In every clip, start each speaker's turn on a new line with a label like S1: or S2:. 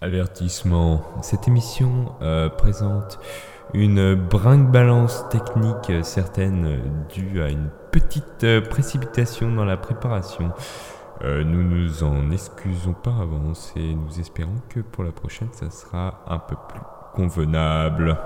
S1: Avertissement. Cette émission euh, présente une brinque-balance technique euh, certaine euh, due à une petite euh, précipitation dans la préparation. Euh, nous nous en excusons par avance et nous espérons que pour la prochaine ça sera un peu plus convenable.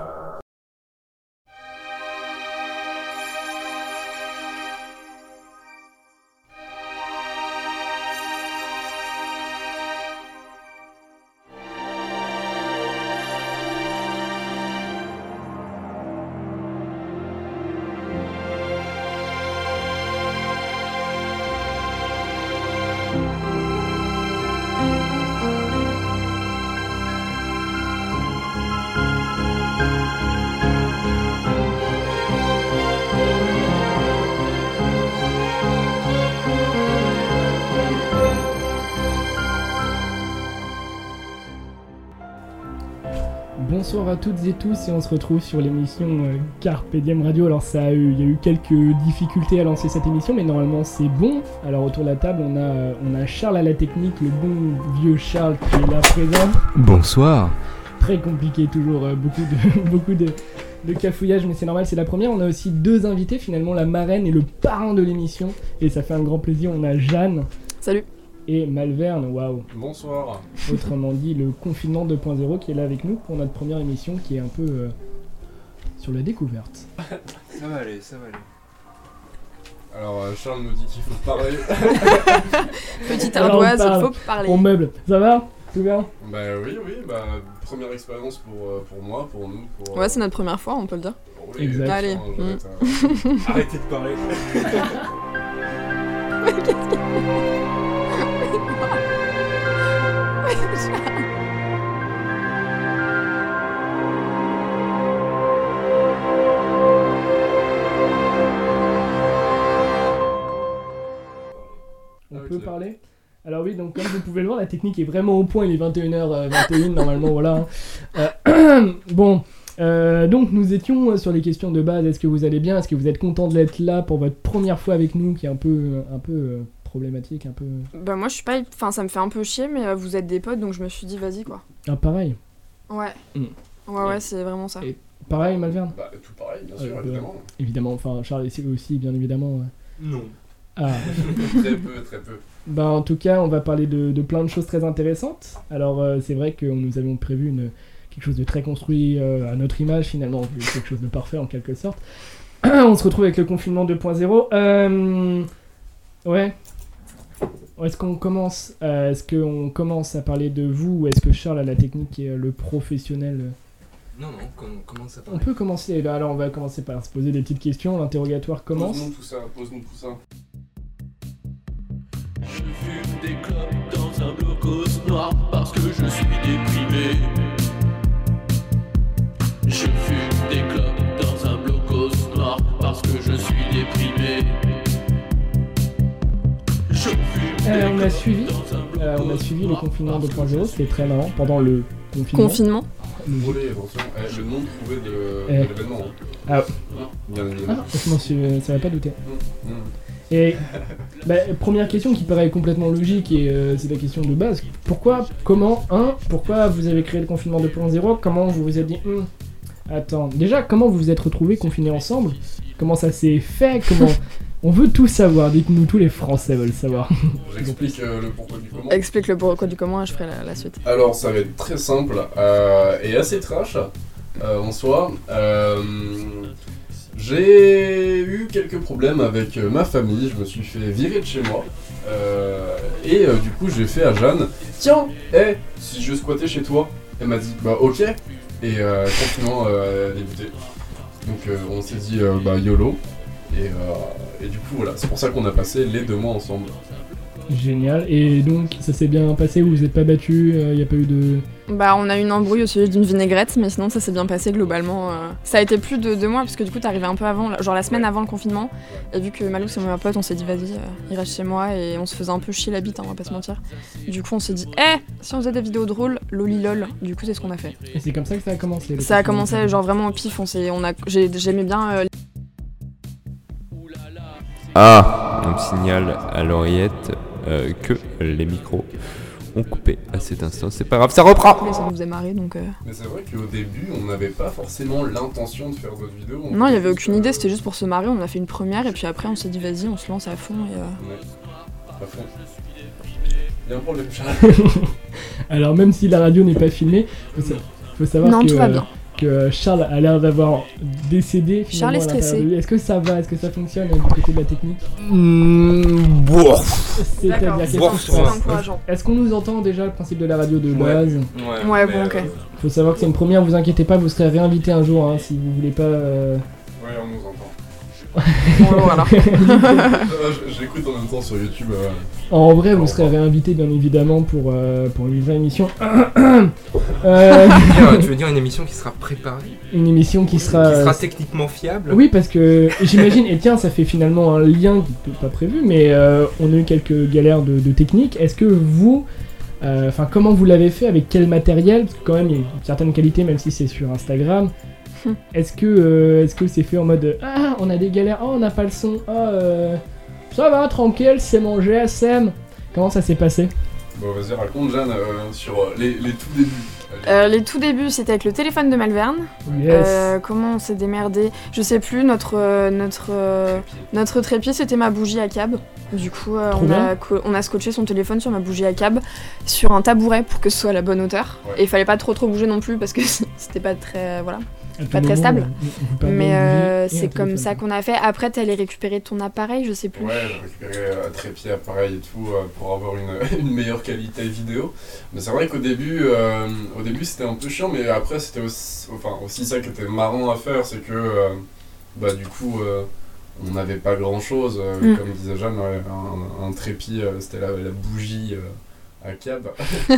S2: Bonsoir à toutes et tous et on se retrouve sur l'émission euh, Carpe Diem Radio. Alors ça a eu, il y a eu quelques difficultés à lancer cette émission mais normalement c'est bon. Alors autour de la table on a, euh, on a Charles à la technique, le bon vieux Charles qui est là présent.
S3: Bonsoir.
S2: Très compliqué toujours, euh, beaucoup de, beaucoup de, de cafouillage mais c'est normal, c'est la première. On a aussi deux invités finalement, la marraine et le parrain de l'émission et ça fait un grand plaisir. On a Jeanne
S4: Salut.
S2: et Malverne, waouh.
S5: Bonsoir.
S2: Autrement dit, le confinement 2.0 qui est là avec nous pour notre première émission qui est un peu euh, sur la découverte.
S5: Ça va aller, ça va aller. Alors euh, Charles nous dit qu'il faut parler.
S4: Petite
S2: Alors, on
S4: ardoise, il
S2: parle.
S4: faut parler.
S2: On meuble, ça va Tout bien
S5: bah oui, oui, bah première expérience pour, euh, pour moi, pour nous, pour... euh,
S4: Ouais, c'est notre première fois, on peut le dire.
S5: pour
S2: Exact.
S5: enfin,
S4: Allez.
S5: hein, je vais
S4: Mm.
S5: être, euh, Arrêtez de parler.
S2: On
S5: Ah, ok.
S2: peut parler Alors oui, donc comme vous pouvez le voir, la technique est vraiment au point, il est euh, 21h21 normalement, voilà. hein. Euh, bon, euh, donc nous étions euh, sur les questions de base, est-ce que vous allez bien Est-ce que vous êtes content d'être là pour votre première fois avec nous qui est un peu, un peu euh, problématique, un peu...
S4: Bah moi je suis pas... Enfin ça me fait un peu chier, mais euh, vous êtes des potes, donc je me suis dit vas-y quoi.
S2: Ah pareil,
S4: Ouais.
S2: Mm.
S4: Ouais, ouais, c'est vraiment ça.
S2: Et- pareil Malverne
S5: Bah tout pareil, bien
S2: Euh,
S5: sûr,
S2: bah.
S5: évidemment.
S2: Évidemment, enfin Charles et Sylvie aussi, bien évidemment. ouais.
S5: Non.
S2: Ah
S5: très peu, très peu.
S2: Bah en tout cas, on va parler de, de plein de choses très intéressantes. Alors euh, c'est vrai que nous avions prévu une, quelque chose de très construit euh, à notre image finalement, vu quelque chose de parfait en quelque sorte. on se retrouve avec le confinement 2.0. Euh, ouais. Est-ce qu'on commence euh, Est-ce qu'on commence à parler de vous ou est-ce que Charles a la technique et euh, le professionnel euh,
S3: Non, non, com- commence à
S2: On
S3: parler.
S2: peut commencer. Là, alors on va commencer par se poser des petites questions. L'interrogatoire commence.
S5: Pose-nous tout ça, pose-nous tout ça.
S6: Je fume des clopes dans un blocos noir parce que je suis déprimé. Je fume des clopes dans un blocos noir parce que je suis déprimé. Je fume
S2: Euh, on a
S6: des clopes
S2: suivi,
S6: dans un
S2: Euh, on a
S6: blocos
S2: suivi le
S6: noir
S2: confinement
S6: parce que
S2: 2.0,
S6: je
S2: c'était
S6: suis
S2: très marrant pendant le
S4: Confinement.
S5: Brûlé, attention. Eh, le nom trouvé de, de
S2: Eh.
S5: l'événement. hein.
S2: Ah.
S5: Bien évidemment.
S2: Ah, je m'en suis- ça va pas douter.
S5: Mm, mm.
S2: Et bah, première question qui paraît complètement logique et euh, c'est la question de base. Pourquoi, comment, un, pourquoi vous avez créé le confinement 2.0 Comment vous vous êtes dit, Hum, attends, déjà comment vous vous êtes retrouvés confinés ensemble Comment ça s'est fait Comment On veut tout savoir. Dites-nous tous les Français veulent savoir.
S5: J'explique euh, le pourquoi du comment.
S4: Explique le pourquoi du comment et je ferai la, la suite.
S5: Alors ça va être très simple euh, et assez trash euh, en soi. Euh, j'ai eu quelques problèmes avec euh, ma famille, je me suis fait virer de chez moi. euh, et euh, du coup j'ai fait à Jeanne, tiens, hé, si je squattais chez toi Elle m'a dit, bah ok. Et euh, confinement euh, débuté. Donc euh, on s'est dit, euh, bah YOLO. Et, euh, et du coup voilà, c'est pour ça qu'on a passé les deux mois ensemble.
S2: Génial. Et donc ça s'est bien passé. Vous vous êtes pas battu. Il n'y a pas eu de.
S4: Bah on a eu une embrouille au sujet d'une vinaigrette, mais sinon ça s'est bien passé globalement. euh. Ça a été plus de deux mois parce que du coup t'arrivais un peu avant, là, genre la semaine avant le confinement. Et vu que Malou c'est ma pote, on s'est dit vas-y, euh, il reste chez moi et on se faisait un peu chier la bite, hein, on va pas se mentir. Du coup on s'est dit, hé, si on faisait des vidéos drôles, loli lol. Du coup c'est ce qu'on a fait.
S2: Et c'est comme ça que ça a commencé. le
S4: Ça a
S2: confinement.
S4: commencé genre vraiment au pif, on s'est, on a, j'ai- j'aimais bien euh,
S1: Ah On me signale à l'oreillette euh, que les micros ont coupé à cet instant. C'est pas grave, ça reprend.
S4: Mais ça nous faisait marrer donc. euh.
S5: Mais c'est vrai qu'au début, on n'avait pas forcément l'intention de faire d'autres vidéos. on
S4: Non, il y avait
S5: faisait
S4: aucune
S5: juste,
S4: idée,
S5: euh,
S4: c'était juste pour se marrer. On a fait une première et puis après on s'est dit vas-y, on se lance à fond. Et, euh,
S5: ouais, à fond. Il y a un problème, Charles.
S2: Alors même si la radio n'est pas filmée, faut, sa- faut savoir
S4: Non,
S2: que,
S4: tout va
S2: euh,
S4: bien.
S2: que Charles a l'air d'avoir décédé.
S4: Charles
S2: finalement, à
S4: est
S2: l'intérieur
S4: stressé.
S2: de lui. Est-ce que ça va Est-ce que ça fonctionne euh, du côté de la technique C'est-à-dire qu'est-ce
S1: Bon,
S2: qui se
S1: ça va.
S2: passe Est-ce qu'on nous entend déjà le principe de la radio de
S5: Ouais.
S2: base
S4: Ouais, bon, ok.
S2: Faut savoir que c'est une première, vous inquiétez pas, vous serez réinvité un jour hein, si vous voulez pas. euh,
S5: Ouais, on nous entend.
S4: Bon, voilà.
S5: Euh, j- J'écoute en même temps sur YouTube. euh,
S2: En vrai, vous serez réinvité bien évidemment pour, euh, pour une vraie émission. Euh,
S1: tu veux dire une émission qui sera préparée,
S2: une émission qui sera.
S1: techniquement fiable
S2: Oui, parce que j'imagine, et tiens, ça fait finalement un lien qui n'était pas prévu, mais euh, on a eu quelques galères de, de technique. Est-ce que vous. euh, Enfin, comment vous l'avez fait Avec quel matériel Parce que, quand même, il y a une certaine qualité, même si c'est sur Instagram.
S4: Hmm.
S2: Est-ce que euh, est-ce que c'est fait en mode Ah, on a des galères, oh, on n'a pas le son, ah, euh, ça va, tranquille, c'est mon GSM Comment ça s'est passé
S5: Bon, bah, vas-y, raconte, Jeanne, euh, sur euh, les, les tout débuts. Allez.
S4: Euh, les tout débuts, c'était avec le téléphone de Malverne.
S2: Yes.
S4: Euh, comment on s'est démerdé Je sais plus, notre, euh, notre, euh, notre trépied c'était ma bougie à cab. Du coup, euh,
S2: Trop
S4: on, a, co- on a scotché son téléphone sur ma bougie à cab, sur un tabouret pour que ce soit à la bonne hauteur.
S5: Ouais.
S4: Et il fallait pas trop trop bouger non plus parce que c'était pas très. euh, Voilà.
S2: À tout
S4: pas très
S2: moment,
S4: stable.
S2: on- on- on perd
S4: Mais
S2: une
S4: euh,
S2: vie et un
S4: c'est comme
S2: téléphone.
S4: ça qu'on a fait. Après, t'es allé récupérer ton appareil, je sais plus.
S5: Ouais, j'ai récupéré euh, trépied, appareil et tout euh, pour avoir une, une meilleure qualité vidéo. Mais c'est vrai qu'au début, euh, au début c'était un peu chiant, mais après c'était aussi, enfin, aussi ça qui était marrant à faire, c'est que euh, bah du coup euh, on n'avait pas grand chose,
S4: Mm.
S5: comme disait Jeanne, ouais, un, un trépied, euh, c'était la, la bougie. euh, à cab et,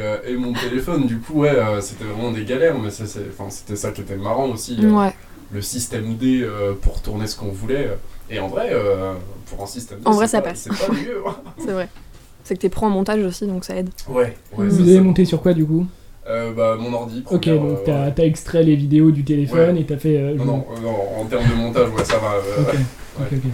S5: euh, et mon téléphone du coup ouais euh, c'était vraiment des galères mais ça, c'est- enfin, c'était ça qui était marrant aussi euh,
S4: Ouais.
S5: le système D euh, pour tourner ce qu'on voulait. Et en vrai, euh, pour un système D,
S4: En vrai,
S5: c'est
S4: ça
S5: pas-
S4: passe.
S5: C'est pas mieux. hein.
S4: C'est vrai. C'est que t'es pro en montage aussi, donc ça aide.
S5: ouais, ouais,
S2: Vous
S5: c'est
S2: avez
S5: ça.
S2: monté sur quoi du coup
S5: Euh, bah, mon ordi.
S2: Ok,
S5: première,
S2: donc
S5: euh,
S2: t'as
S5: ouais.
S2: t'as extrait les vidéos du téléphone et t'as fait. euh,
S5: Non, non, euh, non, en termes de montage, ouais, ça va. euh,
S2: Ok, ok, ok.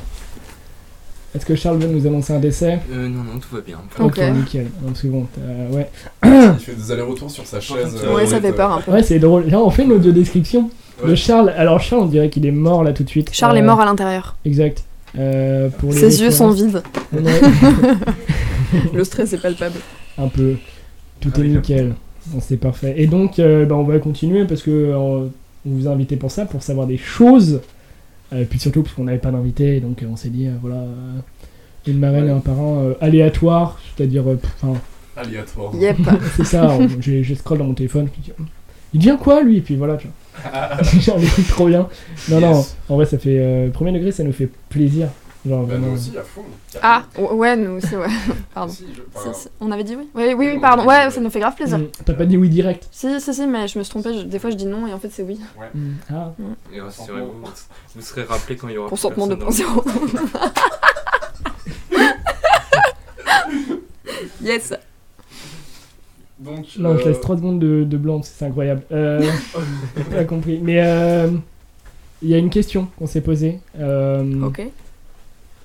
S2: Est-ce que Charles veut nous annoncer un décès
S3: Euh, non, non, tout va bien.
S4: Ok.
S2: nickel. Un second. euh, ouais,
S5: Il fait des allers-retours sur sa
S3: Par
S5: chaise.
S3: contre,
S5: euh,
S4: Ouais, ça fait
S5: euh,
S4: peur hein. un peu.
S2: ouais c'est drôle. Là, on fait une audio description de
S5: Ouais.
S2: Charles. Alors, Charles, on dirait qu'il est mort là tout de suite.
S4: Charles est
S2: Euh,
S4: mort à l'intérieur.
S2: Exact. Euh, pour les
S4: Ses yeux sont
S2: références-
S4: vides.
S2: Ouais,
S4: Le stress est palpable.
S2: un peu. Tout
S5: Ah
S2: est
S5: oui,
S2: nickel. Bon, C'est parfait. Et donc, euh, bah, on va continuer parce que euh, on vous a invité pour ça, pour savoir des choses. Euh, puis surtout parce qu'on n'avait pas d'invité, donc euh, on s'est dit, euh, voilà, euh, une marraine et un parent euh, aléatoire, c'est-à-dire, euh, pff, enfin,
S5: Aléatoire.
S4: Yep.
S2: c'est ça, on- j'ai j'ai scroll dans mon téléphone, je me dis, il devient quoi lui Et puis voilà, tu vois. Genre, le truc trop bien. Non, non,
S5: Ah. Yes.
S2: en vrai, ça fait. euh, premier degré, ça nous fait plaisir. Genre,
S5: Bah,
S2: vraiment.
S5: nous aussi, à fond.
S4: Ah, ou- ouais, nous aussi, ouais. Pardon.
S5: Si, je- enfin,
S4: Ça, c'est- on avait dit oui. Oui, oui, oui, pardon.
S5: On avait dit
S4: Ouais,
S5: oui.
S4: ça nous fait grave plaisir.
S2: Mm, T'as pas dit oui direct.
S4: Si, si, si, mais je me suis trompée. je- Des fois, je dis non et en fait, c'est oui.
S2: Mm, Ah.
S3: Et rassurez-vous, vous serez rappelé quand il y aura.
S4: Consentement
S3: personne dans
S4: 2.0. yes.
S5: Donc,
S2: Là, on te
S5: euh,
S2: laisse 3 secondes de, de blanc, parce que c'est incroyable. Euh, t'as compris. Mais euh, il y a une question qu'on s'est posée. Euh,
S4: Ok.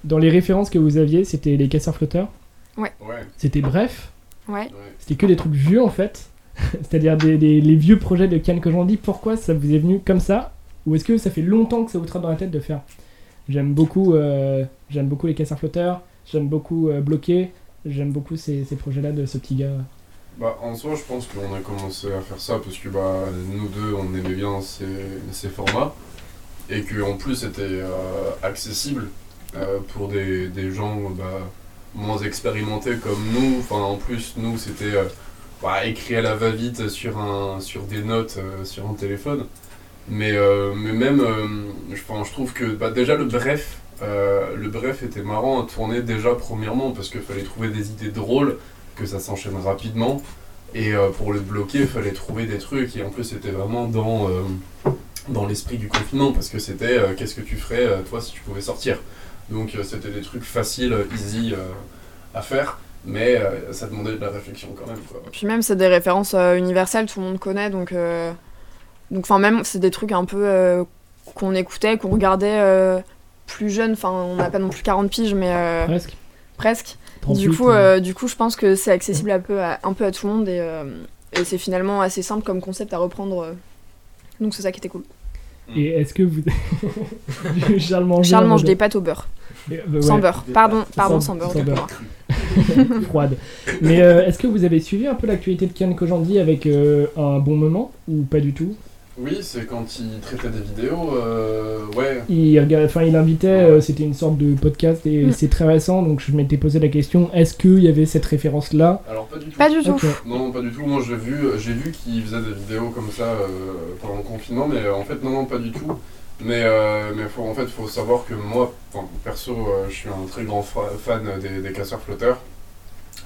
S2: Dans les références que vous aviez, c'était les casseurs-flotteurs.
S5: Ouais,
S2: C'était bref.
S4: Ouais.
S5: ouais.
S2: C'était que des trucs vieux, en fait. C'est-à-dire des, des- les vieux projets de Cannes que j'en dis. Pourquoi ça vous est venu comme ça Ou est-ce que ça fait longtemps que ça vous trotte dans la tête de faire J'aime beaucoup, euh, j'aime beaucoup les casseurs-flotteurs. J'aime beaucoup euh, Bloqué. J'aime beaucoup ces, ces projets-là de ce petit gars. euh,
S5: Bah, en soi, je pense qu'on a commencé à faire ça parce que bah, nous deux, on aimait bien ces, ces formats et que en plus, c'était euh, accessible euh, pour des, des gens bah, moins expérimentés comme nous. Enfin, en plus, nous, c'était euh, bah, écrit à la va-vite sur, un, sur des notes euh, sur un téléphone. Mais, euh, mais même, euh, je, enfin, je trouve que bah, déjà le bref, euh, le bref était marrant à tourner déjà premièrement parce qu'il fallait trouver des idées drôles, que ça s'enchaîne rapidement. Et euh, pour le bloquer, il fallait trouver des trucs. Et en plus, c'était vraiment dans, euh, dans l'esprit du confinement parce que c'était euh, qu'est-ce que tu ferais euh, toi si tu pouvais sortir. Donc euh, c'était des trucs faciles, easy euh, à faire. Mais euh, ça demandait de la réflexion quand même. Quoi.
S4: Puis même, c'est des références euh, universelles, tout le monde connaît, donc... euh, Donc, enfin, même, c'est des trucs un peu euh, qu'on écoutait, qu'on regardait euh, plus jeune, enfin, on n'a pas non plus 40 piges, mais euh,
S2: Presque.
S4: presque.
S2: 38,
S4: Du coup,
S2: euh,
S4: euh, du coup, je pense que c'est accessible un peu, à, un peu à tout le monde et, euh, et c'est finalement assez simple comme concept à reprendre. euh. Donc c'est ça qui était cool.
S2: Et est-ce que vous. Charles mange.
S4: Charles mange des pâtes au beurre,
S2: euh,
S4: sans beurre. Pardon, pardon, sans, beurre.
S2: Sans
S4: du coup,
S2: beurre. Froide. Mais euh, est-ce que vous avez suivi un peu l'actualité de Kian Kojandi avec euh, un bon moment ou pas du tout
S5: Oui, c'est quand il traitait des vidéos. euh, ouais.
S2: il, regard- enfin, il invitait, euh, c'était une sorte de podcast et
S4: Mm.
S2: c'est très récent donc je m'étais posé la question est-ce qu'il y avait cette référence là
S5: Alors pas du tout.
S4: Pas du tout.
S2: Ok.
S5: Non, pas du tout. Moi, j'ai vu, euh, j'ai vu qu'il faisait des vidéos comme ça euh, pendant le confinement, mais euh, en fait, non, non, pas du tout. Mais, euh, mais faut, en fait, faut savoir que moi, enfin, perso, euh, je suis un très grand fra- fan des, des casseurs flotteurs,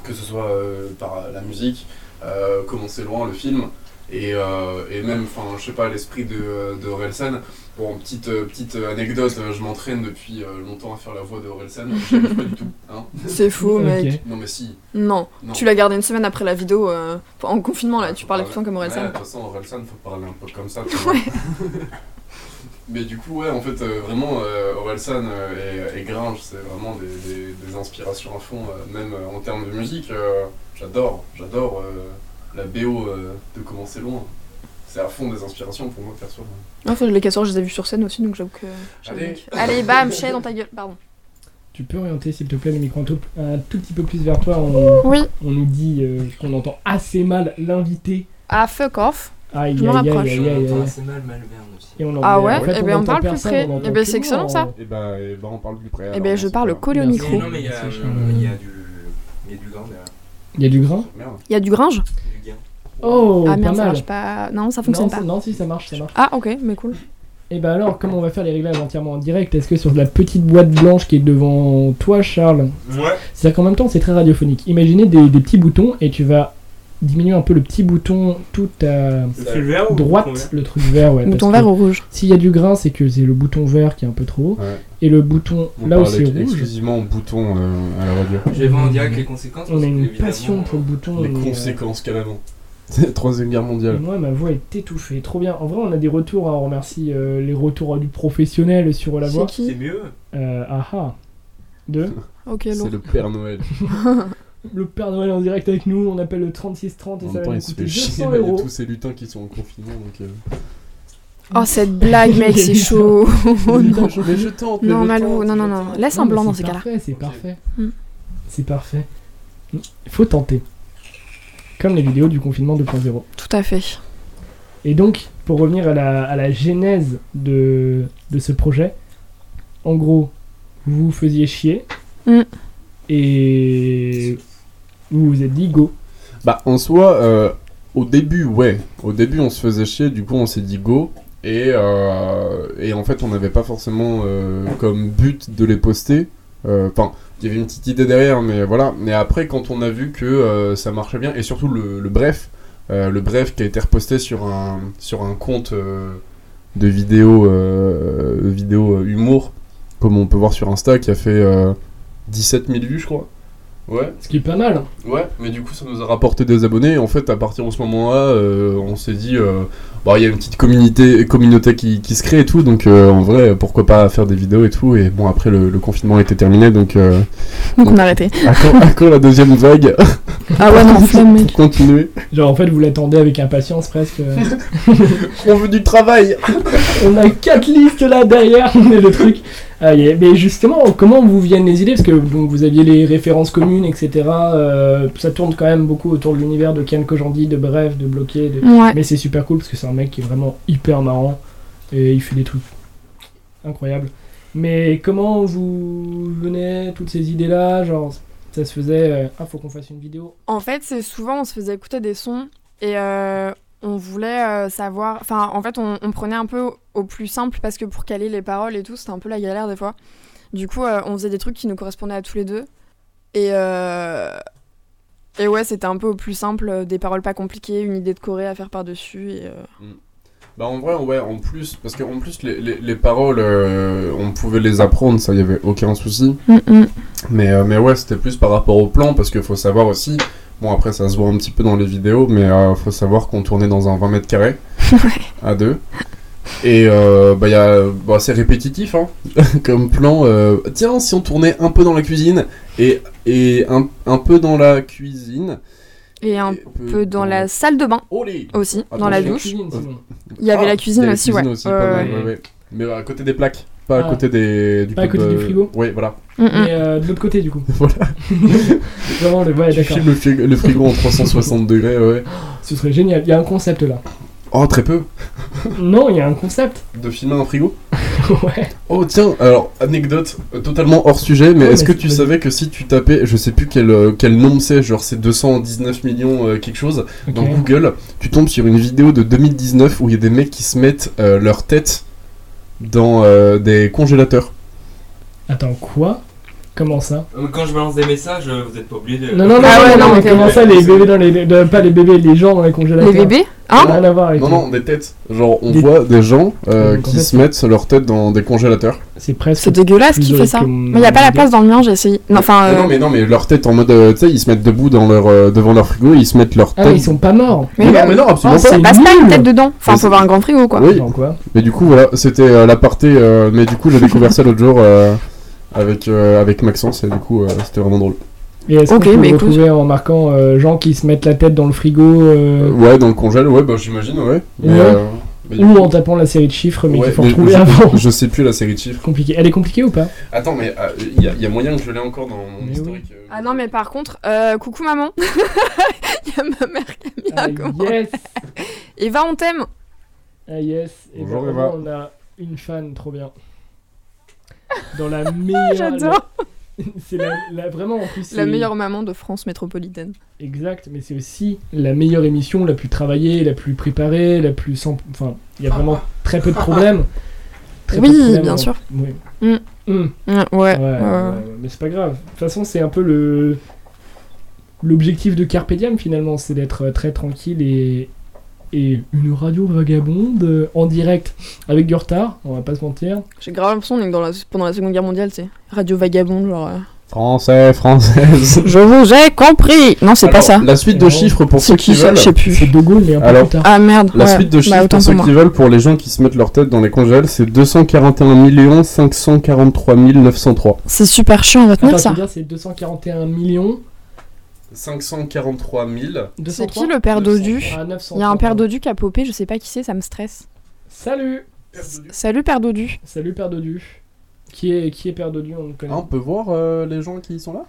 S5: que ce soit euh, par la musique, euh, comment c'est loin, le film, et, euh, et même, enfin, je sais pas, l'esprit de, de Orelsan. Bon, petite, euh, petite anecdote, euh, je m'entraîne depuis euh, longtemps à faire la voix de Orelsan, je n'y arrive pas du tout. Hein.
S4: C'est faux, mec.
S2: Ok.
S5: Non, mais si.
S4: Non.
S5: Non. Ah
S4: Tu l'as gardé une semaine après la vidéo euh, en confinement là. Tu parlais tout le temps comme
S5: Ouais,
S4: Orelsan.
S5: De toute façon, Orelsan, faut parler un peu comme ça. tu vois. Mais du coup, ouais, en fait, euh, vraiment, euh, Orelsan euh, et, et Gringe, c'est vraiment des, des- des inspirations à fond, euh, même euh, en termes de musique. euh, j'adore, j'adore euh, la BO euh, de Commencer Loin. C'est à fond des inspirations pour moi, perso.
S4: Enfin, les casseurs, je les ai vus sur scène aussi, donc j'avoue que.
S5: Allez.
S4: Allez, bam, chien dans ta gueule, pardon.
S2: Tu peux orienter s'il te plaît le micro un tout, un tout petit peu plus vers toi on,
S4: Oui.
S2: on nous dit euh, qu'on entend assez mal l'invité.
S4: Ah, fuck off.
S2: Aïe,
S4: Je me
S2: aïe, aïe,
S4: rapproche.
S2: aïe, aïe, aïe, aïe.
S3: C'est mal, malverne aussi.
S2: Et on en-
S4: Ah
S2: mais
S4: ouais
S2: en fait,
S4: Eh ben, on
S2: entend
S4: parle plus
S2: personne,
S4: près.
S2: on entend
S4: Eh ben,
S2: que
S4: c'est excellent,
S2: moi.
S4: ça.
S5: Et ben, on parle plus près.
S4: Eh ben, je parle collé au
S2: Merci.
S4: micro.
S3: Non, mais il y a,
S2: C'est
S3: euh,
S2: chiant.
S3: il y a du. Il y a du grain derrière.
S2: Il y a du grain
S5: Merde.
S4: Il y a du gringe
S3: Du gain.
S2: Oh,
S4: Ah
S2: pas
S4: merde, ça
S2: mal.
S4: marche pas. Non, ça
S2: non,
S4: fonctionne
S2: ça-
S4: pas.
S2: non, si ça marche, ça marche.
S4: Ah, ok, mais cool.
S2: Et bah alors, comment on va faire les réglages entièrement en direct Est-ce que sur la petite boîte blanche qui est devant toi, Charles
S3: Ouais.
S2: C'est-à-dire qu'en même temps, c'est très radiophonique. Imaginez des, des petits boutons et tu vas diminuer un peu le petit bouton tout
S7: Le
S2: à
S7: fil vert
S5: Oh,
S7: ou
S2: droite, le truc vert. Ouais, parce
S4: Bouton vert
S2: que
S4: ou rouge
S2: S'il y a du grain, c'est que c'est le bouton vert qui est un peu trop haut.
S5: Ouais.
S2: Et le bouton
S5: On
S2: là où
S5: parle
S2: c'est
S5: ex-
S2: rouge,
S5: Exclusivement bouton euh, à la radio.
S3: J'ai vu en direct les conséquences.
S2: on a une passion pour le bouton.
S5: Les
S2: et, euh,
S5: conséquences qu'elle a. C'est la troisième guerre mondiale.
S2: Moi, ma voix est étouffée. Trop bien. En vrai, on a des retours. hein. On remercie euh, les retours euh, du professionnel sur la
S4: C'est
S2: voix.
S7: C'est
S4: qui
S7: mieux.
S2: Euh, ah ah. Deux.
S4: Ok,
S5: C'est
S2: hein.
S4: lourd.
S5: le Père Noël.
S2: Le Père Noël est en direct avec nous. On appelle le 3630 et
S5: En
S2: ça
S5: même
S2: va
S5: temps,
S2: nous
S5: il se
S2: coûter
S5: fait chier,
S2: 200
S5: là, il y a
S2: euros.
S5: tous ces lutins qui sont en confinement. Donc, euh,
S4: Oh, cette blague, mec, c'est chaud. Oh, non.
S5: Mais je tente, mais
S4: Non,
S5: je
S4: Malou,
S5: tente,
S4: non,
S5: je
S4: non,
S5: tente.
S4: non. Laisse un
S2: Non, mais
S4: blanc dans
S2: c'est
S4: ces cas-là.
S2: parfait, C'est
S5: Ok.
S2: parfait.
S4: Mm.
S2: C'est parfait. Il faut tenter. Comme les vidéos du confinement 2.0.
S4: Tout à fait.
S2: Et donc, pour revenir à la, à la genèse de, de ce projet, en gros, vous vous faisiez chier.
S4: Mm.
S2: Et vous vous êtes dit go.
S5: Bah, en soi, euh, au début, ouais. Au début, on se faisait chier, du coup, on s'est dit go. Et, euh, et en fait, on n'avait pas forcément euh, comme but de les poster. Euh, Enfin, il y avait une petite idée derrière, mais voilà. Mais après, quand on a vu que euh, ça marchait bien, et surtout le, le bref, euh, le bref qui a été reposté sur un, sur un compte euh, de vidéo, euh, vidéo euh, humour, comme on peut voir sur Insta, qui a fait euh, 17 000 vues, je crois. Ouais.
S2: Ce qui est pas mal. hein.
S5: Ouais, mais du coup, ça nous a rapporté des abonnés. Et en fait, à partir de ce moment-là, euh, on s'est dit, euh, bah, il y a une petite communauté, communauté qui, qui se crée et tout. Donc, euh, en vrai, pourquoi pas faire des vidéos et tout. Et bon, après, le, le confinement était terminé. Donc, euh,
S4: Donc on a arrêté.
S5: à, quand, à quand la deuxième vague
S4: Ah ouais, non, flemme, mec.
S5: Continuez.
S2: Genre, en fait, vous l'attendez avec impatience presque. euh,
S5: On veut du travail
S2: On a quatre listes là derrière, mais le truc. Ah, y est. Mais justement, comment vous viennent les idées Parce que donc, vous aviez les références communes, etc. euh, ça tourne quand même beaucoup autour de l'univers de Ken Kojandi, de Bref, de Bloqué. de-
S4: Ouais.
S2: Mais c'est super cool parce que c'est un mec qui est vraiment hyper marrant et il fait des trucs incroyables. Mais comment vous venez toutes ces idées là Genre, ça se faisait. euh, Ah, faut qu'on fasse une vidéo.
S4: En fait, c'est souvent on se faisait écouter des sons et euh, on voulait euh, savoir. Enfin, en fait, on, on prenait un peu au, au plus simple parce que pour caler les paroles et tout, c'était un peu la galère des fois. Du coup, euh, on faisait des trucs qui nous correspondaient à tous les deux. Et, euh, et ouais, c'était un peu au plus simple, euh, des paroles pas compliquées, une idée de Corée à faire par-dessus. Et, euh,
S5: Bah, en vrai, ouais, en plus, parce qu'en plus, les, les- les paroles, euh, on pouvait les apprendre, ça, il n'y avait aucun souci. Mais, euh, mais ouais, c'était plus par rapport au plan, parce qu'il faut savoir aussi, bon après ça se voit un petit peu dans les vidéos, mais euh, faut savoir qu'on tournait dans un 20 mètres carrés, à deux. Et euh, bah, y a, bah, c'est répétitif, hein, comme plan. euh, tiens, si on tournait un peu dans la cuisine, et et un, un peu dans la cuisine.
S4: Et un
S5: euh,
S4: peu dans la salle de bain
S5: Olé
S4: aussi, dans la
S5: Attention.
S4: douche.
S2: Cuisine, sinon.
S4: Il y avait
S5: Ah,
S4: la cuisine
S5: il y a
S4: aussi, ouais.
S5: cuisine pas
S4: Euh,
S5: mal, ouais, ouais. Mais à côté des plaques, pas
S2: Ah.
S5: à côté des, du
S2: Pas à
S5: pot
S2: côté
S5: de-
S2: du frigo.
S5: Ouais, voilà.
S4: mm, mm.
S2: Mais euh, de l'autre côté, du coup.
S5: Voilà.
S2: Vraiment, le, ouais,
S5: Tu
S2: d'accord.
S5: filmes le, fri- le frigo en 360 degrés, ouais.
S2: Ce serait génial. Il y a un concept là.
S5: Oh, très peu
S2: Non, il y a un concept.
S5: de filmer un frigo.
S2: ouais.
S5: Oh tiens, alors anecdote euh, totalement hors sujet, mais
S2: Ouais,
S5: est-ce que
S2: mais
S5: tu
S2: vas-y.
S5: savais que si tu tapais, je sais plus quel, euh, quel nombre c'est, genre c'est 219 millions euh, quelque chose,
S2: Ok.
S5: dans Google, tu tombes sur une vidéo de 2019 où il y a des mecs qui se mettent euh, leur tête dans euh, des congélateurs.
S2: Attends, quoi Comment ça
S3: Euh, Quand je balance des messages, euh, vous êtes pas obligé de.
S2: Non, non, non,
S4: Ah
S2: non,
S4: ouais,
S2: non,
S4: non,
S2: mais
S4: ok.
S2: comment ça, les bébés dans les. de- pas les bébés, les gens dans les congélateurs
S4: Les bébés Hein
S2: Rien à voir avec
S5: Non,
S2: les-
S5: non, des têtes. Genre, on
S2: Ah, Des-
S5: voit des gens euh,
S2: Donc, en
S5: qui
S2: fait,
S5: se mettent leur tête dans des congélateurs.
S2: C'est presque.
S4: C'est dégueulasse qui fait ça. Mais il n'y a pas la place dans le mien, j'ai essayé. Non,
S2: Ah,
S4: enfin,
S5: Mais
S4: euh,
S5: Ah non, mais non, mais leur tête en mode, euh, tu sais, ils se mettent debout dans leur, euh, devant leur frigo et ils se mettent leur
S2: Ah,
S5: tête.
S2: mais ils sont pas morts.
S4: mais
S5: non,
S4: bah,
S5: mais non, absolument
S2: Ah,
S5: pas.
S2: c'est
S4: passe pas une
S2: nul.
S4: tête dedans. Enfin,
S5: Mais
S4: faut avoir un grand frigo, quoi.
S5: Oui,
S2: Genre quoi
S5: mais du coup, voilà, c'était euh, l'aparté. euh, mais du coup, j'ai découvert ça l'autre jour euh, avec, euh, avec Maxence et du coup, euh, c'était vraiment drôle.
S2: Et est-ce
S4: Ok,
S2: qu'on peut
S4: mais
S2: le
S4: écoute.
S2: retrouver en marquant euh, gens qui se mettent la tête dans le frigo euh,
S5: Euh, ouais, dans le congèle, ouais, bah j'imagine, ouais. Mais,
S2: Ouais.
S5: euh, mais du
S2: ou
S5: coup-
S2: en tapant la série de chiffres, mais
S5: Ouais,
S2: qu'il faut
S5: mais
S2: retrouver
S5: je-
S2: avant
S5: Je sais plus la série de chiffres.
S2: Compliqué. Elle est compliquée ou pas
S5: Attends, mais euh, il y, a moyen que je l'ai encore dans mon
S2: Mais historique,
S4: Ah non, mais par contre, euh, coucou maman. Il y a ma mère qui a mis
S2: Ah,
S4: un comment.
S2: Yes
S4: Eva, on t'aime.
S2: Ah yes Et
S5: Bonjour,
S2: vraiment,
S5: Eva.
S2: on a une fan, trop bien. Dans la meilleure...
S4: J'adore.
S2: la- C'est la, la- vraiment, en plus,
S4: La
S2: c'est-
S4: meilleure maman de France métropolitaine.
S2: Exact, mais c'est aussi la meilleure émission, la plus travaillée, la plus préparée, la plus sans... Enfin, il y a vraiment très peu de problèmes. Très peu
S4: Oui,
S2: de problèmes,
S4: bien
S2: hein.
S4: sûr.
S2: Oui.
S4: Mm.
S2: Mm.
S4: Ouais, ouais.
S2: Ouais, ouais, ouais, mais c'est pas grave. De toute façon, c'est un peu le l'objectif de Carpe Diem finalement, c'est d'être euh, très tranquille et et une radio vagabonde euh, en direct avec du retard, on va pas se mentir.
S4: J'ai grave l'impression qu'on est dans la- pendant la Seconde Guerre mondiale, tu sais. Radio vagabond, genre. euh,
S5: Français, française.
S4: Je vous ai compris. Non, c'est pas
S5: Alors,
S4: ça.
S5: La suite de
S2: Non.
S5: chiffres pour
S4: C'est
S5: ceux qui,
S4: qui ça
S5: veulent.
S4: Je sais plus.
S2: C'est De Gaulle mais un peu
S5: Alors,
S2: plus tard.
S4: Ah merde.
S5: La
S4: ouais.
S5: suite de
S4: bah,
S5: chiffres
S4: autant
S5: pour
S4: pour
S5: ceux
S4: moi.
S5: qui veulent pour les gens qui se mettent leur tête dans les congèles, c'est 241 543 903.
S4: C'est super chiant à
S2: Attends,
S4: retenir
S2: tu
S4: Ah ça.
S2: veux dire, c'est 241 millions
S5: 543 000.
S2: 200
S4: C'est qui le père Dodu
S2: Ah, 900.
S4: Il y a un père Dodu qui a popé, je sais pas qui c'est, ça me stresse.
S2: Salut,
S4: Salut père Dodu.
S2: salut père Dodu. Qui est qui est père Dodu On le connaît.
S3: Ah.
S5: on peut voir euh, les gens qui sont là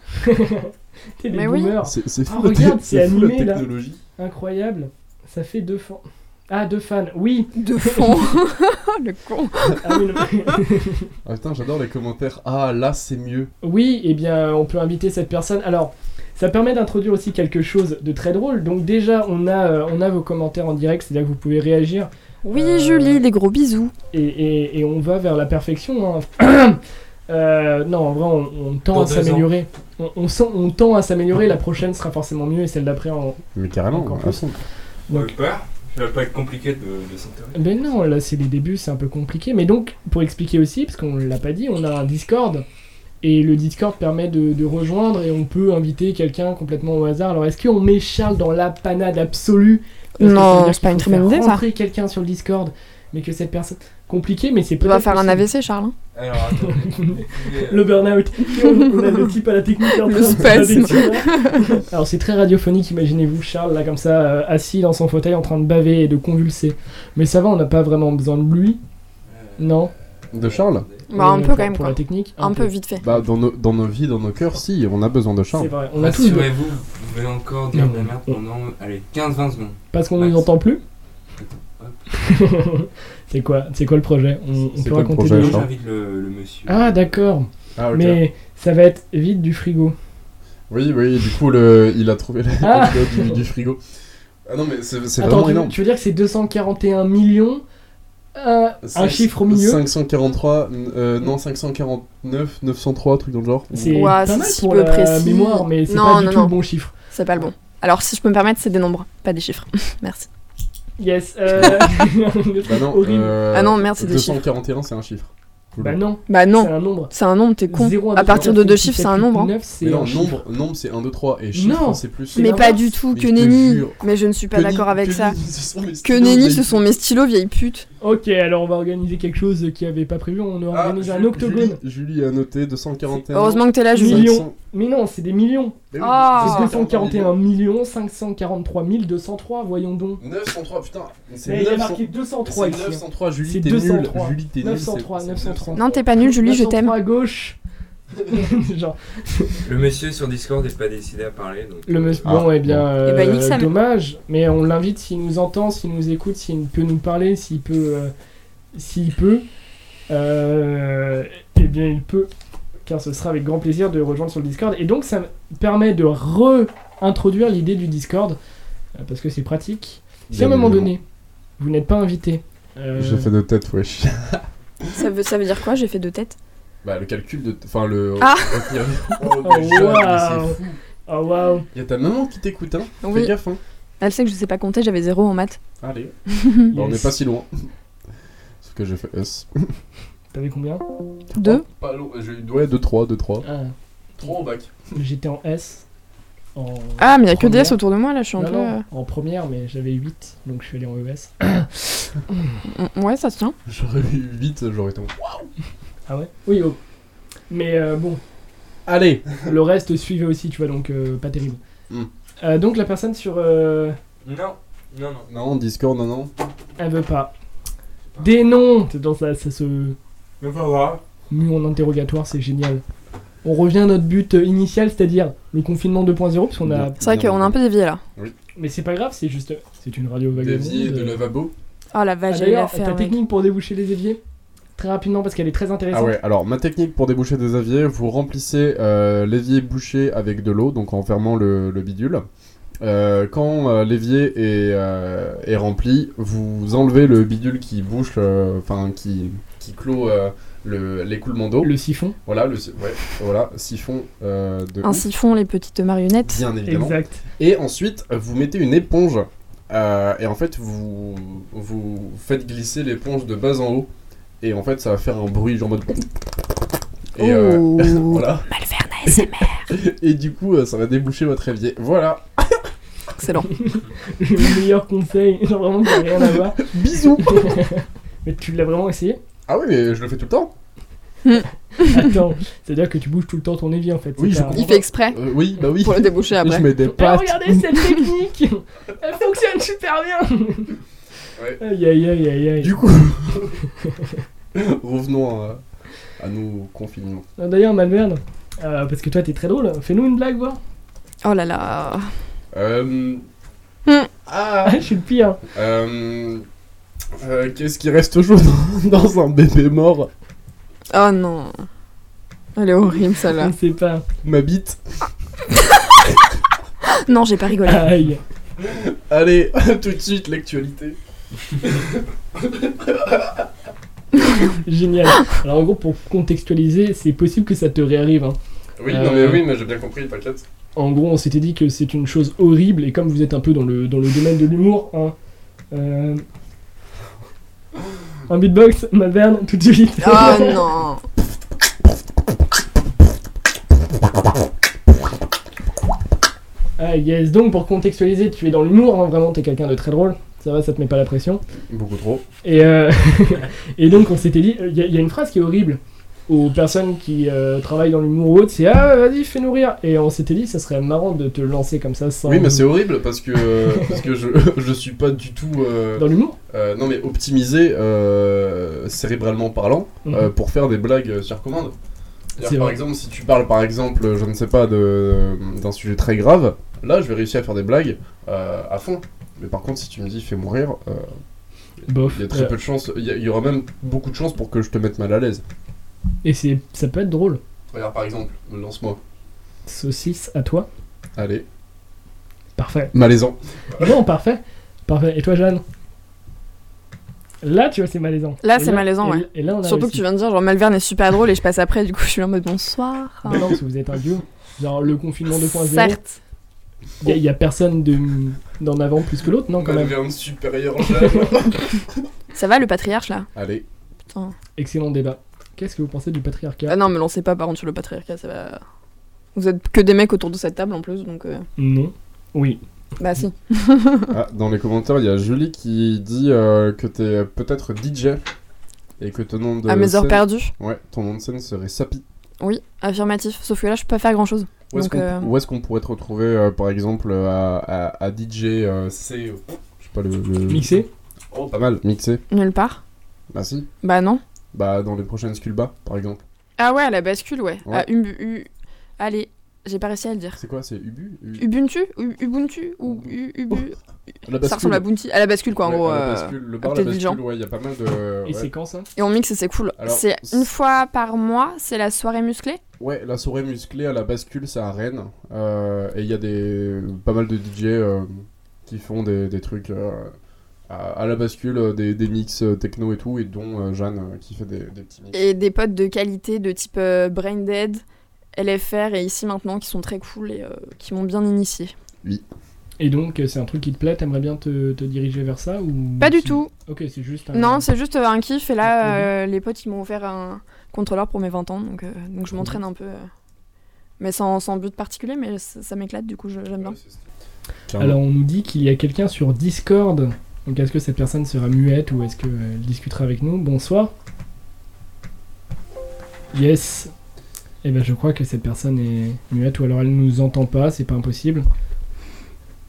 S2: T'es des
S4: Mais oui.
S2: boomers.
S5: C'est c'est fou,
S2: Ah,
S5: la
S2: regarde,
S5: tec-
S2: c'est
S5: c'est fou la
S2: animé, là.
S5: technologie.
S2: Incroyable. Ça fait deux fans. Ah, deux fans. Oui.
S4: De fond. le con.
S2: Ah, oui, le-
S5: Ah putain, j'adore les commentaires. Ah là, c'est mieux.
S2: Oui, eh bien, on peut inviter cette personne. Alors, ça permet d'introduire aussi quelque chose de très drôle. Donc déjà, on a, euh, on a vos commentaires en direct, c'est-à-dire que vous pouvez réagir.
S4: Oui
S2: Euh,
S4: Julie, des gros bisous.
S2: Et, et- et on va vers la perfection. hein. Euh, non, en vrai, on, on tend
S3: Dans
S2: à
S3: deux
S2: s'améliorer. On, on sent- on tend à s'améliorer. La prochaine sera forcément mieux et celle d'après en...
S5: Mais carrément,
S2: Encore
S5: à
S2: plus.
S5: fond.
S3: Vous avez peur Ça va pas être compliqué de, de s'enterrer.
S2: Mais Ben non, là, c'est les débuts, c'est un peu compliqué. Mais donc, pour expliquer aussi, parce qu'on l'a pas dit, on a un Discord. Et le Discord permet de, de rejoindre et on peut inviter quelqu'un complètement au hasard. Alors, est-ce qu'on met Charles dans la panade absolue Parce que
S4: Non,
S2: ça veut dire
S4: c'est pas
S2: qu'il
S4: une
S2: faut
S4: très bonne
S2: faire
S4: idée, ça.
S2: rentrer quelqu'un sur le Discord, mais que cette personne. Compliqué, mais c'est
S4: Tu
S2: peut-être.
S4: vas faire un
S2: possible.
S4: AVC Charles. hein.
S3: Alors euh, attends.
S2: Le burn-out. on a le type à la technique en train de
S4: spasme.
S2: faire des tirs. Alors, c'est très radiophonique, imaginez-vous, Charles, là, comme ça, euh, assis dans son fauteuil en train de baver et de convulser. Mais ça va, on n'a pas vraiment besoin de lui. Non.
S5: De Charles
S4: Bah un
S2: Euh,
S4: peu
S2: pour-
S4: quand même
S2: Pour
S4: quoi.
S2: la technique.
S4: Un peu vite fait.
S5: Bah, dans nos, dans nos vies, dans nos cœurs, si, on a besoin de
S2: C'est
S5: Charles.
S2: vrai, on a tous. besoin.
S3: Assurez-vous, Bah, vous pouvez encore dire de la merde pendant allez, 15-20 secondes.
S2: Parce
S5: Bah,
S2: qu'on nous
S3: Max.
S2: entend plus.
S3: Hop.
S2: c'est quoi C'est quoi le projet On, on
S5: C'est
S2: peut
S5: quoi le
S2: raconter
S5: projet,
S2: des
S3: Moi,
S5: Charles
S3: J'invite le, le monsieur.
S2: Ah, d'accord.
S5: Ah, ok.
S2: Mais ça va être vide du frigo.
S5: Oui, oui, du coup, le, il a trouvé la
S2: Ah.
S5: photo du, du frigo. Ah non, mais c'est c'est
S2: Attends,
S5: vraiment
S2: tu,
S5: énorme.
S2: tu veux dire que c'est 241 millions euh, Un
S5: Cinq-
S2: chiffre au milieu
S5: 543, euh, non, 549, 903, truc dans le genre.
S2: C'est
S4: Ouais,
S2: pas
S4: c'est
S2: mal
S4: si
S2: pour
S4: peu
S2: la
S4: précis.
S2: mémoire, mais c'est
S4: Non,
S2: pas du
S4: non,
S2: tout
S4: non.
S2: le bon chiffre.
S4: C'est pas le bon. Alors si je peux me permettre, c'est des nombres, pas des chiffres. Merci.
S2: Yes. Euh...
S5: Bah non,
S2: horrible.
S5: euh,
S4: Ah non, merde, c'est des chiffres.
S5: 241, c'est un chiffre. Cool.
S2: Bah non,
S4: Bah
S2: c'est
S4: non,
S2: un nombre.
S4: c'est un nombre, t'es con.
S2: Zéro,
S4: À partir de
S2: 2,
S4: deux chiffres, c'est un nombre. hein.
S2: 9,
S5: Mais
S2: c'est un
S5: non,
S2: chiffre.
S5: nombre, nombre c'est 1, 2, 3 et chiffre
S2: Non.
S5: c'est plus.
S2: C'est
S4: Mais pas
S2: l'inverse.
S4: du tout,
S5: Mais
S4: que
S5: je te
S4: nenni.
S5: jure.
S4: Mais je ne suis pas
S5: Que
S4: d'accord
S5: nenni-
S4: avec
S5: que
S4: ça.
S5: nenni, ce sont mes
S4: Que
S5: stylos,
S4: nenni,
S5: vieille
S4: ce sont mes stylos, vieille pute.
S2: Ok, alors on va organiser quelque chose qui avait pas prévu. On
S5: Ah,
S2: organise un
S5: Ju-
S2: octogone.
S5: Julie, Julie a noté 241.
S4: Heureusement que t'es là, Julie.
S2: Millions.
S5: 500.
S2: Mais non, c'est des millions.
S5: Mais oui,
S4: Ah.
S2: C'est 241
S5: 241.
S2: millions 543 203, voyons donc.
S5: 903, putain. mais C'est
S2: Eh, il y a
S5: 900.
S2: marqué 203
S5: C'est
S2: ici. hein.
S5: 903, Julie,
S2: C'est
S5: t'es nul.
S2: 203.
S5: Julie, t'es nul.
S2: 903,
S5: c'est-
S2: 903.
S4: Non, t'es pas nul, Julie, je t'aime.
S2: 903 à gauche. Genre,
S1: Le monsieur sur Discord n'est pas décidé à parler. Donc...
S2: le monsieur.
S5: Ah,
S2: bon, eh bien, euh,
S4: Eh ben, nique sa mère.
S2: dommage, mais on l'invite s'il nous entend, s'il nous écoute, s'il peut nous parler, s'il peut. euh, s'il peut. Euh, eh bien, il peut. Car ce sera avec grand plaisir de rejoindre sur le Discord. Et donc, ça me permet de re-introduire l'idée du Discord, euh, parce que c'est pratique. Si à un
S5: Bien
S2: moment
S5: évidemment.
S2: donné, vous n'êtes pas invité. euh,
S5: J'ai fait de tête, wesh.
S4: Ça veut, ça veut dire quoi J'ai fait deux têtes.
S5: Bah, le calcul de. Enfin, le.
S4: Ah.
S5: retenir- Oh,
S2: Oh,
S5: déjà, mais
S2: waouh.
S5: c'est fou.
S2: Oh waouh!
S5: Y'a ta maman qui t'écoute, hein. Fais
S4: Oui,
S5: gaffe, hein.
S4: elle sait que je sais pas compter, j'avais zéro en maths.
S5: Allez.
S2: Yes.
S4: Mm.
S5: Bah, on n'est pas si loin. Sauf que j'ai fait S.
S2: T'avais combien?
S4: Deux
S5: Pas loin. j'ai- Ouais, 2, 3, 2, 3.
S2: Ah,
S5: 3 au bac.
S2: J'étais en S. En...
S4: Ah, mais y a que
S2: Première.
S4: DS autour de moi là, je suis un
S2: Non,
S4: peu.
S2: non, en première, mais j'avais 8, donc je suis allé en ES.
S4: euh, mm, Ouais, ça se tient.
S5: J'aurais eu 8, j'aurais été en.
S2: Ah ouais? Oui, oh. Mais euh, bon,
S5: Allez
S2: le reste suivait aussi, tu vois, donc euh, pas terrible.
S5: Hmm.
S2: Euh, donc la personne sur. euh,
S1: Non, non, non.
S5: Non, Discord, non, non.
S2: elle veut pas. Des noms! C'est dans ça, ça se.
S1: Mais pas grave.
S2: mue en interrogatoire, c'est génial. On revient à notre but euh, initial, c'est-à-dire le confinement 2.0, parce qu'on a.
S5: Bien.
S4: C'est vrai qu'on a un peu dévié là.
S2: Mais c'est pas grave, c'est juste. C'est une radio vague.
S5: Davier de lavabo.
S4: Oh la
S2: Ah,
S4: vache, j'ai eu
S2: D'ailleurs, ta
S4: l'affaire. mec.
S2: technique pour déboucher les éviers Très rapidement, parce qu'elle est très
S5: Ah
S2: intéressante.
S5: ouais, alors ma technique pour déboucher des aviers, vous remplissez euh, l'évier bouché avec de l'eau, donc en fermant le, le bidule. Euh, quand euh, l'évier est, euh, est rempli, vous enlevez le bidule qui bouche, euh, enfin qui, qui clôt euh, le- l'écoulement d'eau.
S2: Le siphon.
S5: Voilà, le, si- ouais, voilà, siphon euh, de
S4: Un
S5: ouf,
S4: siphon, les petites marionnettes.
S5: bien évidemment.
S2: Exact.
S5: Et ensuite, vous mettez une éponge. euh, et en fait, vous, vous faites glisser l'éponge de bas en haut. Et en fait, ça va faire un bruit, genre en mode. Et euh,
S4: Oh Bah,
S5: voilà.
S4: Mal faire un ASMR.
S5: Et du coup, euh, ça va déboucher votre évier. Voilà.
S4: Excellent.
S2: le meilleur conseil, genre vraiment qui n'a rien à voir. Bisous Mais tu l'as vraiment essayé
S5: Ah oui, mais je le fais tout le temps.
S2: Attends, c'est-à-dire que tu bouges tout le temps ton évier en fait.
S5: Oui,
S2: c'est
S5: je
S2: pas-
S5: comprends.
S4: Il fait exprès
S5: Euh, oui, bah oui.
S4: pour le déboucher
S5: je
S4: après.
S5: mets des
S2: Ah,
S5: pattes.
S2: regardez cette technique Elle fonctionne super bien
S5: Ouais.
S2: Aïe aïe aïe aïe aïe.
S5: Du coup, revenons à, à nos confinements.
S2: Ah, D'ailleurs, Malverne, euh, parce que toi t'es très drôle, fais-nous une blague, voir.
S4: Oh là là.
S5: Euh,
S4: Hmm.
S5: Ah.
S2: Ah, je suis le pire.
S5: Euh, euh, Qu'est-ce qui reste jaune dans un bébé mort
S4: Oh non. Elle est horrible
S2: Je
S4: celle-là.
S2: ne sais pas.
S5: Ma bite.
S4: Non, j'ai pas rigolé.
S2: Aïe.
S5: Allez, tout de suite l'actualité.
S2: Génial. Alors en gros, pour contextualiser, c'est possible que ça te réarrive. hein.
S5: Oui,
S2: Euh,
S5: non mais oui, mais j'ai bien compris, t'inquiète.
S2: En gros, on s'était dit que c'est une chose horrible, et comme vous êtes un peu dans le, dans le domaine de l'humour, hein, euh, un beatbox, Malverne, tout de suite.
S4: Oh non.
S2: Ah yes, donc pour contextualiser, tu es dans l'humour, hein, vraiment, t'es quelqu'un de très drôle. Ça va, ça te met pas la pression.
S5: Beaucoup trop.
S2: Et, euh, et donc, on s'était dit, il y, a- y a une phrase qui est horrible aux personnes qui euh, travaillent dans l'humour ou autre, c'est Ah, vas-y, fais-nous rire. Et on s'était dit, ça serait marrant de te lancer comme ça sans.
S5: Oui, mais c'est horrible parce que parce que je je suis pas du tout euh,
S2: Dans l'humour
S5: euh, non mais optimisé euh, cérébralement parlant euh,
S2: Mhm.
S5: pour faire des blagues sur commande. C'est-à-dire,
S2: C'est
S5: Par
S2: vrai.
S5: exemple, si tu parles par exemple, je ne sais pas de d'un sujet très grave, là je vais réussir à faire des blagues euh, à fond. Mais par contre, si tu me dis fais mourir, euh,
S2: Bof.
S5: il y a très
S2: Euh,
S5: peu de chances, il y, a- il y aura même beaucoup de chances pour que je te mette mal à l'aise.
S2: Et c'est, ça peut être drôle.
S5: Regarde par exemple, lance-moi.
S2: Saucisse à toi.
S5: Allez,
S2: Parfait.
S5: malaisant.
S2: Non, parfait. Parfait. Et toi, Jeanne Là, tu vois, c'est malaisant.
S4: Là,
S2: Et
S4: c'est malaisant,
S2: et-
S4: ouais.
S2: Et là, on a
S4: Surtout que
S2: réussi.
S4: tu viens de dire genre Malverne est super drôle et je passe après, du coup je suis en mode bonsoir.
S2: Bah non, parce que vous êtes un duo. Genre, le confinement 2.0,
S4: Certes.
S2: il y, a personne de, d'en avant plus que l'autre, non, quand même
S5: Malverne supérieur Jeanne.
S4: Ça va le patriarche là
S5: Allez,
S4: Putain.
S2: Excellent débat. Qu'est-ce que vous pensez du patriarcat
S4: Ah non, me lancez pas par contre sur le patriarcat, ça va. Vous êtes que des mecs autour de cette table en plus, donc. euh,
S2: Non. Oui.
S4: Bah si.
S5: Ah, dans les commentaires, il y a Julie qui dit euh, que t'es peut-être DJ et que ton nom de
S4: à mes heures
S5: scène-
S4: perdues,
S5: Ouais, ton nom de scène serait Sapi.
S4: oui, affirmatif. Sauf que là, je peux pas faire grand chose.
S5: Où est-ce
S4: Donc,
S5: qu'on
S4: euh,
S5: où est-ce qu'on pourrait te retrouver, euh, par exemple, euh, à, à- à DJ euh, C euh, Je sais pas le. le-
S2: Mixé
S5: Oh, pas mal, mixé.
S4: Nulle part.
S5: Bah si.
S4: Bah non.
S5: Bah, dans les prochaines Sculba, par exemple.
S4: Ah ouais, à la bascule, ouais.
S5: Ouais.
S4: À Ubu. U- Allez, j'ai pas réussi à le dire.
S5: C'est quoi C'est Ubu U-
S4: Ubuntu U- Ubuntu Ou U- Ubu
S5: Oh, La
S4: Ça ressemble à Bounty. À la bascule, quoi, en
S5: Ouais,
S4: gros.
S5: à la
S4: euh,
S5: bascule, le bar, la
S4: peut-être du
S5: bascule, ouais, il y a pas mal de.
S2: Et
S5: ouais.
S2: c'est quand ça
S4: Et on mixe et c'est cool.
S5: Alors,
S4: C'est
S5: c'est-
S4: une fois par mois, c'est la soirée musclée.
S5: Ouais, la soirée musclée à la bascule, c'est à Rennes. Euh, et il y a des, pas mal de DJ euh, qui font des, des trucs euh, à, à la bascule, euh, des, des mix euh, techno et tout, et dont euh, Jeanne euh, qui fait des, des petits mix.
S4: Et des potes de qualité de type euh, Brain Dead, LFR et ici maintenant qui sont très cool et euh, qui m'ont bien initié.
S2: Et donc, euh, c'est un truc qui te plaît, t'aimerais bien te, te diriger vers ça ou
S4: Pas du
S2: c'est-
S4: tout.
S2: Ok, c'est juste un.
S4: Non, c'est juste euh, un kiff. Et
S2: Ah,
S4: là, euh, les potes, ils m'ont offert un contrôleur pour mes 20 ans. Donc, euh, donc je m'entraîne un peu. euh, mais sans, sans but particulier, mais ça, ça m'éclate, du coup, je- j'aime bien.
S2: Alors, on nous dit qu'il y a quelqu'un sur Discord. Donc, est-ce que cette personne sera muette ou est-ce qu'elle discutera avec nous Bonsoir. Yes. Eh ben, je crois que cette personne est muette ou alors elle nous entend pas, c'est pas impossible.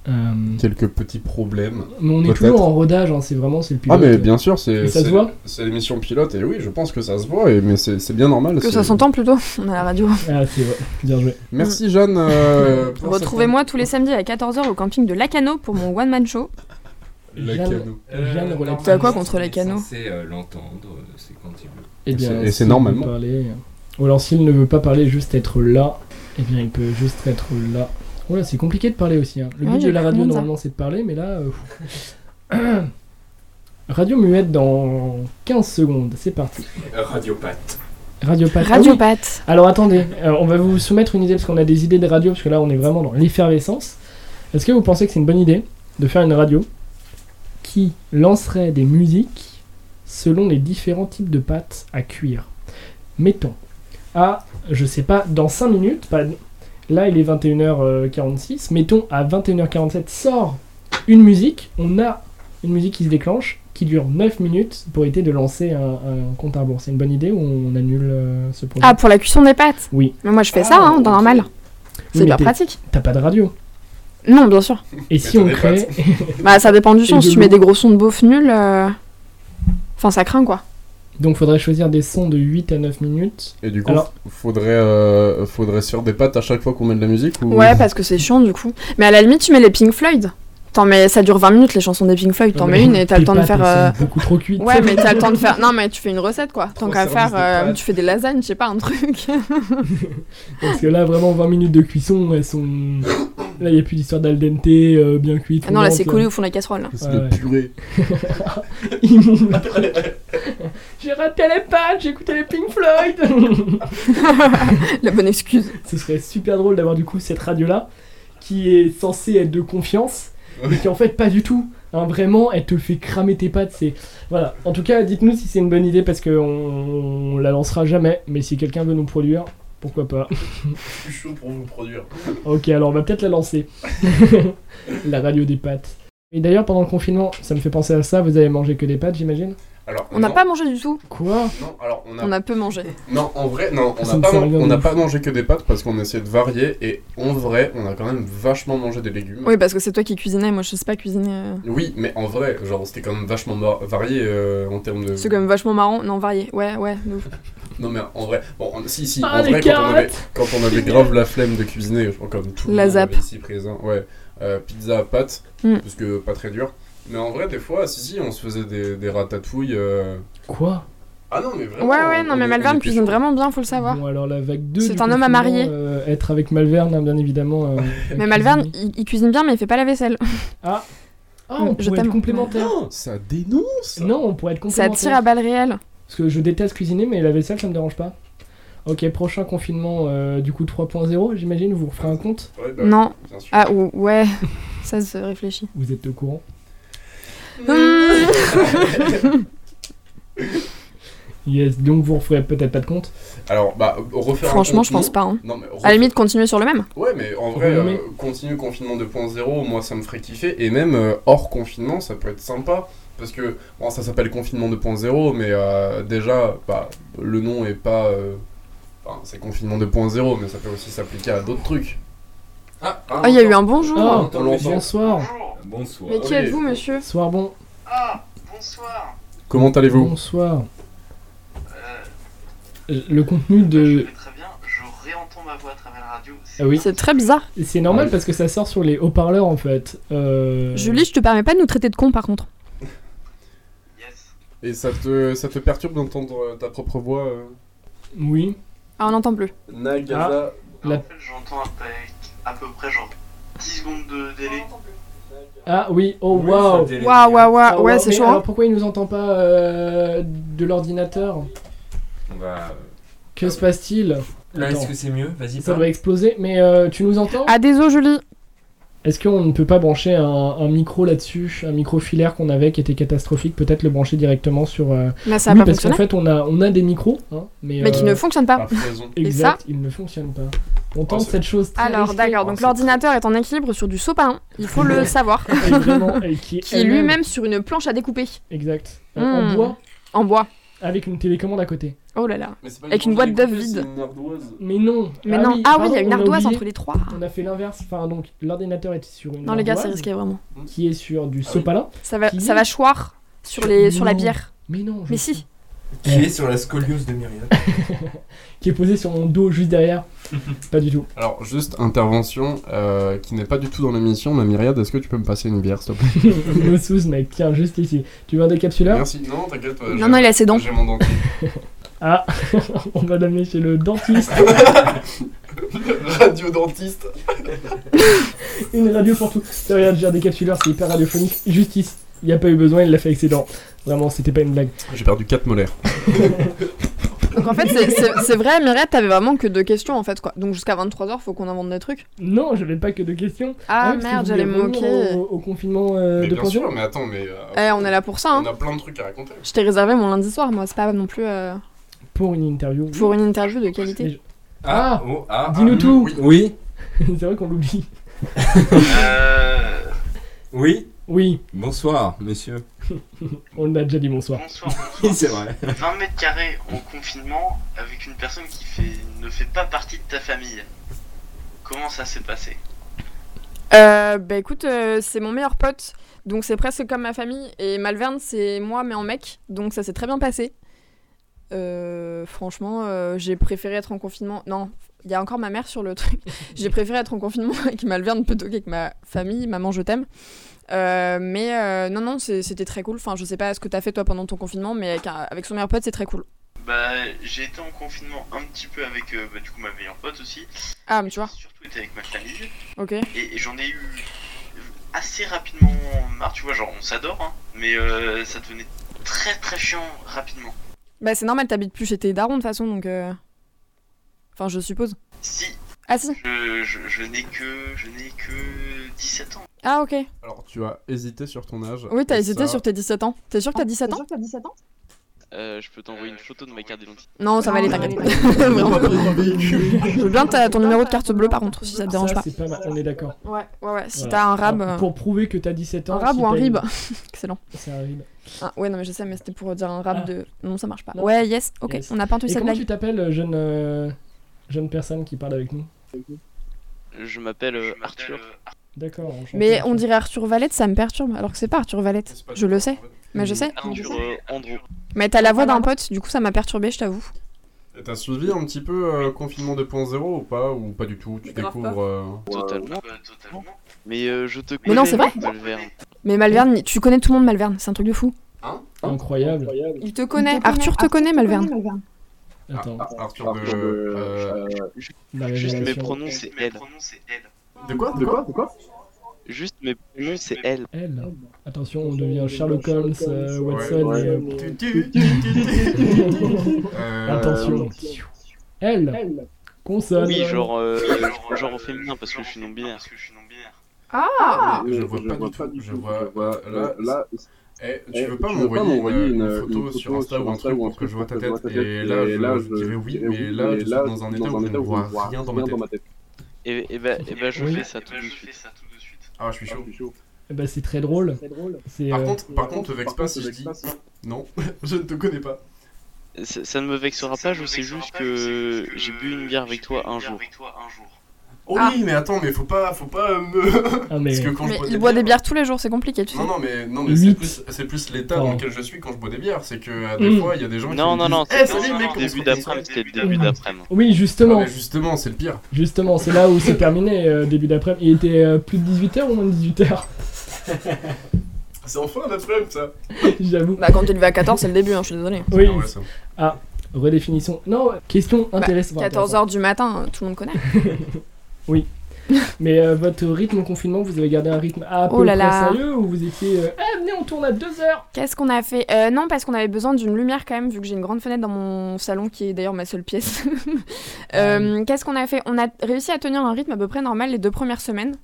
S2: Euh,
S5: Quelques petits problèmes.
S2: Mais on est
S5: Peut-être.
S2: toujours en rodage, hein, c'est vraiment c'est le
S5: Ah,
S2: pilote.
S5: mais bien sûr,
S2: Et
S5: c'est
S2: ça se
S5: c'est-
S2: voit
S5: c'est l'émission pilote, et oui, je pense que ça se voit, et, mais c'est c'est bien normal.
S4: Que
S5: c'est-
S4: ça s'entend plutôt, on est à la radio.
S2: Ah, c'est vrai, bien joué.
S5: Merci Jeanne. euh, pour cette-
S4: Retrouvez-moi tous les samedis à 14h au camping de Lacano pour mon one-man show.
S5: La
S2: Jeanne-
S5: cano.
S2: Euh, Jeanne Roulette.
S4: T'as quoi contre les canaux
S3: C'est l'entendre, euh, c'est quand il veut.
S2: Eh bien,
S5: c'est- et c'est
S2: s'il veut
S5: normalement.
S2: parler- euh, Ou alors s'il ne veut pas parler, juste être là, eh bien il peut juste être là. Oh là, c'est compliqué de parler aussi. hein. Le
S4: Ouais,
S2: but
S4: j'ai
S2: de la
S4: cru
S2: radio
S4: comprendre ça.
S2: normalement c'est de parler, mais là. euh, pff. radio muette dans 15 secondes, c'est parti.
S3: Radiopathe.
S2: Radio pas
S4: Radiopathe.
S2: Alors attendez, euh, on va vous soumettre une idée parce qu'on a des idées de radio, parce que là on est vraiment dans l'effervescence. Est-ce que vous pensez que c'est une bonne idée de faire une radio qui lancerait des musiques selon les différents types de pâtes à cuire Mettons, à, je sais pas, dans 5 minutes, pas- là il est 21h46, mettons à 21h47 sort une musique, on a une musique qui se déclenche, qui dure 9 minutes pour éviter de lancer un, un compte à rebours. C'est une bonne idée ou on annule euh, ce projet
S4: Ah, pour la cuisson des pâtes
S2: Oui. Ah,
S4: Mais moi, je fais ça, hein, dans normal. C'est
S2: mais
S4: bien
S2: t'es-
S4: pratique.
S2: T'as pas de radio.
S4: Non, bien sûr.
S2: Et si
S5: t'as
S2: on
S5: des
S2: crée.
S4: Bah, ça dépend du son.
S2: de
S4: Si tu mets
S2: l'eau.
S4: des gros sons de beauf nuls, euh, enfin, ça craint, quoi.
S2: Donc faudrait choisir des sons de 8 à 9 minutes.
S5: Et du coup,
S2: Alors-
S5: faudrait, euh, faudrait sur des pattes à chaque fois qu'on met de la musique ou...
S4: Ouais, parce que c'est chiant, du coup. Mais à la limite, tu mets les Pink Floyd. T'en mets, ça dure 20 minutes, les chansons des Pink Floyd. T'en mets une et t'as le
S2: Tes
S4: temps de
S2: pâtes,
S4: faire...
S2: elles
S4: euh,
S2: sont beaucoup trop cuites.
S4: Ouais, mais t'as le temps de faire... Non, mais tu fais une recette, quoi. Tant
S5: Au
S4: qu'à
S5: service
S4: faire,
S5: des
S4: euh,
S5: pâtes.
S4: tu fais des lasagnes, je sais pas, un truc.
S2: Parce que là, vraiment, 20 minutes de cuisson, elles sont. Là, y a plus d'histoire d'al dente, euh, bien cuite.
S4: Ah non, là,
S2: fondante,
S4: c'est collé au fond de la casserole. là.
S5: Parce
S2: Ouais,
S5: que
S2: ouais.
S5: purée.
S2: Immonde. J'ai raté les pâtes, j'ai écouté les Pink Floyd
S4: la bonne excuse.
S2: Ce serait super drôle d'avoir du coup cette radio-là, qui est censée être de confiance, mais qui en fait pas du tout. Hein, vraiment, elle te fait cramer tes pattes. C'est voilà. En tout cas, dites-nous si c'est une bonne idée parce qu'on on la lancera jamais. Mais si quelqu'un veut nous produire, pourquoi pas
S5: Je suis chaud pour vous produire.
S2: Ok, alors on va peut-être la lancer. la radio des pattes. Et d'ailleurs, pendant le confinement, ça me fait penser à ça. Vous avez mangé que des pâtes, j'imagine
S5: Alors,
S4: On n'a
S5: non,
S4: pas mangé du tout.
S2: Quoi
S5: Non, alors on a,
S4: On a peu mangé.
S5: non, en vrai, non, on
S2: Ça
S5: n'a
S2: me
S5: pas,
S2: fait
S5: man-
S2: rien
S5: on
S2: de
S5: n'a
S2: ouf.
S5: pas mangé que des pâtes parce qu'on essayait de varier et en vrai, on a quand même vachement mangé des légumes.
S4: Oui, parce que c'est toi qui cuisinais, moi je sais pas cuisiner. euh.
S5: Oui, mais en vrai, genre c'était quand même vachement mar- varié euh, en termes de.
S4: C'est quand même vachement marrant, non varié. Ouais, ouais. de ouf.
S5: Non mais en vrai, bon, on- si si,
S2: Ah,
S5: en
S2: les
S5: vrai quand on,
S2: carottes
S5: avait, quand on avait grave la flemme de cuisiner, je crois, comme tout le
S4: La
S5: monde
S4: zap.
S5: avait ici présent, ouais, euh, pizza à pâtes,
S4: Mm.
S5: parce que pas très dur. Mais en vrai, des fois, si si, on se faisait des, des ratatouilles. euh,
S2: Quoi
S5: Ah non mais
S4: Ouais,
S5: vraiment.
S4: ouais, non,
S5: on
S4: mais
S5: est-
S4: Malverne
S5: on était
S4: cuisine
S5: chaud.
S4: vraiment bien, faut le savoir.
S2: Bon, alors la vague 2.
S4: C'est
S2: du
S4: un homme à
S2: confinement,
S4: marier.
S2: euh, être avec Malverne, hein, bien évidemment. euh, avec
S4: Mais Malverne,
S2: cuisiner.
S4: il, il cuisine bien, mais il fait pas la vaisselle.
S2: Ah, on
S4: Je
S2: pourrait être
S4: t'aime.
S2: complémentaire.
S5: Oh, ça dénonce.
S2: Non, on pourrait être
S4: Ça
S2: complémentaire.
S4: tire à balles réelles.
S2: Parce que je déteste cuisiner, mais la vaisselle, ça me dérange pas. Ok, prochain confinement, euh, du coup 3.0, j'imagine, vous referez un compte.
S5: Ouais, bah,
S4: Non.
S5: bien sûr.
S4: Ah, ou- ouais. Ça se réfléchit.
S2: Vous êtes au courant.
S4: Hum,
S2: Yes, donc vous referez peut-être pas de compte.
S5: Alors, bah, refaire un
S4: Franchement,
S5: compte,
S4: je pense
S5: non.
S4: pas. hein.
S5: Non, mais refaire-
S4: À la limite, continuer sur le même.
S5: Ouais, mais en vrai,
S2: Oui, mais-
S5: euh, continue confinement 2.0, moi ça me ferait kiffer. Et même euh, hors confinement, ça peut être sympa. Parce que, bon, ça s'appelle confinement 2.0, mais euh, déjà, bah, le nom est pas. euh, Enfin, c'est confinement 2.0, mais ça peut aussi s'appliquer à d'autres trucs.
S3: Ah,
S4: Ah, il y a eu un bonjour.
S2: Ah,
S5: on l'entend.
S2: Bonsoir.
S1: Bonsoir.
S4: Mais qui
S5: oui.
S4: êtes-vous, monsieur
S2: Soir bon.
S7: Ah,
S5: Comment allez-vous
S2: Bonsoir. Euh, Le contenu
S7: Euh, Je
S2: de.
S7: vais très bien, je réentends ma voix à travers la radio.
S2: Ah oui.
S4: C'est très bizarre.
S2: C'est normal
S3: Ah
S5: Ouais.
S2: parce que ça sort sur les haut-parleurs en fait. Euh,
S4: Julie, je te permets pas de nous traiter de cons par contre.
S7: Yes.
S5: Et ça te, ça te perturbe d'entendre euh, ta propre voix euh
S2: Oui.
S4: Ah, on n'entend plus.
S5: Nagaza.
S7: En
S2: La-
S7: fait, j'entends avec à peu près genre 10 secondes de délai.
S2: Ah oui, oh
S3: Oui, ça
S2: waouh.
S3: délire.
S4: Waouh, waouh,
S2: Ah,
S4: waouh. Ouais,
S2: waouh.
S4: c'est
S2: Mais
S4: chaud. hein.
S2: Alors pourquoi il nous entend pas euh, de l'ordinateur
S3: On va.
S2: Que se passe-t-il
S3: Là,
S2: Attends.
S3: est-ce que c'est mieux Vas-y,
S2: Ça
S3: parle.
S2: va exploser, mais euh, tu nous entends
S4: Ah, désolé, Julie.
S2: Est-ce qu'on ne peut pas brancher un, un micro là-dessus Un micro filaire qu'on avait qui était catastrophique, peut-être le brancher directement sur. euh,
S4: Mais ça a
S2: lui,
S4: pas
S2: parce qu'en
S4: fonctionné.
S2: fait, on a, on a des micros, hein, mais.
S4: Mais qui ne
S2: euh,
S4: fonctionne pas.
S5: La fraison.
S2: Exact, ils ne fonctionnent pas. On tente
S5: Oh, c'est-
S2: cette chose très
S4: Alors,
S2: risquée. hein.
S4: d'accord, donc l'ordinateur est en équilibre sur du sopalin, il faut le savoir,
S2: Évidemment, et qui,
S4: qui est
S2: elle-même-
S4: lui-même sur une planche à découper,
S2: Exact. Euh,
S4: Hmm.
S2: En bois,
S4: en bois.
S2: avec une télécommande à côté.
S4: Oh là là.
S5: Mais c'est pas
S4: Avec une boîte d'œufs
S5: c'est
S4: vide.
S5: une ardoise.
S2: Mais non
S4: Mais non, ah oui, il y a
S2: pardon,
S4: une
S2: on
S4: ardoise
S2: oublié.
S4: entre les trois.
S2: On a fait l'inverse, enfin donc l'ordinateur est sur une
S4: Non, les gars, c'est
S2: ardoise
S4: risqué Ah vraiment.
S2: qui est sur du sopalin.
S4: Ça va,
S2: Qui
S4: ça va choir sur, les, sur la
S2: Non.
S4: bière.
S2: Mais non, je-
S4: Mais si,
S3: Qui est sur la scoliose de Myriam
S2: Ah. qui est posé sur mon dos juste derrière. pas du tout.
S5: Alors, juste intervention euh, qui n'est pas du tout dans l'émission, mais Myriade, est-ce que tu peux me passer une bière, s'il te plaît
S2: Me sous, mec, tiens, juste ici. Tu veux un décapsuleur
S5: Merci. Non, t'inquiète. euh,
S4: non,
S5: j'ai-
S4: non, il a ses dents.
S5: J'ai mon dentier.
S2: Ah, on va l'amener chez le dentiste.
S5: Radio dentiste.
S2: Une radio pour tout. Tiens, Regarde, j'ai un décapsuleur, c'est hyper radiophonique. Juste ici. Il n'y a pas eu besoin, il l'a fait avec ses dents. Vraiment, c'était pas une blague.
S5: J'ai perdu 4 molaires.
S4: Donc en fait, c'est- c'est c'est vrai, Mirette, t'avais vraiment que deux questions en fait, quoi. Donc jusqu'à 23h, faut qu'on invente des trucs.
S2: Non, je n'ai pas que de questions.
S4: Ah
S2: Ouais, parce que
S4: merde,
S2: vous
S4: j'allais me
S2: voulez revenir
S4: moquer.
S2: Au, au confinement euh,
S5: Mais
S2: de
S5: bien
S2: pension
S5: sûr, mais attends, mais euh,
S4: Eh, on est là pour ça, hein.
S5: on a plein de trucs à raconter.
S4: Je t'ai réservé mon lundi soir, moi, c'est pas non plus euh,
S2: Pour une interview.
S4: pour une interview de qualité.
S2: Ah,
S3: oh, ah,
S2: Dis-nous
S3: ah,
S2: tout.
S3: Oui. Oui.
S2: c'est vrai qu'on l'oublie.
S7: Euh,
S3: oui.
S2: Oui,
S3: Bonsoir, monsieur.
S2: on l'a déjà dit bonsoir.
S7: bonsoir,
S3: Oui, c'est
S7: bonsoir.
S3: vrai.
S7: 20 mètres carrés en confinement avec une personne qui fait, ne fait pas partie de ta famille. Comment ça s'est passé
S4: Euh, bah écoute, euh, c'est mon meilleur pote, donc c'est presque comme ma famille. Et Malverne, c'est moi, mais en mec, donc ça s'est très bien passé. Euh, franchement, euh, j'ai préféré être en confinement. Non, il y a encore ma mère sur le truc. j'ai préféré être en confinement avec Malverne plutôt qu'avec ma famille. Maman, je t'aime. Euh, mais euh, non, non, c'est- c'était très cool. Enfin, je sais pas ce que t'as fait toi pendant ton confinement, mais avec, un- avec son meilleur pote, c'est très cool.
S7: Bah, j'ai été en confinement un petit peu avec euh, bah, du coup ma meilleure pote aussi.
S4: Ah, mais tu vois,
S7: Surtout été avec ma famille.
S4: ok.
S7: Et et j'en ai eu assez rapidement marre, tu vois, genre on s'adore, hein, mais euh, ça devenait très très chiant rapidement.
S4: Bah, c'est normal, t'habites plus chez tes darons de toute façon, donc. euh, Enfin, je suppose.
S7: Si,
S4: Ah, si.
S7: je, je, je n'ai que je n'ai que 17 ans.
S4: Ah, ok.
S5: Alors, tu as hésité sur ton âge.
S4: Oui, t'as
S5: et
S4: hésité
S5: ça-
S4: sur tes 17 ans. T'es sûr que t'as 17 ans
S8: Euh, je peux t'envoyer une photo de ma carte d'identité.
S4: Non, ça va aller, t'inquiète. Vraiment. Je veux bien t'as ton numéro de carte bleue par contre, si ça te dérange
S2: Ça,
S4: pas.
S2: c'est pas mal, on est d'accord.
S4: Ouais, ouais, ouais. Si
S2: Voilà.
S4: t'as un rab.
S2: Alors,
S4: euh,
S2: Pour prouver que t'as 17 ans.
S4: Un rab
S2: si
S4: ou un
S2: t'as une-
S4: rib Excellent.
S2: C'est un rib.
S4: Ah, ouais, non, mais je sais, mais c'était pour dire un rab
S2: Ah.
S4: de. Non, ça marche pas.
S2: Non.
S4: Ouais, yes, ok,
S2: Yes.
S4: on n'a pas entendu
S2: Et
S4: cette
S2: comment
S4: blague.
S2: tu t'appelles, jeune, euh, jeune personne qui parle avec nous
S8: Je m'appelle euh,
S7: Je m'appelle,
S8: Arthur.
S7: euh,
S2: D'accord. enchanté.
S4: Mais on dirait Arthur Valette, ça me perturbe, alors que c'est pas Arthur Valette.
S5: C'est pas
S4: Je le
S5: du-
S4: sais, mais je sais.
S8: Arthur euh, Andrew.
S4: Mais t'as la voix d'un pote, du coup ça m'a perturbé, je t'avoue.
S5: Et T'as suivi un petit peu euh, confinement 2.0 ou pas Ou pas du tout Tu
S4: grave
S5: découvres. euh,
S8: Totalement.
S7: bah, totalement.
S8: Mais euh, je te
S4: Mais non, c'est vrai
S8: Malverne.
S4: Mais Malverne, tu connais tout le monde, Malverne, c'est un truc de fou.
S2: Incroyable.
S4: Il te connaît. Arthur te connaît, Malverne.
S2: Attends,
S5: Ar- Arthur de. euh,
S2: la
S8: Juste mes
S2: révélation.
S8: pronoms, c'est
S7: Mais
S8: elle.
S7: pronom c'est elle.
S5: De quoi De quoi De quoi
S8: Juste mes pronoms, c'est elle.
S2: Elle. Attention, on devient Sherlock Holmes, euh, Watson.
S5: Ouais.
S2: et, euh,
S5: Euh,
S2: Attention. Elle. Consonne.
S8: Oui, genre, euh,
S7: Genre,
S8: genre au
S7: euh,
S8: féminin parce que
S7: genre
S8: je suis
S7: au
S8: non
S7: féminin,
S8: binaire.
S7: Parce que je suis non binaire.
S4: Ah
S5: Je vois pas du tout. Je vois. euh, Là, là. Eh,
S9: Eh,
S5: tu veux pas
S9: tu veux pas
S5: m'envoyer une, une photo sur Insta ou un
S9: Insta
S5: truc
S9: ou un
S5: pour que je vois ta tête Et
S9: et
S5: là,
S9: là,
S5: je
S9: je
S5: dirais oui, mais là, je suis dans un état où je ne vois rien dans ma tête.
S9: tête.
S8: Et, et, bah, et bah, je
S2: Oui.
S8: fais ça
S7: Eh
S8: tout
S7: ben,
S8: de
S7: je
S8: suite.
S7: fais ça tout de suite.
S5: Ah, je suis chaud.
S2: Eh ben, c'est très drôle.
S9: C'est drôle.
S2: C'est
S5: Par
S2: euh,
S5: contre, par contre, te vexe pas si je dis bah, non, je ne te connais pas.
S8: Ça, ça ne me vexera
S7: Ça
S8: pas,
S7: me
S8: je sais
S7: vexera
S8: juste
S7: pas, je sais
S8: que
S7: juste
S8: j'ai bu une bière avec
S7: j'ai
S8: toi
S7: bu une
S8: un
S7: bière
S8: jour.
S7: avec toi un jour.
S5: Oh
S4: Ah.
S5: oui, mais attends, mais faut pas, faut pas euh, me.
S2: ah, mais-
S5: Parce que quand je
S4: Mais
S5: bois
S4: il boit des bières tous les jours, c'est compliqué, tu sais.
S5: Non, non, mais, non, mais c'est
S2: Huit.
S5: plus, c'est plus l'état
S2: Pardon.
S5: dans lequel je suis quand je bois des bières. C'est que à des
S2: Mm.
S5: fois, il y a des gens qui. me
S8: Non,
S5: disent,
S8: non, non,
S5: Eh,
S8: c'était
S5: salut,
S7: non, non,
S5: mec, on se
S8: début
S5: retrouve
S8: d'après-midi,
S5: ce
S8: c'était
S5: soir.
S8: début
S2: Mhm.
S8: d'après-midi.
S2: Oui,
S5: Ah,
S2: justement.
S5: mais justement, c'est le pire.
S2: Justement, c'est là où c'est terminé, euh, début d'après-midi. Il était euh, plus de 18h ou moins de 18h
S5: C'est enfin l'après-midi, ça.
S2: J'avoue.
S4: Bah, quand t'es levé à 14, c'est le début, hein, je suis désolée.
S2: Oui,
S5: Ah ouais, ça.
S2: redéfinition. Non, question
S4: Bah,
S2: intéressante.
S4: 14h du matin, euh, tout le monde connaît.
S2: Mais euh, votre rythme confinement, vous avez gardé un rythme à peu
S4: Oh là
S2: près
S4: là.
S2: sérieux ou vous étiez. euh, Eh, venez, on tourne à 2h
S4: Qu'est-ce qu'on a fait Euh, Non, parce qu'on avait besoin d'une lumière quand même, vu que j'ai une grande fenêtre dans mon salon qui est d'ailleurs ma seule pièce. Euh, Qu'est-ce qu'on a fait On a réussi à tenir un rythme à peu près normal les deux premières semaines.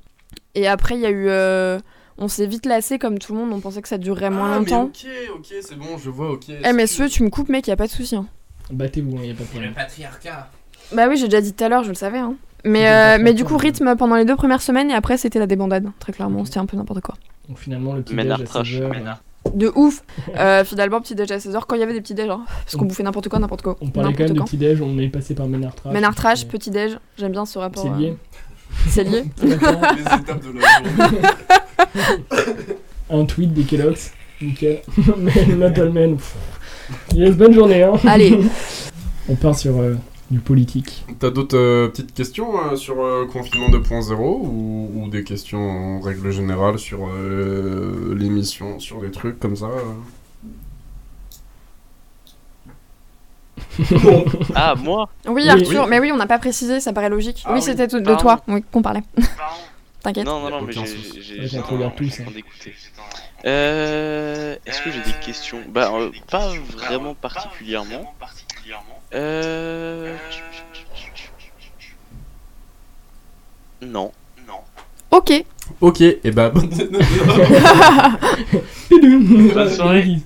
S4: Et après, il y a eu. euh, On s'est vite lassé comme tout le monde, on pensait que ça durerait moins
S5: Ah, mais
S4: longtemps.
S5: ok, ok, c'est bon, je vois, ok.
S4: Eh, mais ceux, tu me coupes, mec, y a pas de souci. hein.
S2: Battez-vous, hein, y a pas de problème.
S3: Le patriarcat.
S4: Bah oui, j'ai déjà dit tout à l'heure, je le savais. hein.
S2: Je
S4: Mais,
S2: vais
S4: euh,
S2: pas
S4: mais
S2: faire
S4: du
S2: ça,
S4: coup,
S2: mais-
S4: rythme pendant les deux premières semaines, et après, c'était la débandade. Très clairement, c'était un peu n'importe quoi.
S2: Donc finalement, le petit déj à
S8: Ménard Troche,
S2: 16h,
S3: Ménard.
S4: de ouf. Euh, finalement, petit déj à 16h quand il y avait des petits déj, hein, parce qu'on
S2: On-
S4: bouffait n'importe quoi, n'importe quoi.
S2: On parlait quand
S4: n'importe
S2: même de
S4: quand.
S2: petit déj, on est passé par Ménard Trash.
S4: Ménard trash,
S2: mais
S4: petit déj, j'aime bien ce rapport.
S2: C'est lié.
S4: euh, c'est lié.
S5: Les étapes de la journée.
S2: Un tweet des Kellogg's. Nickel. Mais Not all men. Pff. Yes, bonne journée. Hein.
S4: Allez,
S2: On part sur euh, du politique.
S5: T'as d'autres euh, petites questions euh, sur euh, confinement 2.0 ou, ou des questions en règle générale sur euh, l'émission, sur des trucs comme ça euh
S8: Ah, moi
S4: oui,
S2: Oui,
S4: Arthur,
S5: oui.
S4: mais oui, on n'a pas précisé, ça paraît logique.
S5: Ah
S4: oui,
S5: oui,
S4: c'était de
S8: pardon.
S4: toi oui, qu'on parlait.
S7: Pardon.
S4: T'inquiète.
S8: Non,
S5: Y
S8: non,
S5: a
S8: non, mais
S5: aucun
S8: j'ai-
S5: souci.
S8: j'ai.
S2: Ouais,
S8: j'ai-
S2: j'en regarde plus,
S8: j'ai
S2: hein.
S8: en train d'écouter.
S7: J'étais en-
S8: Euh, Est-ce que j'ai des questions Bah, euh, pas vraiment particulièrement.
S7: Pas vraiment particulièrement.
S8: Euh. Non.
S7: Non.
S4: Ok,
S5: Ok, et bah bonne
S2: Bonne
S8: soirée.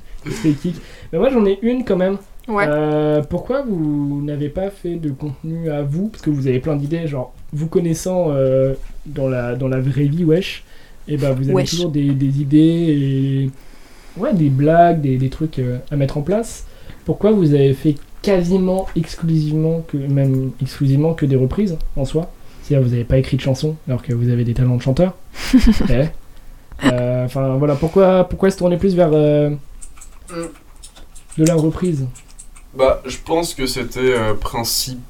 S2: Mais moi j'en ai une quand même.
S4: ouais.
S2: Euh, pourquoi vous n'avez pas fait de contenu à vous Parce que vous avez plein d'idées, genre vous connaissant euh, dans, la, dans la vraie vie, wesh, et bah vous avez
S4: Wesh.
S2: toujours des, des idées et ouais, des blagues, des, des trucs euh, à mettre en place. Pourquoi vous avez fait quasiment exclusivement que, même exclusivement que des reprises en soi C'est-à-dire vous n'avez pas écrit de chansons alors que vous avez des talents de chanteur Ouais. Euh, Enfin voilà, pourquoi, pourquoi se tourner plus vers euh, de la reprise
S5: Bah, je pense que c'était euh,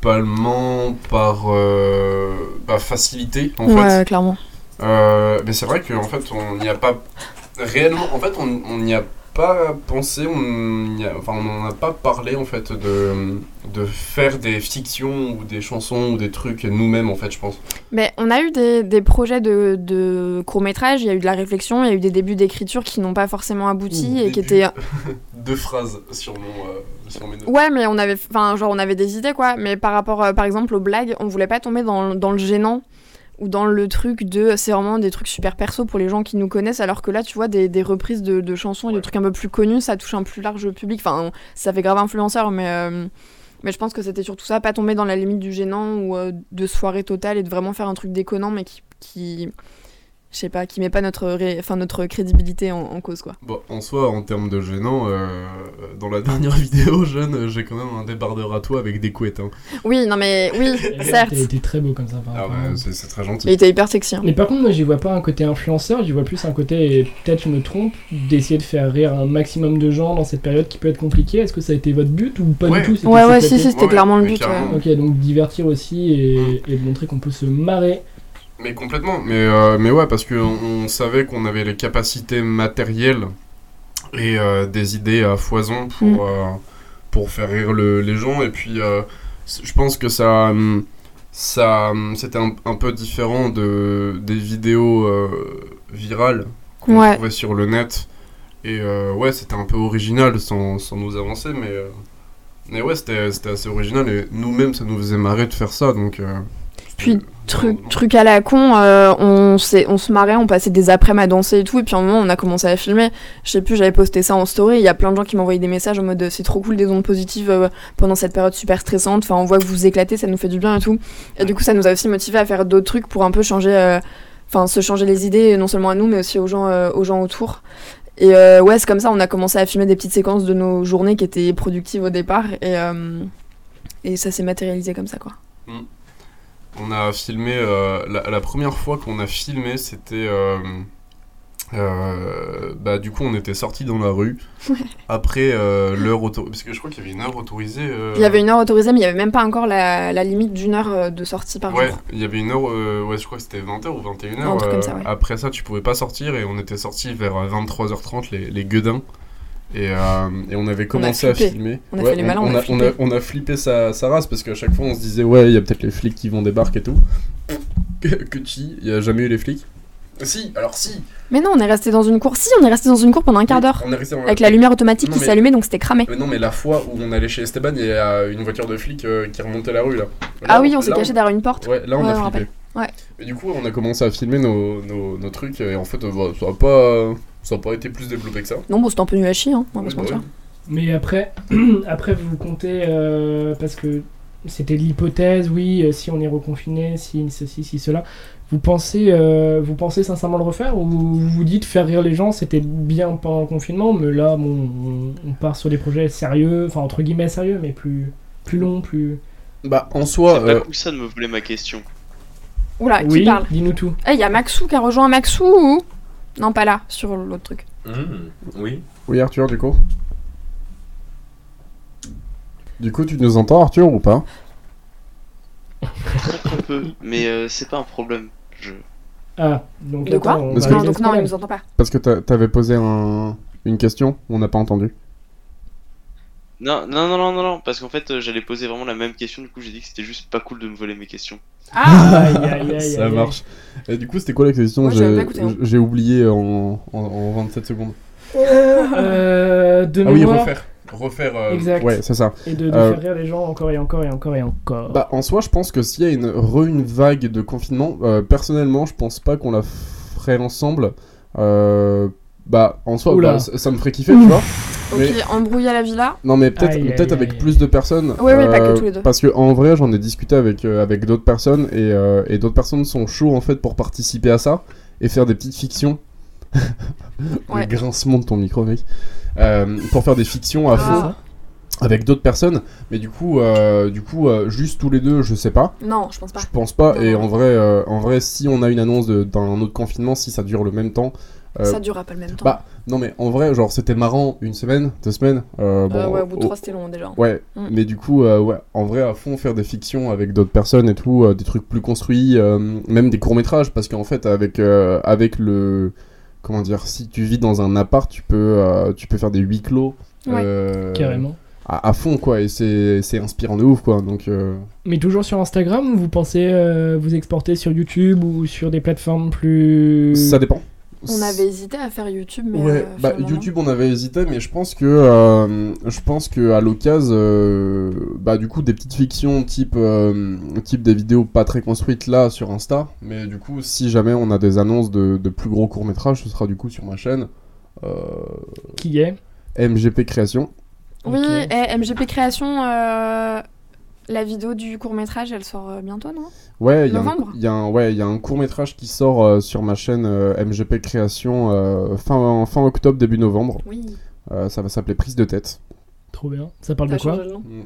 S5: principalement par euh, bah, facilité, en
S4: ouais,
S5: fait.
S4: clairement.
S5: Euh, mais c'est vrai qu'en fait, on n'y a pas réellement. En fait, on on n'y a pas pensé, on n'y a- enfin, on n'en a pas parlé, en fait, de, de faire des fictions ou des chansons ou des trucs nous-mêmes, en fait, je pense.
S4: Mais on a eu des, des projets de, de courts-métrages, il y a eu de la réflexion, il y a eu des débuts d'écriture qui n'ont pas forcément abouti
S5: Ouh,
S4: et qui
S5: début.
S4: étaient
S5: Deux phrases sur, mon, euh, sur mes notes.
S4: Ouais, mais on avait, enfin, genre, on avait des idées, quoi. Mais par rapport, euh, par exemple, aux blagues, on voulait pas tomber dans, dans le gênant ou dans le truc de. C'est vraiment des trucs super perso pour les gens qui nous connaissent, alors que là, tu vois, des, des reprises de, de chansons et des trucs un peu plus connus, ça touche un plus large public. Enfin, on- ça fait grave influenceur, mais. euh, mais je pense que c'était surtout ça, pas tomber dans la limite du gênant ou euh, de soirée totale et de vraiment faire un truc déconnant, mais qui. qui je sais pas, qui met pas notre, ré- enfin, notre crédibilité en, en cause, quoi.
S5: Bon, en soi, en termes de gênant, euh, dans la dernière vidéo, jeune, euh, j'ai quand même un débardeur à toi avec des couettes. Hein.
S4: Oui, non, mais oui, certes.
S2: T'es t'es très beau comme ça par
S5: Ah
S2: rapport à
S5: bah,
S2: moi.
S5: c'est c'est très
S4: Il
S5: gentil.
S4: était hyper sexy. hein.
S2: Mais par contre, moi, j'y vois pas un côté influenceur, j'y vois plus un côté, et peut-être je me trompe, d'essayer de faire rire un maximum de gens dans cette période qui peut être compliquée. Est-ce que ça a été votre but ou pas
S5: Ouais.
S2: du tout c'était
S4: Ouais, ouais,
S2: cette
S4: si,
S2: année
S4: si, c'était clairement le
S5: mais
S4: but, ouais.
S2: Ok, donc divertir aussi
S5: Mm.
S2: et, et montrer qu'on peut se marrer.
S5: Mais complètement. Mais, euh, mais ouais, parce qu'on on savait qu'on avait les capacités matérielles et euh, des idées à foison pour,
S4: Mm.
S5: euh, pour faire rire le- les gens. Et puis, euh, c- je pense que ça. hum, ça hum, C'était un, un peu différent de, des vidéos euh, virales qu'on
S4: Ouais.
S5: trouvait sur le net. Et euh, ouais, c'était un peu original sans, sans nous avancer, mais. euh, mais ouais, c'était c'était assez original et nous-mêmes, ça nous faisait marrer de faire ça, donc... euh,
S4: Puis, Truc, truc à la con, euh, on, s'est- on se marrait, on passait des après-midi à danser et tout, et puis à un moment on a commencé à filmer. Je sais plus, j'avais posté ça en story, il y a plein de gens qui m'envoyaient des messages en mode euh, c'est trop cool des ondes positives euh, pendant cette période super stressante, enfin on voit que vous vous éclatez, ça nous fait du bien et tout. Et du coup ça nous a aussi motivé à faire d'autres trucs pour un peu changer, euh, enfin se changer les idées, non seulement à nous mais aussi aux gens, euh, aux gens autour. Et euh, ouais, c'est comme ça, on a commencé à filmer des petites séquences de nos journées qui étaient productives au départ, et, euh, et ça s'est matérialisé comme ça quoi.
S5: On a filmé, euh, la, la première fois qu'on a filmé, c'était. euh, euh, bah, du coup, on était sortis dans la rue. Après euh, l'heure autorisée. Parce que je crois qu'il y avait une heure autorisée. euh,
S4: Il y avait une heure autorisée, mais il n'y avait même pas encore la, la limite d'une heure euh, de sortie par
S5: Ouais,
S4: jour.
S5: il y avait une heure, euh, ouais, je crois que c'était 20h ou 21h.
S4: Un truc comme ça, ouais.
S5: euh, Après ça, tu pouvais pas sortir et on était sortis vers euh, 23h30, les, les gueudins. Et, euh, et on avait commencé à
S4: flippé.
S5: filmer.
S4: On a fait les malins, on a
S5: on,
S4: flippé.
S5: on a flippé sa, sa race parce qu'à chaque fois on se disait, ouais, il y a peut-être les flics qui vont débarquer et tout. que que chi, il y a jamais eu les flics. Si, alors si
S4: Mais non, on est resté dans une cour. Si, on est resté dans une cour pendant un quart d'heure.
S5: On est resté dans
S4: Avec la lumière automatique
S5: Non,
S4: qui
S5: mais-
S4: s'allumait, donc c'était cramé.
S5: Mais non, mais la fois où on allait chez Esteban, il y a une voiture de flic euh, qui remontait la rue là.
S4: Ah
S5: Là,
S4: oui, on s'est
S5: là,
S4: caché derrière une porte.
S5: Ouais, là on
S4: Ouais,
S5: a
S4: on
S5: flippé.
S4: rappelle. Ouais.
S5: Et du coup, on a commencé à filmer nos, nos, nos trucs et en fait, euh, bah, ça a pas, ça a pas été plus développé que ça.
S4: Non, bon, c'était un peu nul à chier, hein, on va pas se
S5: Ouais,
S4: mentir.
S5: bah
S2: Mais après, après vous comptez, euh, parce que c'était l'hypothèse, oui, euh, si on est reconfiné, si ceci, si cela. Vous pensez, euh, vous pensez sincèrement le refaire ou vous vous dites faire rire les gens, c'était bien pendant le confinement, mais là, bon, on, on part sur des projets sérieux, enfin entre guillemets sérieux, mais plus, plus long, plus.
S5: ouais. Bah, en
S8: C'est
S5: soi,
S8: pas
S5: euh,
S8: cool ça de me voler ma question.
S4: Oula, qui
S2: oui,
S4: parle
S2: dis-nous tout.
S4: Eh, il y a Maxou qui a rejoint Maxou ou- Non, pas là, sur l'autre truc.
S1: Mmh, oui.
S5: oui, Arthur, du coup. Du coup, tu nous entends, Arthur, ou pas
S8: Très très peu, mais euh, c'est pas un problème. Je...
S2: Ah, donc
S4: De quoi
S2: attends, on
S5: Parce
S2: va
S5: que-
S4: Non,
S2: régler
S4: donc
S2: ce
S4: non, il
S2: problème.
S4: nous entend pas.
S5: Parce que t'a- t'avais posé un- une question, on n'a pas entendu.
S8: Non, non, non, non, non, non, parce qu'en fait euh, j'allais poser vraiment la même question, du coup j'ai dit que c'était juste pas cool de me voler mes questions.
S4: Ah
S2: Aïe, aïe, aïe,
S5: ça
S2: aïe.
S5: marche. Et du coup, c'était quoi la question
S4: Moi, j'avais
S5: J'ai-
S4: pas écouté, hein.
S5: J'ai oublié en, en, en 27 secondes.
S2: Euh, de
S5: Ah oui,
S2: mémoire,
S5: refaire. Refaire. euh,
S2: Exact.
S5: Ouais, c'est ça.
S2: et de, de
S5: Euh,
S2: faire rire les gens encore et encore et encore et encore.
S5: Bah, en soi, je pense que s'il y a une, re une vague de confinement, euh, personnellement, je pense pas qu'on la ferait ensemble. Euh, bah, en soi,
S2: Oula.
S5: bah, ça, ça me ferait kiffer, tu vois.
S4: Ok,
S5: Mais-
S4: embrouille à la villa.
S5: Non, mais peut-être
S2: Aïe, aïe,
S5: peut-être
S2: aïe,
S5: avec
S2: aïe.
S5: plus de personnes. Euh,
S4: Ouais, ouais, pas que tous les deux.
S5: Parce que en vrai, j'en ai discuté avec, euh, avec d'autres personnes et, euh, et d'autres personnes sont chauds en fait pour participer à ça et faire des petites fictions.
S4: Ouais.
S5: Le grincement de ton micro, mec. Euh, pour faire des fictions à
S4: Ah.
S5: fond avec d'autres personnes, mais du coup, euh, du coup, euh, juste tous les deux, je sais pas.
S4: Euh, Non, je pense pas.
S5: Je pense pas.
S4: Non,
S5: et
S4: non.
S5: en vrai, euh, en vrai, si on a une annonce de- d'un autre confinement, si ça dure le même temps. euh,
S4: Ça durera pas le même temps.
S5: bah, Non, mais en vrai, genre, c'était marrant une semaine, deux semaines. euh, bon,
S4: Euh, ouais, au bout de
S5: oh,
S4: trois, c'était long déjà.
S5: ouais.
S4: Mm.
S5: mais du coup, euh, ouais, en vrai, à fond, faire des fictions avec d'autres personnes et tout, euh, des trucs plus construits, euh, même des courts-métrages, parce qu'en fait, avec, euh, avec le. Comment dire Si tu vis dans un appart, tu peux, euh, tu peux faire des huis clos.
S4: Ouais.
S5: euh,
S2: Carrément.
S5: À, à fond, quoi. Et c'est c'est inspirant de ouf, quoi. Donc. euh,
S2: Mais toujours sur Instagram ou vous pensez euh, vous exporter sur YouTube ou sur des plateformes plus.
S5: Ça dépend.
S4: Mm. On avait hésité à faire YouTube, mais.
S5: Ouais,
S4: euh,
S5: bah,
S4: finalement, non.
S5: YouTube on avait hésité, mais je pense que euh, je pense que à l'occasion, euh, bah du coup des petites fictions type euh, type des vidéos pas très construites là sur Insta, mais du coup si jamais on a des annonces de, de plus gros courts métrages, ce sera du coup sur ma chaîne euh,
S2: Qui est
S5: MGP Création.
S4: Oui, Eh,
S2: Ok.
S4: et MGP Création, euh, la vidéo du court métrage, elle sort euh, bientôt, non
S5: Ouais, il y a un-
S4: Novembre
S5: il y a un ouais il y a un court métrage qui sort euh, sur ma chaîne euh, MGP Création euh, fin fin octobre début novembre.
S4: Oui.
S5: Euh, ça va s'appeler Prise de tête.
S2: Trop bien. Ça parle
S4: T'as
S2: de quoi
S4: changé le nom
S5: Mm.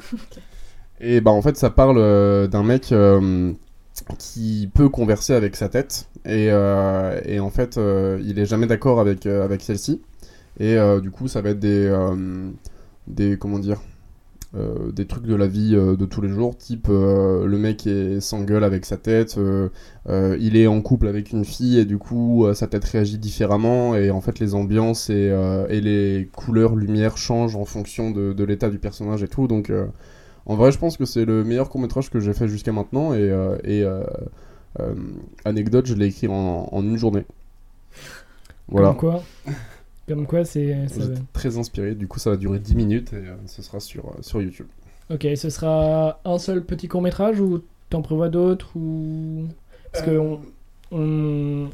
S5: Et bah en fait ça parle euh, d'un mec euh, qui peut converser avec sa tête et, euh, et en fait euh, il est jamais d'accord avec, euh, avec celle-ci et euh, du coup ça va être des, euh, des comment dire euh, des trucs de la vie euh, de tous les jours type euh, le mec est s'engueule avec sa tête euh, euh, il est en couple avec une fille et du coup euh, sa tête réagit différemment et en fait les ambiances et, euh, et les couleurs lumière changent en fonction de, de l'état du personnage et tout donc euh, en vrai, je pense que c'est le meilleur court-métrage que j'ai fait jusqu'à maintenant. Et, euh, et, euh, euh, anecdote, je l'ai écrit en, en une journée. Voilà.
S2: Comme quoi Comme quoi, c'est. ça
S5: J'étais très inspiré. Du coup, ça va durer 10 minutes et euh, ce sera sur, euh, sur YouTube.
S2: va. Ok, ce sera un seul petit court métrage ou T'en prévois d'autres ou Parce que on, on,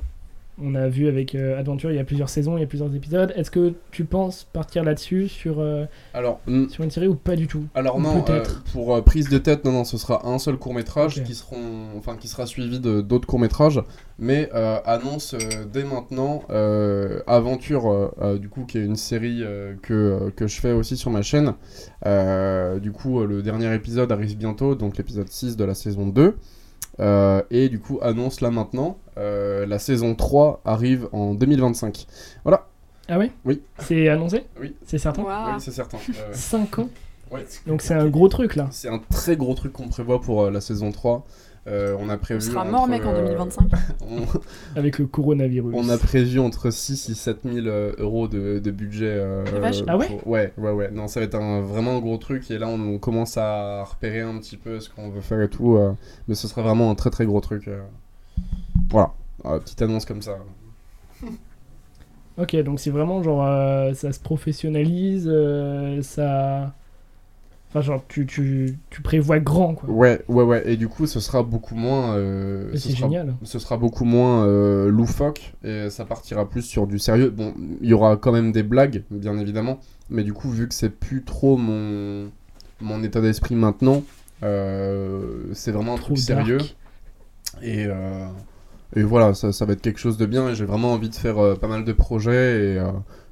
S2: on a vu avec euh, Adventure, il y a plusieurs saisons, il y a plusieurs épisodes. Est-ce que tu penses partir là-dessus sur, euh,
S5: Alors, hmm,
S2: sur une série ou pas du tout
S5: alors non,
S2: Peut-être.
S5: euh, pour euh, prise de tête, non, non, ce sera un seul court métrage
S2: Ok.
S5: qui, seront, enfin, qui sera suivi de- d'autres courts métrages, mais euh, annonce euh, dès maintenant euh, Aventure, euh, euh, du coup, qui est une série euh, que, euh, que je fais aussi sur ma chaîne. Euh, du coup, euh, le dernier épisode arrive bientôt, donc l'épisode 6 de la saison 2. Euh, et du coup, annonce là maintenant, euh, la saison 3 arrive en 2025.
S2: Ah ouais
S5: Oui.
S2: C'est annoncé
S5: Oui.
S2: C'est certain
S4: Waouh.
S5: Oui, c'est certain. Ouais, ouais.
S2: 5 ans
S5: Ouais.
S2: Donc c'est un gros truc là.
S5: C'est un très gros truc qu'on prévoit pour euh, la saison 3. Euh, on a
S4: On
S5: prévu.
S4: sera
S5: entre,
S4: mort, mec, en
S5: euh,
S4: 2025.
S5: on,
S2: Avec le coronavirus.
S5: on a prévu entre 6 et 7 000 euh, euros de, de budget. euh,
S4: La vache.
S2: Ah ouais
S5: pour- Ouais, ouais, ouais. Non, ça va être un, vraiment un gros truc. Et là, on, on commence à repérer un petit peu ce qu'on veut faire et tout. euh, mais ce sera vraiment un très très gros truc. euh. Voilà. Euh, petite annonce comme ça.
S2: Ok, donc c'est vraiment genre euh, ça se professionnalise, euh, ça. Enfin, genre tu, tu, tu prévois grand quoi.
S5: Ouais, ouais, ouais. Et du coup, ce sera beaucoup moins. euh,
S2: Mais
S5: ce
S2: c'est
S5: sera
S2: génial.
S5: ce sera beaucoup moins euh, loufoque et ça partira plus sur du sérieux. Bon, il y aura quand même des blagues, bien évidemment, mais du coup, vu que c'est plus trop mon, mon état d'esprit maintenant, euh, c'est vraiment un
S2: Trop
S5: truc sérieux.
S2: dark.
S5: Et, euh, et voilà, ça, ça va être quelque chose de bien et j'ai vraiment envie de faire euh, pas mal de projets et, euh,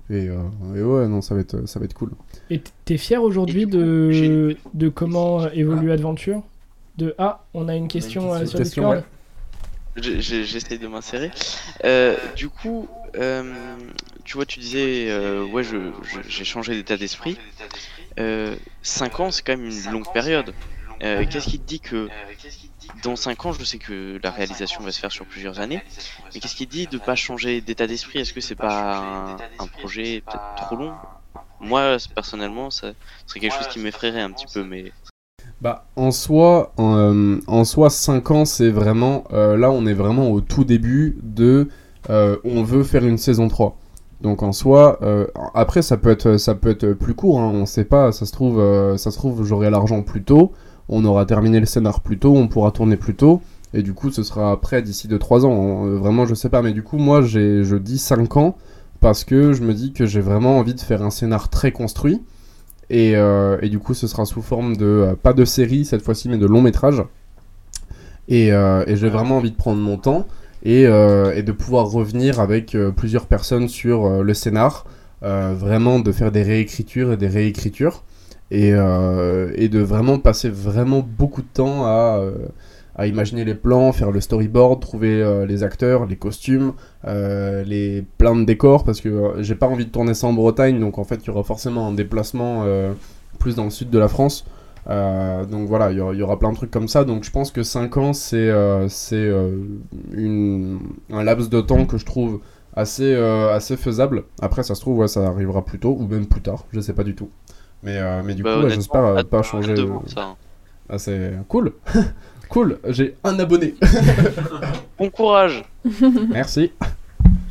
S5: et, euh, et ouais, non, ça va être, ça va être cool.
S2: Et t- t'es fier aujourd'hui
S7: Et du coup,
S2: de,
S7: j'ai- Ah.
S2: de comment évolue Adventure De ah, on a une question euh, sur
S5: question,
S2: Discord
S8: J'ai- j'ai- J'essaie de m'insérer. Euh, du coup, euh, tu vois, tu disais, euh, ouais, je- je- j'ai changé d'état d'esprit. 5 ans, c'est quand même une longue période. Euh, Qu'est-ce Euh, qui te dit que dans 5 ans, je sais que la réalisation va se faire sur plusieurs années, mais qu'est-ce qui te dit de pas changer d'état d'esprit Est-ce que c'est pas un, un projet peut-être trop long Moi, personnellement, ça serait quelque chose qui m'effraierait un petit peu, mais
S5: Bah, en soi, en, euh, en soi, 5 ans, c'est vraiment. euh, là, on est vraiment au tout début de. euh, on veut faire une saison 3. Donc, en soi, euh, après, ça peut être, ça peut être plus court, hein, on sait pas. Ça se trouve, euh, ça se trouve j'aurai l'argent plus tôt, on aura terminé le scénar plus tôt, on pourra tourner plus tôt. Et du coup, ce sera après, d'ici 2-3 ans. on- euh, vraiment, je sais pas. Mais du coup, moi, j'ai, je dis 5 ans parce que je me dis que j'ai vraiment envie de faire un scénar très construit. Et, euh, et du coup, ce sera sous forme de, euh, pas de série cette fois-ci, mais de long métrage. Et, euh, et j'ai vraiment envie de prendre mon temps et, euh, et de pouvoir revenir avec euh, plusieurs personnes sur euh, le scénar, euh, vraiment de faire des réécritures et des réécritures, et, euh, et de vraiment passer vraiment beaucoup de temps à, euh, à imaginer les plans, faire le storyboard, trouver euh, les acteurs, les costumes, euh, les plein de décors parce que euh, j'ai pas envie de tourner ça en Bretagne donc en fait il y aura forcément un déplacement euh, plus dans le sud de la France Euh, donc voilà il y, aura- il y aura plein de trucs comme ça donc je pense que 5 ans c'est euh, c'est euh, une- un laps de temps que je trouve assez euh, assez faisable après ça se trouve ouais, ça arrivera plus tôt ou même plus tard je sais pas du tout mais, euh, mais du
S8: Bah,
S5: coup ouais,
S8: honnêtement,
S5: j'espère euh,
S8: hâte-
S5: pas
S8: hâte
S5: changer
S8: de
S5: euh,
S8: voir ça. hein.
S5: ah, c'est cool cool j'ai un abonné
S8: Bon courage
S5: merci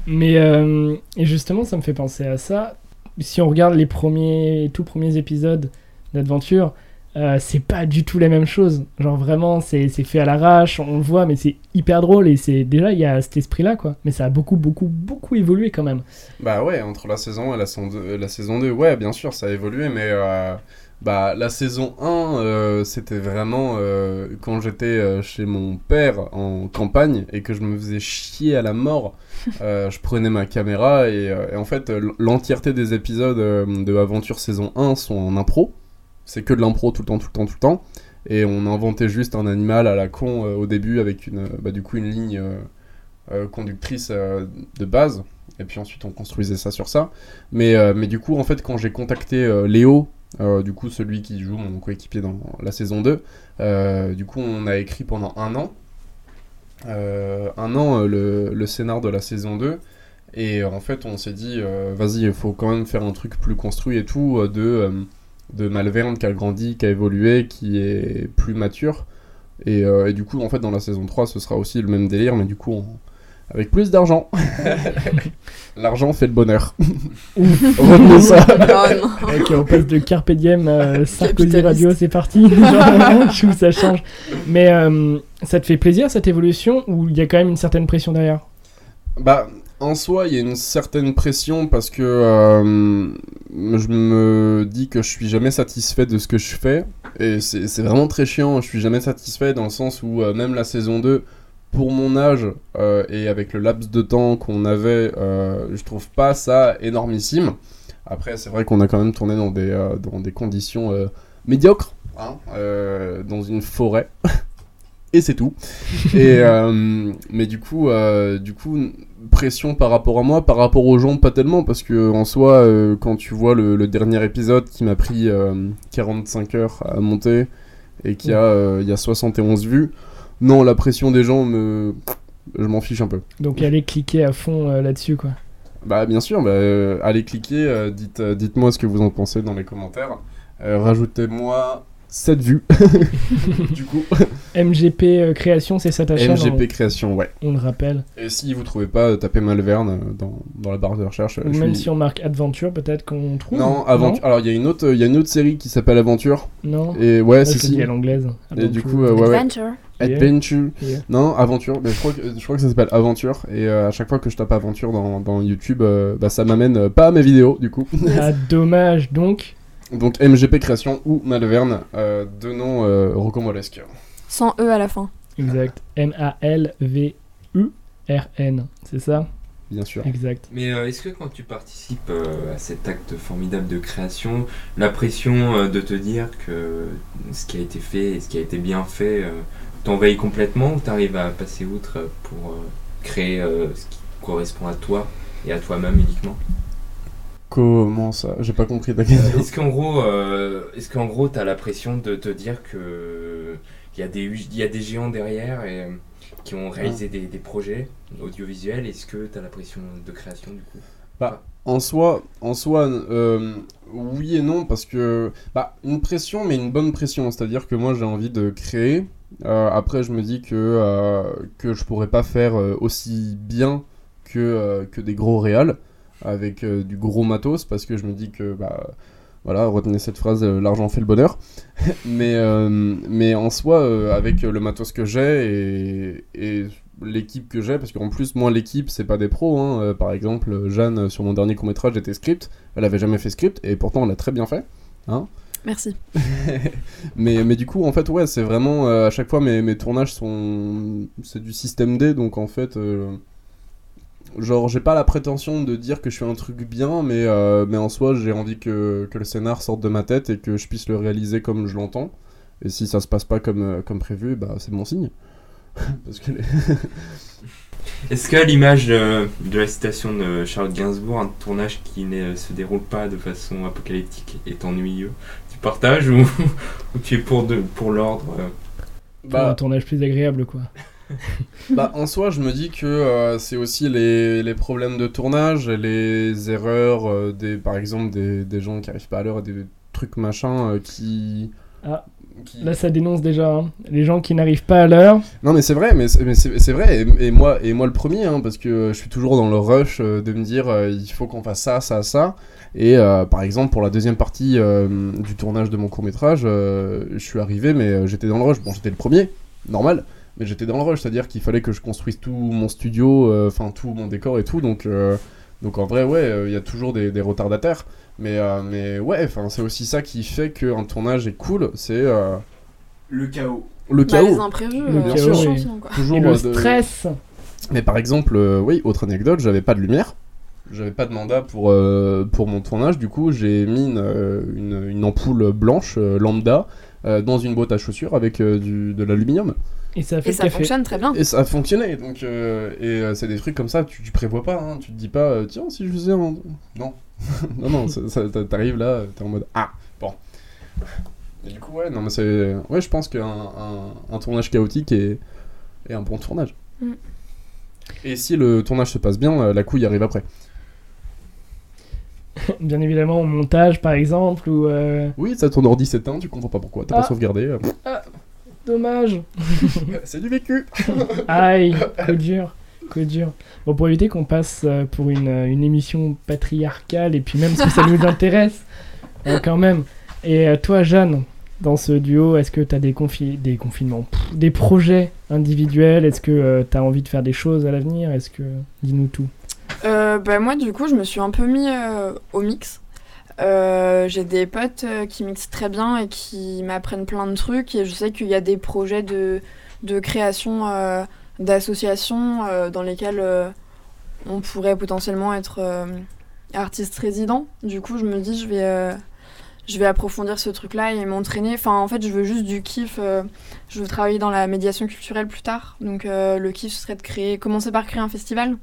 S2: Mais euh, et justement, ça me fait penser à ça. Si on regarde les premiers, tout premiers épisodes d'Adventure, euh, c'est pas du tout la même chose. Genre vraiment, c'est c'est fait à l'arrache, on le voit, mais c'est hyper drôle et c'est déjà il y a cet esprit-là quoi. Mais ça a beaucoup, beaucoup, beaucoup évolué quand même.
S5: Bah ouais, entre la saison 1 et la saison 2, la saison 2 ouais, bien sûr, ça a évolué, mais euh, bah, la saison 1, euh, c'était vraiment euh, quand j'étais euh, chez mon père en campagne et que je me faisais chier à la mort. Euh, je prenais ma caméra et, euh, et en fait, euh, l'entièreté des épisodes euh, de Aventure saison 1 sont en impro. C'est que de l'impro tout le temps, tout le temps, tout le temps. Et on inventait juste un animal à la con euh, au début avec une, euh, bah, du coup une ligne euh, euh, conductrice euh, de base. Et puis ensuite, on construisait ça sur ça. Mais, euh, mais du coup, en fait, quand j'ai contacté euh, Léo, euh, du coup, celui qui joue mon coéquipier dans la saison 2, euh, du coup, on a écrit pendant un an. euh, un an, euh, le, le scénar de la saison 2. Et euh, en fait, on s'est dit, euh, vas-y, il faut quand même faire un truc plus construit et tout, euh, de, euh, de Malverne qui a grandi, qui a évolué, qui est plus mature. Et, euh, et du coup, en fait, dans la saison 3, ce sera aussi le même délire, mais du coup, on, avec plus d'argent. L'argent fait le bonheur. Retenez ça.
S4: Oh non.
S2: Ok, euh, on passe de Carpe Diem à Sarkozy
S4: Capitaliste.
S2: Radio, c'est parti. Genre, je trouve que ça change. Mais euh, ça te fait plaisir cette évolution ou il y a quand même une certaine pression derrière
S5: Bah, en soi, il y a une certaine pression parce que euh, je me dis que je suis jamais satisfait de ce que je fais. Et c'est c'est vraiment très chiant. Je suis jamais satisfait dans le sens où, euh, même la saison 2, pour mon âge euh, et avec le laps de temps qu'on avait, euh, je trouve pas ça énormissime. Après, c'est vrai qu'on a quand même tourné dans des, euh, dans des conditions euh, médiocres, hein, euh, dans une forêt. Et c'est tout. Et, euh, mais du coup, euh, du coup, n- pression par rapport à moi, par rapport aux gens, pas tellement, parce que en soi, euh, quand tu vois le, le dernier épisode qui m'a pris euh, 45 heures à monter et qui a, euh, il y a 71 vues, non, la pression des gens me. Je m'en fiche un peu.
S2: Donc aller cliquer à fond euh, là-dessus quoi.
S5: Bah bien sûr, bah, euh, allez cliquer, euh, dites, euh, dites-moi ce que vous en pensez dans les commentaires. Euh, Rajoutez-moi cette vue, du coup.
S2: MGP euh, création, c'est ça ta chaîne
S5: MGP Création, ouais.
S2: on, on le rappelle.
S5: Et si vous trouvez pas, euh, tapez Malverne euh, dans, dans la barre de recherche. euh,
S2: Ou
S5: je
S2: même
S5: suis-
S2: si on marque Adventure, peut-être qu'on trouve.
S5: Non, Aventure. Alors il y a une autre, il y a une autre série qui s'appelle Aventure.
S2: Non, non.
S5: Et ouais,
S2: Ah,
S5: c'est
S2: je te dis
S5: si.
S2: à l'anglaise.
S5: Et du
S2: Adventure.
S5: coup, euh, ouais, ouais.
S4: Adventure.
S2: Yeah.
S5: Adventure.
S2: Yeah.
S5: Non, Aventure. Mais je crois que, je crois que ça s'appelle Aventure. Et euh, à chaque fois que je tape Aventure dans, dans YouTube, euh, bah, ça m'amène euh, pas à mes vidéos, du coup.
S2: Ah, dommage donc.
S5: Donc MGP Création ou Malverne, euh, deux noms euh, rocambolesques.
S4: Sans E à la fin.
S2: Exact. M-A-L-V-U-R-N. C'est ça
S5: Bien sûr.
S2: Exact.
S1: Mais euh, est-ce que quand tu participes euh, à cet acte formidable de création, la pression euh, de te dire que ce qui a été fait et ce qui a été bien fait euh, t'envahit complètement ou t'arrives à passer outre euh, pour euh, créer euh, ce qui correspond à toi et à toi-même uniquement
S5: Comment ça J'ai pas compris ta question.
S1: Est-ce qu'en gros, euh, est-ce qu'en gros, t'as la pression de te dire que il y a des hu- il y a des géants derrière et euh, qui ont réalisé des, des projets audiovisuels Est-ce que t'as la pression de création du coup
S5: En soi, en soi euh, oui et non, parce que. Bah, une pression, mais une bonne pression. C'est-à-dire que moi, j'ai envie de créer. Euh, après, je me dis que, euh, que je pourrais pas faire euh, aussi bien que, euh, que des gros réals avec euh, du gros matos, parce que je me dis que. Bah, voilà, retenez cette phrase, euh, l'argent fait le bonheur. mais, euh, mais en soi, euh, avec le matos que j'ai et, et l'équipe que j'ai, parce qu'en plus, moi, l'équipe, c'est pas des pros. hein. Euh, par exemple, euh, Jeanne, euh, sur mon dernier court-métrage, j'étais script. Elle avait jamais fait script, et pourtant, elle a très bien fait.
S4: Merci.
S5: Mais, mais du coup, en fait, ouais, c'est vraiment. euh, à chaque fois, mes, mes tournages sont. C'est du système D, donc en fait. euh, genre, j'ai pas la prétention de dire que je fais un truc bien, mais, euh, mais en soi, j'ai envie que, que le scénar sorte de ma tête et que je puisse le réaliser comme je l'entends. Et si ça se passe pas comme, euh, comme prévu, bah c'est mon signe. Parce que les-
S1: Est-ce qu'à l'image de, de la citation de Charles Gainsbourg, un tournage qui ne se déroule pas de façon apocalyptique est ennuyeux Tu partages ou, ou tu es pour, de- pour l'ordre euh
S2: Pour un tournage plus agréable quoi.
S5: Bah, en soi, je me dis que euh, c'est aussi les, les problèmes de tournage, les erreurs, euh, des, par exemple, des, des gens qui arrivent pas à l'heure, des trucs machin euh, qui.
S2: Ah.
S5: qui-
S2: Là ça dénonce déjà. hein. Les gens qui n'arrivent pas à l'heure.
S5: Non, mais c'est vrai, mais c'est mais c'est- c'est vrai, et, et moi, et moi le premier, hein, parce que euh, je suis toujours dans le rush euh, de me dire euh, il faut qu'on fasse ça, ça, ça. Et euh, par exemple, pour la deuxième partie euh, du tournage de mon court-métrage, euh, je suis arrivé, mais euh, j'étais dans le rush. Bon, j'étais le premier, normal, mais j'étais dans le rush, c'est-à-dire qu'il fallait que je construise tout mon studio, euh, enfin tout mon décor et tout, donc. euh, donc en vrai, ouais, euh, il y a toujours des, des retardataires. Mais, euh, mais ouais, enfin, c'est aussi ça qui fait qu'un tournage est cool, c'est euh,
S3: Le chaos.
S5: le
S4: Bah, les
S5: chaos.
S4: imprévus.
S2: Le
S4: euh,
S2: chaos,
S4: c'est chiant,
S2: oui.
S4: sinon, quoi.
S5: toujours
S2: Et le
S5: euh, de-
S2: stress.
S5: mais par exemple, euh, oui, autre anecdote, j'avais pas de lumière, j'avais pas de mandat pour, euh, pour mon tournage, du coup j'ai mis une, euh, une- une ampoule blanche euh, lambda euh, dans une boîte à chaussures avec euh, du, de l'aluminium.
S2: Et ça fait
S4: Et
S2: le
S4: ça
S2: café.
S4: fonctionne très bien.
S5: Et ça a fonctionné, donc euh, et euh, c'est des trucs comme ça, tu, tu prévois pas, hein, tu te dis pas, euh, tiens, si je faisais un... Non, non, non, ça- ça- t'a- t'arrives là, euh, t'es en mode, ah, bon. Et du coup, ouais, non, mais c'est... Ouais, je pense qu'un un, un tournage chaotique est, est un bon tournage.
S4: Mm.
S5: Et si le tournage se passe bien, euh, la couille arrive après.
S2: Bien évidemment au montage par exemple ou euh,
S5: Oui, ça ton ordi s'éteint, tu comprends pas pourquoi, t'as
S2: Ah.
S5: pas sauvegardé. euh,
S2: dommage.
S5: c'est du vécu
S2: Aïe, coup dur. que dur. Bon, pour éviter qu'on passe euh, pour une, euh, une émission patriarcale, et puis même parce que ça nous intéresse, euh, quand même. Et euh, toi, Jeanne, dans ce duo, est-ce que tu as des, confi des confinements pff, Des projets individuels Est-ce que tu as envie de faire des choses à l'avenir Est-ce que. Dis-nous tout.
S4: Euh, bah, moi, du coup, je me suis un peu mis euh, au mix. Euh, j'ai des potes euh, qui mixent très bien et qui m'apprennent plein de trucs. Et je sais qu'il y a des projets de, de création euh, d'associations euh, dans lesquelles euh, on pourrait potentiellement être euh, artiste résident. Du coup, je me dis, je vais, euh, je vais approfondir ce truc-là et m'entraîner. Enfin, en fait, je veux juste du kiff. euh, je veux travailler dans la médiation culturelle plus tard. Donc, euh, le kiff, ce serait de créer, commencer par créer un festival.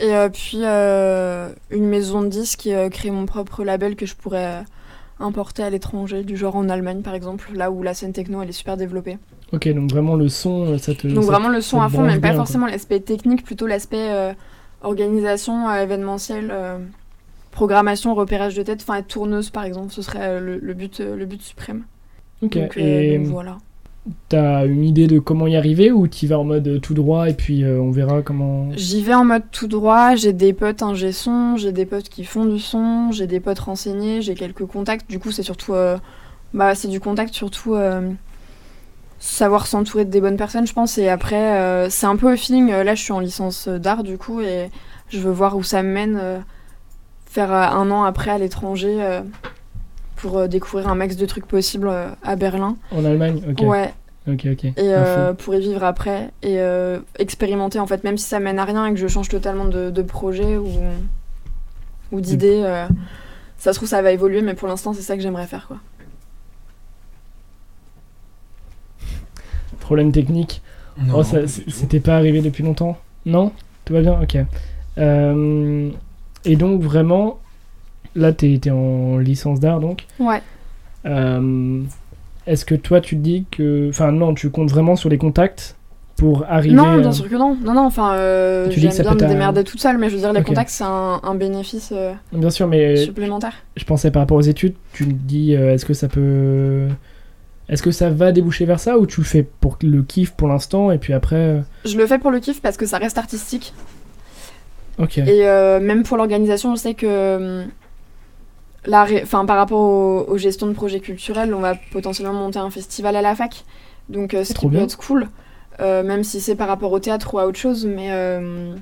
S4: Et euh, puis euh, une maison de disques et euh, créer mon propre label que je pourrais euh, importer à l'étranger, du genre en Allemagne par exemple, là où la scène techno elle est super développée.
S2: Ok, donc vraiment le son, euh, ça te.
S4: Donc
S2: ça-
S4: vraiment le son
S2: ça
S4: à
S2: te
S4: fond,
S2: branche
S4: mais
S2: bien,
S4: pas
S2: quoi.
S4: forcément l'aspect technique, plutôt l'aspect euh, organisation, euh, événementiel, euh, programmation, repérage de tête, enfin être tourneuse par exemple, ce serait euh, le, le but, euh, le but suprême.
S2: Ok,
S4: Donc, euh,
S2: et
S4: donc voilà.
S2: t'as une idée de comment y arriver ou t'y vas en mode euh, tout droit et puis euh, on verra comment.
S4: J'y vais en mode tout droit, j'ai des potes ingé son, j'ai des potes qui font du son, j'ai des potes renseignés, j'ai quelques contacts. Du coup, c'est surtout. euh, bah, c'est du contact, surtout euh, savoir s'entourer de des bonnes personnes, je pense. Et après, euh, c'est un peu au feeling. Euh, Là, je suis en licence euh, d'art, du coup, et je veux voir où ça me mène. euh, faire euh, un an après à l'étranger euh, pour euh, découvrir un max de trucs possibles euh, à Berlin.
S2: En Allemagne Ok,
S4: Ouais,
S2: ok, ok.
S4: et
S2: Info.
S4: euh, pour y vivre après et euh, expérimenter en fait même si ça mène à rien et que je change totalement de, de projet ou, ou d'idée euh, ça se trouve ça va évoluer mais pour l'instant c'est ça que j'aimerais faire quoi
S2: Problème technique.
S3: Non,
S2: oh, ça-
S3: pas du tout.
S2: c'était pas arrivé depuis longtemps Non Tout va bien Ok. Euh, et donc, vraiment, là, t'es t'es en licence d'art, donc.
S4: ouais
S2: Euh, Est-ce que toi, tu te dis que. Enfin, non, tu comptes vraiment sur les contacts pour arriver.
S4: non
S2: euh,
S4: bien sûr que non non non enfin euh,
S2: Tu dis
S4: j'aime
S2: que ça
S4: bien
S2: peut
S4: me
S2: t'a-
S4: démerder toute seule mais je veux dire les
S2: Ok.
S4: contacts c'est un, un bénéfice euh,
S2: bien sûr, mais
S4: supplémentaire
S2: je pensais par rapport aux études, tu me dis, euh, est-ce que ça peut. Est-ce que ça va déboucher vers ça ou tu le fais pour le kiff pour l'instant et puis après. euh,
S4: je le fais pour le kiff parce que ça reste artistique
S2: Ok.
S4: Et euh, même pour l'organisation, je sais que hum, la ré- enfin, par rapport au- aux gestions de projets culturels, on va potentiellement monter un festival à la fac. Donc euh, ce
S2: Trop
S4: qui peut
S2: bien.
S4: être cool, euh, même si c'est par rapport au théâtre ou à autre chose, mais, euh,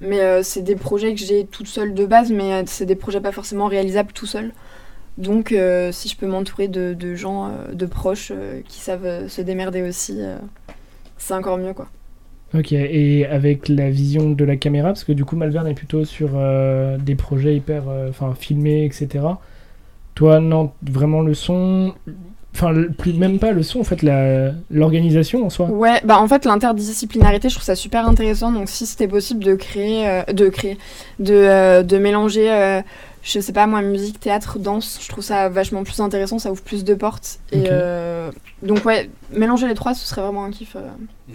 S4: mais euh, c'est des projets que j'ai toute seule de base, mais euh, c'est des projets pas forcément réalisables tout seul. Donc euh, si je peux m'entourer de, de gens, euh, de proches euh, qui savent euh, se démerder aussi, euh, c'est encore mieux quoi.
S2: Ok, et avec la vision de la caméra, parce que du coup Malverne est plutôt sur euh, des projets hyper euh, enfin filmés, etc. Toi, non, vraiment le son, enfin le- plus même pas le son, en fait la- l'organisation en soi.
S4: Ouais, bah en fait l'interdisciplinarité, je trouve ça super intéressant. Donc si c'était possible de créer, euh, de créer, de, euh, de mélanger, euh, je sais pas moi, musique, théâtre, danse, je trouve ça vachement plus intéressant, ça ouvre plus de portes. Et
S2: Ok.
S4: euh, donc ouais, mélanger les trois, ce serait vraiment un kiff. euh.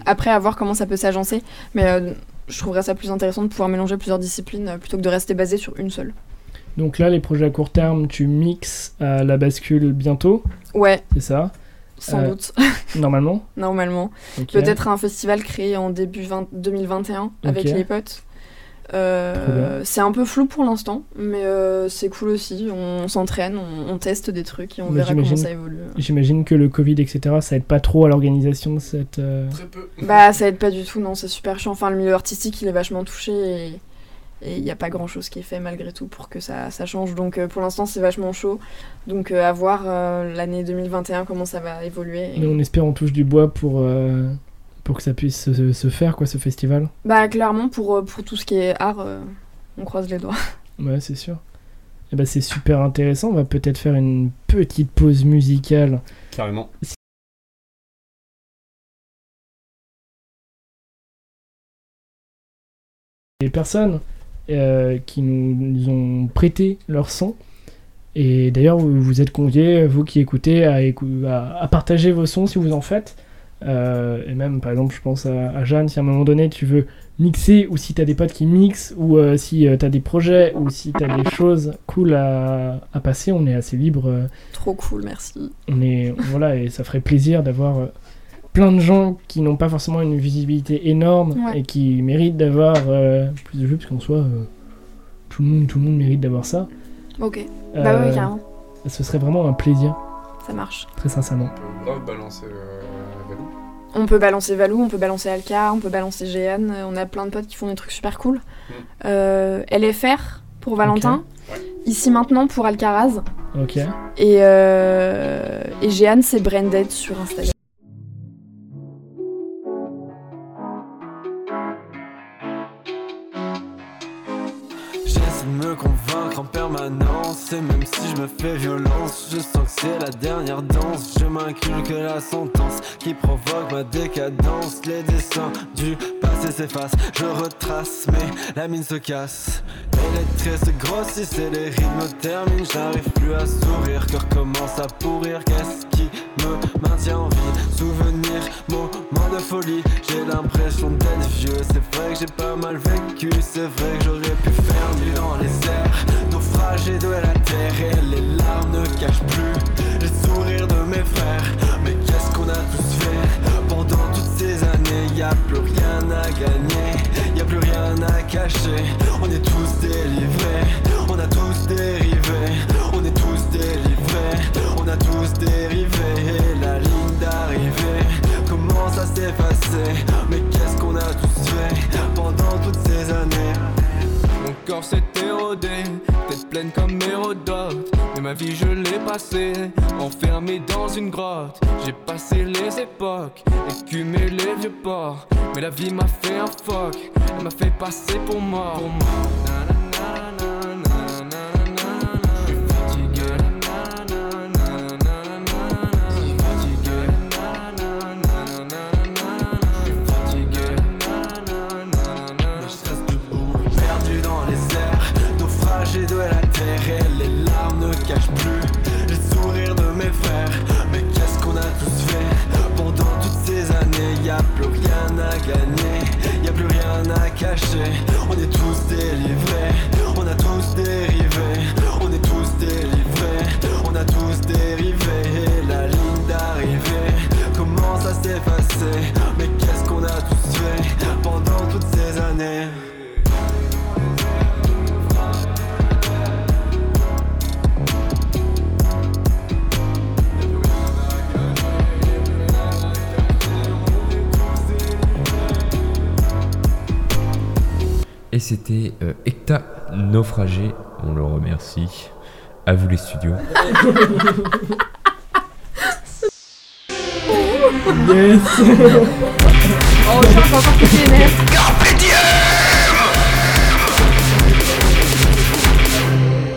S4: Après, à voir comment ça peut s'agencer, mais euh, je trouverais ça plus intéressant de pouvoir mélanger plusieurs disciplines euh, plutôt que de rester basé sur une seule.
S2: Donc là, les projets à court terme, tu mixes à la bascule bientôt,
S4: Ouais,
S2: c'est ça
S4: sans
S2: Euh,
S4: doute,
S2: Normalement.
S4: normalement.
S2: Ok.
S4: Peut-être un festival créé en début 20 2021 avec
S2: Ok.
S4: les potes.
S2: Trop
S4: Euh,
S2: bien.
S4: c'est un peu flou pour l'instant, mais euh, c'est cool aussi. On, s'entraîne, on, on teste des trucs et on
S2: Bah,
S4: verra comment
S2: j'imagine.
S4: ça évolue.
S2: J'imagine que le Covid, etc. Ça aide pas trop à l'organisation de cette. euh,
S5: Très peu.
S4: Bah, ça aide pas du tout, non, c'est super chiant. Enfin, le milieu artistique, il est vachement touché et il n'y a pas grand chose qui est fait malgré tout pour que ça, ça change. Donc, euh, pour l'instant, c'est vachement chaud. Donc, euh, à voir euh, l'année 2021 comment ça va évoluer.
S2: Mais on espère on touche du bois pour euh, pour que ça puisse se, se faire quoi, ce festival.
S4: Bah, clairement, pour, euh, pour tout ce qui est art, euh, on croise les doigts.
S2: Ouais, c'est sûr. Eh ben, c'est super intéressant. On va peut-être faire une petite pause musicale.
S5: Carrément.
S2: Les personnes euh, qui nous, nous ont prêté leur son. Et d'ailleurs, vous, vous êtes conviés, vous qui écoutez, à, écou- à- à partager vos sons si vous en faites. Euh, et même, par exemple, je pense à, à Jeanne, si à un moment donné tu veux mixer, ou si t'as des potes qui mixent, ou euh, si tu t'as des projets, ou si t'as des choses cool à, à passer, on est assez libre. euh,
S4: Trop cool, merci.
S2: on est voilà et ça ferait plaisir d'avoir euh, plein de gens qui n'ont pas forcément une visibilité énorme
S4: Ouais.
S2: et qui méritent d'avoir euh, plus de vues, parce qu'en soi, euh, tout, le monde, tout le monde mérite d'avoir ça.
S4: Ok. Bah
S2: Euh,
S4: ouais, carrément.
S2: ce serait vraiment un plaisir,
S4: Ça marche.
S2: très sincèrement.
S5: peut grave balancer euh, Valou.
S4: On peut balancer Valou, on peut balancer Alka, on peut balancer Jeanne. euh, On a plein de potes qui font des trucs super cool.
S5: Mm.
S4: Euh, LFR pour Valentin.
S5: Ouais.
S4: Ici maintenant pour Alcaraz.
S2: Ok.
S4: Et, euh, et Jeanne, c'est Branded sur Instagram.
S9: J'essaie de me convaincre en permanence Et même si je me fais violence Je sens que c'est la dernière danse Je m'inculque la sentence Qui provoque ma décadence Les dessins du passé s'effacent Je retrace mais la mine se casse Et les traits se grossissent et les rythmes terminent J'arrive plus à sourire, cœur commence à pourrir Qu'est-ce qui me maintient en vie Souvenir, moment de folie J'ai l'impression d'être vieux C'est vrai que j'ai pas mal vécu C'est vrai que j'aurais pu faire mieux dans les airs Naufragé de la terre Et les larmes ne cachent plus Les sourires de mes frères Mais qu'est-ce qu'on a tous fait Pendant toutes ces années y a plus rien à gagner Y a plus rien à cacher On est tous délivrés On a tous dérivé On est tous délivrés On a tous dérivé Et la ligne d'arrivée commence à s'effacer Mais qu'est-ce qu'on a tous fait Pendant toutes ces années
S10: Mon corps s'est érodé, tête pleine comme Hérodote. Mais ma vie, je l'ai passée, enfermée dans une grotte. J'ai passé les époques, écumé les vieux ports. Mais la vie m'a fait un phoque, elle m'a fait passer pour mort. Pour mort. Je suis fatigué. Je suis fatigué. Je suis fatigué.
S9: Mais je reste debout, perdu dans les airs, naufragé de la terre et les larmes ne cachent plus les sourires de mes frères. Mais qu'est-ce qu'on a tous fait pendant toutes ces années? Y a plus rien à gagner, y a plus rien à cacher. On est tous délivrés, on a tous dérivé, on est tous délivrés, on a tous dérivé. Et la ligne d'arrivée commence à s'effacer. Mais qu'est-ce qu'on a tous fait pendant toutes ces années?
S1: Et c'était euh, Ecta Naufragé. On le remercie. À vous les studios.
S2: Yes
S4: Oh, je suis encore plus nerfs.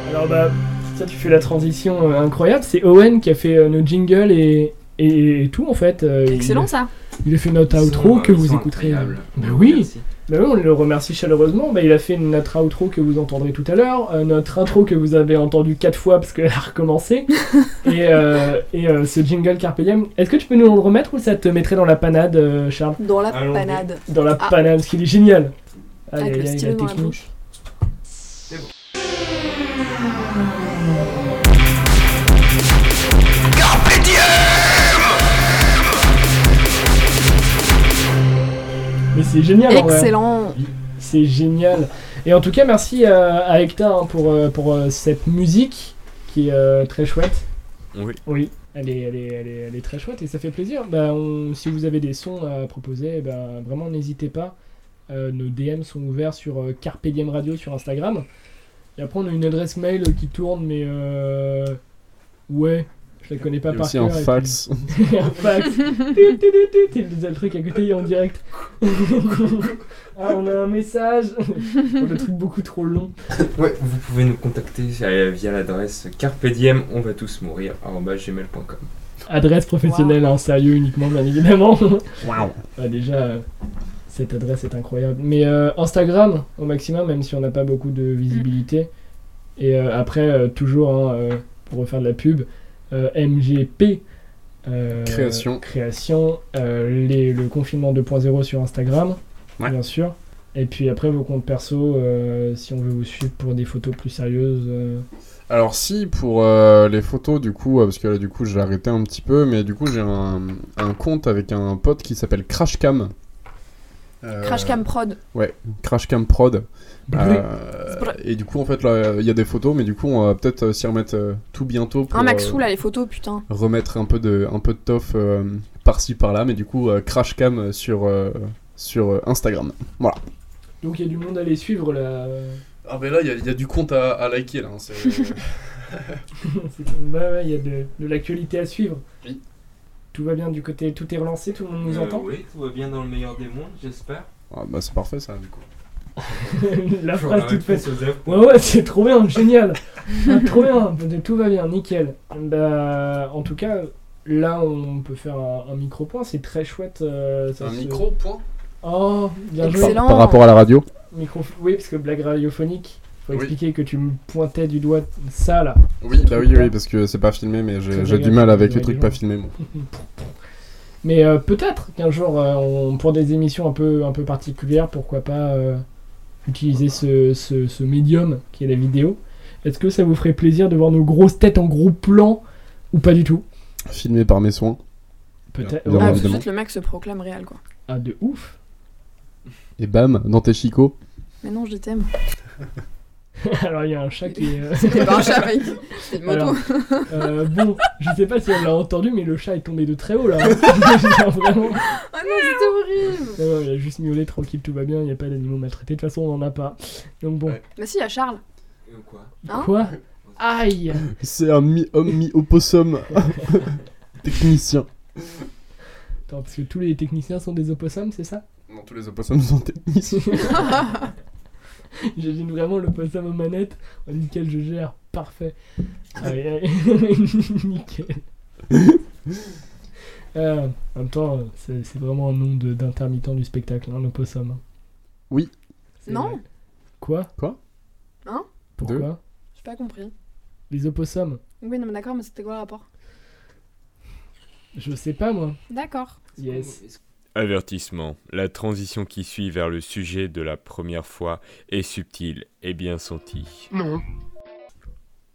S2: Alors bah, ça tu fais la transition euh, incroyable. C'est Owen qui a fait euh, nos jingles et, et tout en fait. Euh, il-
S4: Excellent ça.
S2: Il a fait notre
S3: Ils
S2: outro
S3: sont,
S2: que
S3: euh, ils
S2: vous
S3: sont
S2: écouterez.
S3: incroyables.
S2: Bah oui.
S3: Merci.
S2: Bah oui, on le remercie chaleureusement. Bah, il a fait notre outro que vous entendrez tout à l'heure, euh, notre intro que vous avez entendu quatre fois parce qu'elle a recommencé, et, euh, et, euh, ce jingle Carpe Diem. Est-ce que tu peux nous le remettre ou ça te mettrait dans la panade, euh, Charles
S4: Dans la
S1: Allons-y.
S4: panade.
S2: Dans la
S4: Ah.
S2: panade, parce qu'il est génial. Aïe,
S4: Avec
S2: aïe,
S4: le
S2: aïe,
S4: stylo
S2: la
S4: dans la
S2: technique.
S4: bouche.
S2: Mais c'est génial. en vrai.
S4: Excellent.
S2: C'est génial. Et en tout cas, merci euh, à Hecta hein, pour, euh, pour euh, cette musique qui est euh, très chouette.
S8: Oui.
S2: Oui. Elle est, elle, est, elle, est, elle est très chouette et ça fait plaisir. Bah, on- si vous avez des sons à proposer, eh ben, vraiment n'hésitez pas. Euh, nos DM sont ouverts sur euh, Carpe Diem Radio sur Instagram. Et après, on a une adresse mail qui tourne, mais euh, ouais, je la connais pas
S5: Il y a
S2: par
S5: aussi
S2: cœur.
S5: un
S2: et puis-
S5: fax.
S2: un fax. Tut, tut, tut, tut. Il disait le truc à côté en direct. ah, on a un message. Oh, le truc beaucoup trop long.
S1: Ouais, vous pouvez nous contacter euh, via l'adresse carpe diem, on va tous mourir, gmail.com.
S2: Adresse professionnelle, hein, sérieux uniquement, bien évidemment. Bah, déjà, euh, cette adresse est incroyable. Mais euh, Instagram, au maximum, même si on n'a pas beaucoup de visibilité. Et euh, après, euh, toujours, hein, euh, pour refaire de la pub, euh, MGP. euh,
S5: Création.
S2: Création. euh, les- le confinement 2.0 sur Instagram,
S8: Ouais.
S2: bien sûr. Et puis après, vos comptes perso, euh, si on veut vous suivre pour des photos plus sérieuses. euh,
S5: Alors si pour euh, les photos du coup euh, parce que là du coup j'ai arrêté un petit peu mais du coup j'ai un, un compte avec un pote qui s'appelle Crashcam. Euh,
S4: Crashcam Prod.
S5: Ouais, Crashcam Prod.
S2: Bah
S5: Euh, et du coup en fait là il y a des photos mais du coup on va peut-être euh, s'y remettre euh, tout bientôt pour
S4: Hein, Maxou,
S5: euh,
S4: là, les photos, putain.
S5: remettre un peu de un peu de toffe euh, par-ci par-là mais du coup euh, Crashcam sur euh, sur euh, Instagram. Voilà.
S2: Donc il y a du monde à les suivre là. euh.
S5: Ah ben là il y, a du compte à, liker là. hein,
S2: C'est- bah ouais, il y a de, de l'actualité à suivre.
S5: Oui.
S2: Tout va bien du côté, tout est relancé, tout le monde nous
S3: Euh,
S2: entend.
S3: Oui, tout va bien dans le meilleur des mondes, j'espère.
S5: ah bah c'est parfait ça du coup.
S2: La
S3: Genre la
S2: phrase Ah, toute faite.
S3: réponse aux œuvres.
S2: Ouais, ouais, c'est trop bien, génial. Ah, trop bien, de- tout va bien, nickel. Bah, en tout cas, là, on peut faire un, un micro-point, c'est très chouette. euh, ça
S5: Un
S2: se-
S5: micro point.
S2: Oh, bien joué.
S4: Excellent.
S5: Par rapport à la radio.
S2: Micro... Oui, parce que blague radiophonique, faut
S5: Oui.
S2: expliquer que tu me pointais du doigt ça là.
S5: Oui, bah oui,
S2: Truc,
S5: oui,
S2: hein.
S5: parce que c'est pas filmé, mais
S2: Très
S5: j'ai j'ai du
S2: agréable,
S5: mal avec
S2: très
S5: les trucs
S2: agréable.
S5: pas filmés. moi.
S2: Mais euh, peut-être qu'un jour, euh, on, pour des émissions un peu, un peu particulières, pourquoi pas euh, utiliser ce, ce, ce médium qui est la vidéo. Est-ce que ça vous ferait plaisir de voir nos grosses têtes en gros plan ou pas du tout
S5: Filmé par mes soins.
S2: Peut-être.
S5: Bien,
S4: Ah,
S2: Ah,
S4: tout de
S5: évidemment.
S4: suite, le mec se proclame réel, quoi.
S2: ah, de ouf
S5: Et bam, dans tes chicots.
S4: Mais non, je t'aime.
S2: Alors il y a un chat qui est. euh,
S4: C'était pas un chat, mec. C'était une moto.
S2: Alors, euh, bon, je sais pas si on l'a entendu, mais le chat est tombé de très haut là. Genre, Vraiment.
S4: Oh non, c'était horrible.
S2: Non, non, il a juste miaulé, tranquille, tout va bien, il n'y a pas d'animaux maltraités. De toute façon, on en a pas. Donc bon.
S5: Ouais.
S4: Mais Bah si, il y a Charles.
S3: Euh, Quoi
S4: Hein
S2: Quoi Aïe
S5: C'est un mi-homme, mi-opossum. Technicien.
S2: Attends, parce que tous les techniciens sont des opossums, c'est ça
S5: Non, tous les opossums sont techniciens.
S2: J'imagine vraiment l'opossum aux manettes. Oh, nickel, je gère. Parfait. Aïe, aïe. nickel. Euh, en même temps, euh, c'est c'est vraiment un nom de- d'intermittent du spectacle, hein, l'opossum. hein.
S5: Oui.
S2: C'est
S4: Non,
S2: vrai. Quoi
S5: Quoi
S4: Hein
S2: Pourquoi
S5: Deux.
S4: j'ai pas compris.
S2: Les opossums
S4: Oui, non, mais d'accord, mais c'était quoi le rapport
S2: Je sais pas, moi.
S4: D'accord.
S2: Yes.
S1: Avertissement. La transition qui suit vers le sujet de la première fois est subtile et bien sentie.
S2: Non.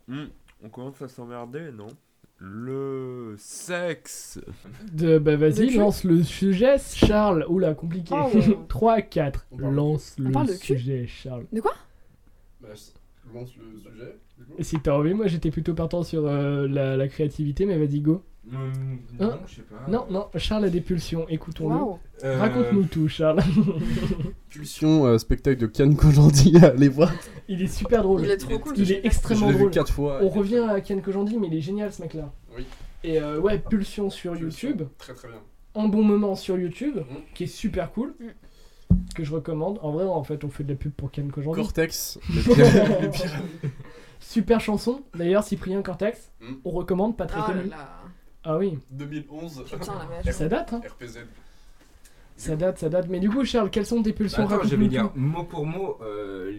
S1: Hmm, on commence à s'emmerder, non Le sexe
S2: De, bah
S4: Le
S2: vas-y,
S4: cul
S2: lance le sujet, Charles. Oula, compliqué.
S4: Oh, ouais.
S2: 3, 4.
S5: On parle de
S2: Lance
S4: On parle
S2: le
S4: de cul
S2: sujet, Charles.
S5: lance le sujet.
S2: Si t'as envie, moi j'étais plutôt partant sur euh, la, la créativité, mais vas-y, go.
S3: Hum,
S2: Hein
S3: Non, je sais pas.
S2: Non, non, Charles a des pulsions, écoutons-le.
S4: Ah. Waouh.
S3: Euh,
S2: Raconte-nous tout, Charles.
S5: Pulsion, euh, spectacle de Ken Kojandi, allez voir.
S2: Il est super drôle.
S4: Il est trop cool.
S2: Il
S4: je
S2: est
S4: sais
S5: Je
S2: extrêmement
S5: l'ai vu
S2: drôle.
S5: 4 fois.
S2: On revient à Ken Kojandi, mais il est génial ce mec-là.
S5: Oui.
S2: Et euh, ouais, Pulsion sur YouTube,
S5: Très très bien.
S2: un bon moment sur YouTube,
S5: Mhm.
S2: qui est super cool,
S4: Mm.
S2: que je recommande. En vrai, en fait, on fait de la pub pour Ken Kojandi.
S5: Cortex, le pire- le pire.
S2: Super chanson, d'ailleurs, Cyprien Cortex,
S5: Mhm.
S2: on recommande, pas
S4: pas.
S2: très
S4: Oh là
S2: connu.
S4: là.
S2: Ah oui,
S5: 2011.
S4: Putain, la vache.
S2: ça date, hein.
S5: RPZ.
S2: ça date, ça date. Mais du coup, Charles, quelles sont tes pulsions
S3: Attends, je
S2: Raconte-nous
S3: vais
S2: tout.
S3: dire mot pour mot euh,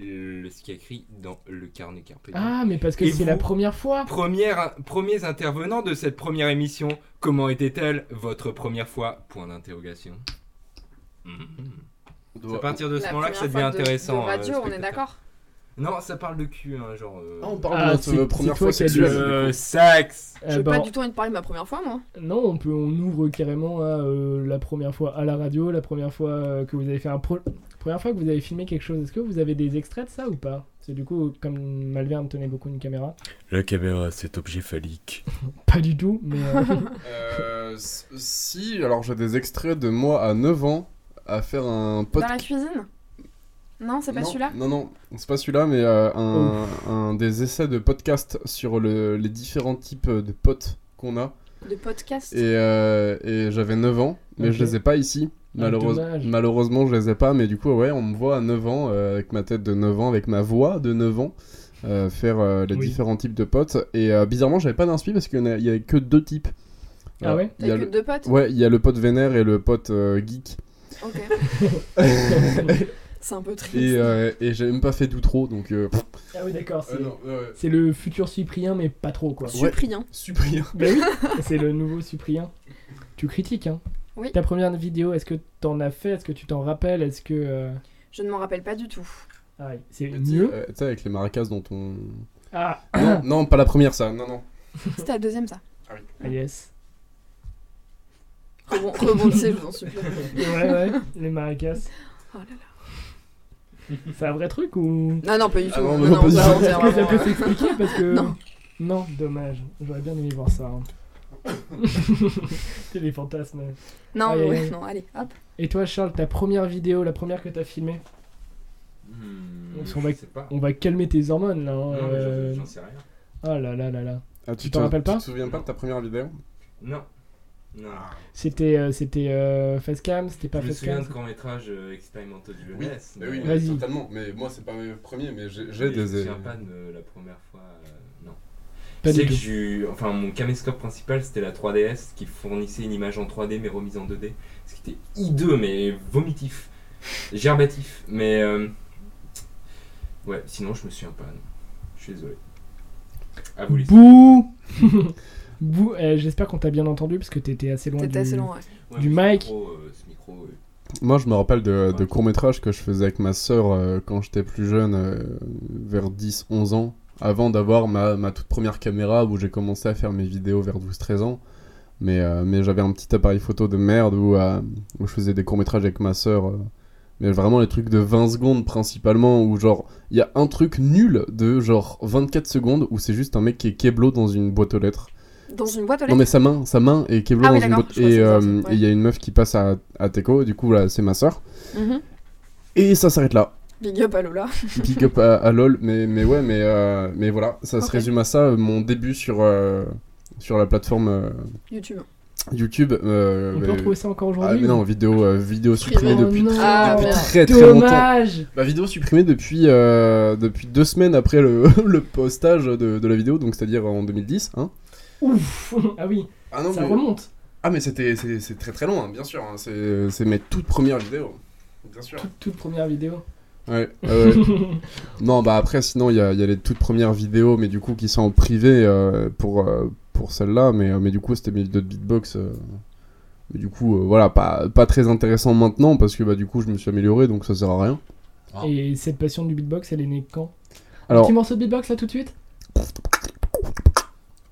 S3: le- ce qui est écrit dans le carnet Carpe Diem.
S2: Ah, mais parce que
S3: Et
S2: c'est la
S3: vous
S2: première fois.
S3: Première, premiers intervenants de cette première émission, comment était-elle votre première fois Point d'interrogation.
S5: Mmh.
S3: Mhm. C'est à partir de ce
S4: La
S3: moment-là que ça
S4: première
S3: devient
S4: fois de-
S3: intéressant.
S4: De
S3: euh,
S4: radio, on est
S3: spectateur.
S4: d'accord.
S3: Non, ça parle de cul, hein, genre. euh,
S5: Ah, on parle
S2: Ah,
S5: de notre
S2: c'est-
S5: première
S2: c'est toi
S5: fois
S2: qui as dit-
S5: sexuelle.
S3: le sexe
S5: Eh
S2: Euh,
S4: J'ai
S2: bah,
S5: ben,
S4: pas du tout envie de parler de ma première fois, moi.
S2: Non, on peut, on ouvre carrément à euh, la première fois à la radio, la première fois euh, que vous avez fait un pro... première fois que vous avez filmé quelque chose. Est-ce que vous avez des extraits de ça ou pas C'est du coup comme Malverne tenait beaucoup une caméra.
S1: La caméra, cet objet phallique.
S2: Pas du tout, mais euh,
S5: Euh, s- si, alors j'ai des extraits de moi à 9 ans à faire un
S4: Dans
S5: podcast.
S4: la cuisine Non, c'est pas
S5: Non,
S4: celui-là
S5: Non, non, c'est pas celui-là, mais euh, un, un des essais de podcast sur le- les différents types de potes qu'on a.
S4: De podcast
S5: Et, euh, et j'avais 9 ans, mais
S2: Ok. Ah,
S5: je les ai pas ici. Malheureuse-
S2: dommage.
S5: Malheureusement, je les ai pas, mais du coup, ouais, on me voit à 9 ans, euh, avec ma tête de 9 ans, avec ma voix de 9 ans, euh, faire euh, les
S2: Oui.
S5: différents types de potes. Et euh, bizarrement, j'avais pas d'inspi parce qu'il y en a- il y avait que deux types.
S2: Ah ouais
S5: il y a
S4: T'as que
S5: le-
S4: deux potes
S5: Ouais, il y a le pote vénère et le pote euh, geek.
S4: Ok. C'est un peu triste.
S5: Et, euh, et j'ai même pas fait d'outro, donc. euh, pff.
S2: Ah oui, d'accord.
S3: Euh,
S2: C'est c'est le futur Cyprien, mais pas trop quoi.
S5: ouais.
S4: Cyprien.
S5: Cyprien.
S2: Bah oui, c'est le nouveau Cyprien. Tu critiques, hein
S4: Oui.
S2: Ta première vidéo, est-ce que t'en as fait Est-ce que tu t'en rappelles Est-ce que. euh,
S4: Je ne m'en rappelle pas du tout.
S2: Ah, c'est
S5: Tu sais,
S2: mieux.
S5: euh, tu sais, avec les maracas dont on.
S2: Ah,
S5: Non, non, pas la première, ça. Non, non.
S4: C'était la deuxième, ça.
S2: ah yes.
S4: Rebon- Rebondissez, je vous en supplie.
S5: Ah
S2: Ouais, ouais, les maracas.
S4: Oh là là.
S2: C'est un vrai truc ou.
S4: Non, non, pas du
S5: Ah
S4: tout.
S5: non,
S4: Non,
S5: non,
S4: non,
S5: pas du
S4: ça,
S5: tout.
S4: on dirait
S2: Est-ce que ça
S4: vraiment,
S2: peut
S4: euh,
S2: s'expliquer Parce que.
S4: Non.
S2: Non, dommage. J'aurais bien aimé voir ça. hein. C'est les fantasmes.
S4: Non,
S5: Ah
S2: Allez,
S4: ouais,
S2: allez.
S4: non, allez, hop.
S2: Et toi, Charles, ta première vidéo, la première que t'as filmée
S5: Mmh.
S3: Hmm,
S2: Parce
S3: je
S2: qu'on va-
S3: sais pas.
S2: On va calmer tes hormones là. hein,
S3: Non, Ah, mais
S2: euh.
S3: j'en- j'en sais rien.
S2: Oh là là là là.
S5: Ah,
S2: Tu t'en rappelles pas
S5: Tu te souviens pas de ta première vidéo
S3: Non. Non.
S2: C'était euh, c'était euh, Facecam, c'était pas
S3: je me souviens
S2: Facecam.
S3: de court métrage expérimentaux de jeunesse.
S5: mais Eh oui,
S3: mais-
S2: Vas-y.
S5: certainement. Mais moi, c'est pas mes premiers, mais j'ai j'ai
S3: mais Je
S5: des.
S3: me souviens pas de la première fois. euh, non.
S2: Pas
S3: C'est
S2: du
S3: que
S2: tout.
S3: j'ai eu- Enfin, mon caméscope principal, c'était la 3DS qui fournissait une image en 3D mais remise en 2D. Ce qui était hideux, mais vomitif. Gerbatif. Mais. euh, Ouais, sinon, je me souviens pas. non. Je suis désolé. À vous, les
S2: Bouh Bouh euh, J'espère qu'on t'a bien entendu parce que t'étais assez loin.
S4: T'étais
S2: du-
S4: assez loin, ouais.
S3: Ouais,
S2: Du
S3: mais ce
S2: mic.
S3: micro, euh, ce micro, euh,
S5: Moi, je me rappelle de, de
S3: Ouais.
S5: courts-métrages que je faisais avec ma sœur euh, quand j'étais plus jeune, euh, vers 10-11 ans, avant d'avoir ma, ma toute première caméra où j'ai commencé à faire mes vidéos vers 12-13 ans. Mais, euh, mais j'avais un petit appareil photo de merde où, euh, où je faisais des courts-métrages avec ma sœur. euh, mais vraiment les trucs de 20 secondes principalement, où genre, il y a un truc nul de genre 24 secondes où c'est juste un mec qui est keblo dans une boîte aux lettres.
S4: Dans une boîte aux
S5: Non
S4: lettres.
S5: mais sa main, sa main est keblo
S4: Ah
S5: dans
S4: oui,
S5: une
S4: d'accord,
S5: boîte
S4: je vois,
S5: et
S4: c'est ça,
S5: euh,
S4: c'est-
S5: et il
S4: ouais.
S5: y a une meuf qui passe à, à Teco, du coup là c'est ma sœur.
S4: Mhm.
S5: Et ça s'arrête là.
S4: Big up à Lola.
S5: Big up à, à LOL, mais, mais ouais, mais, euh, mais voilà, ça se
S4: Ok.
S5: résume à ça, euh, mon début sur, euh, sur la plateforme euh,
S4: YouTube.
S5: YouTube. euh,
S2: On
S5: mais-
S2: peut retrouver ça encore
S5: Ah,
S2: aujourd'hui
S5: mais non, vidéo, euh, vidéo supprimée
S4: Privé.
S5: depuis,
S2: Oh non.
S5: très-
S4: Ah,
S5: depuis
S4: merde.
S5: très très longtemps.
S2: Dommage
S5: La vidéo supprimée depuis, euh, depuis deux semaines après le, le postage de, de la vidéo, donc c'est-à-dire en 2010. Hein.
S2: Ouf Ah oui,
S5: Ah non,
S2: ça
S5: mais,
S2: remonte
S5: ah, mais c'était, c'est, c'est très très long, hein, bien sûr, hein, c'est, c'est mes toutes premières vidéos. Bien sûr.
S2: Toute, toute première vidéo.
S5: Ouais, ouais, ouais. Non, bah après, sinon, il y a, il y a les toutes premières vidéos, mais du coup, qui sont en privé euh, pour, euh, pour celle-là. Mais, euh, mais du coup, c'était mes vidéos de beatbox. euh, mais du coup, euh, voilà, pas, pas très intéressant maintenant parce que bah, du coup, je me suis amélioré, donc ça sert à rien.
S2: Et cette passion du beatbox, elle est née quand Un
S5: Ah. Alors,
S2: petit morceau de beatbox là tout de suite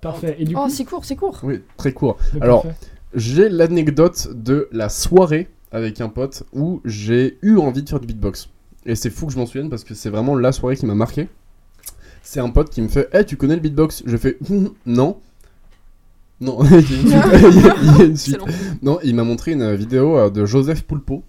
S2: Parfait. Et du coup,
S4: Oh, c'est court, c'est court.
S5: oui, très court.
S2: bah,
S5: alors-
S2: parfait.
S5: J'ai l'anecdote de la soirée avec un pote où j'ai eu envie de faire du beatbox. Et c'est fou que je m'en souvienne parce que c'est vraiment la soirée qui m'a marqué. C'est un pote qui me fait Eh, tu connais le beatbox Je fais Hum, Non. Non, il y a une suite. Il y a une
S4: C'est
S5: suite.
S4: long.
S5: Non, il m'a montré une vidéo euh, de Joseph Poulpeau.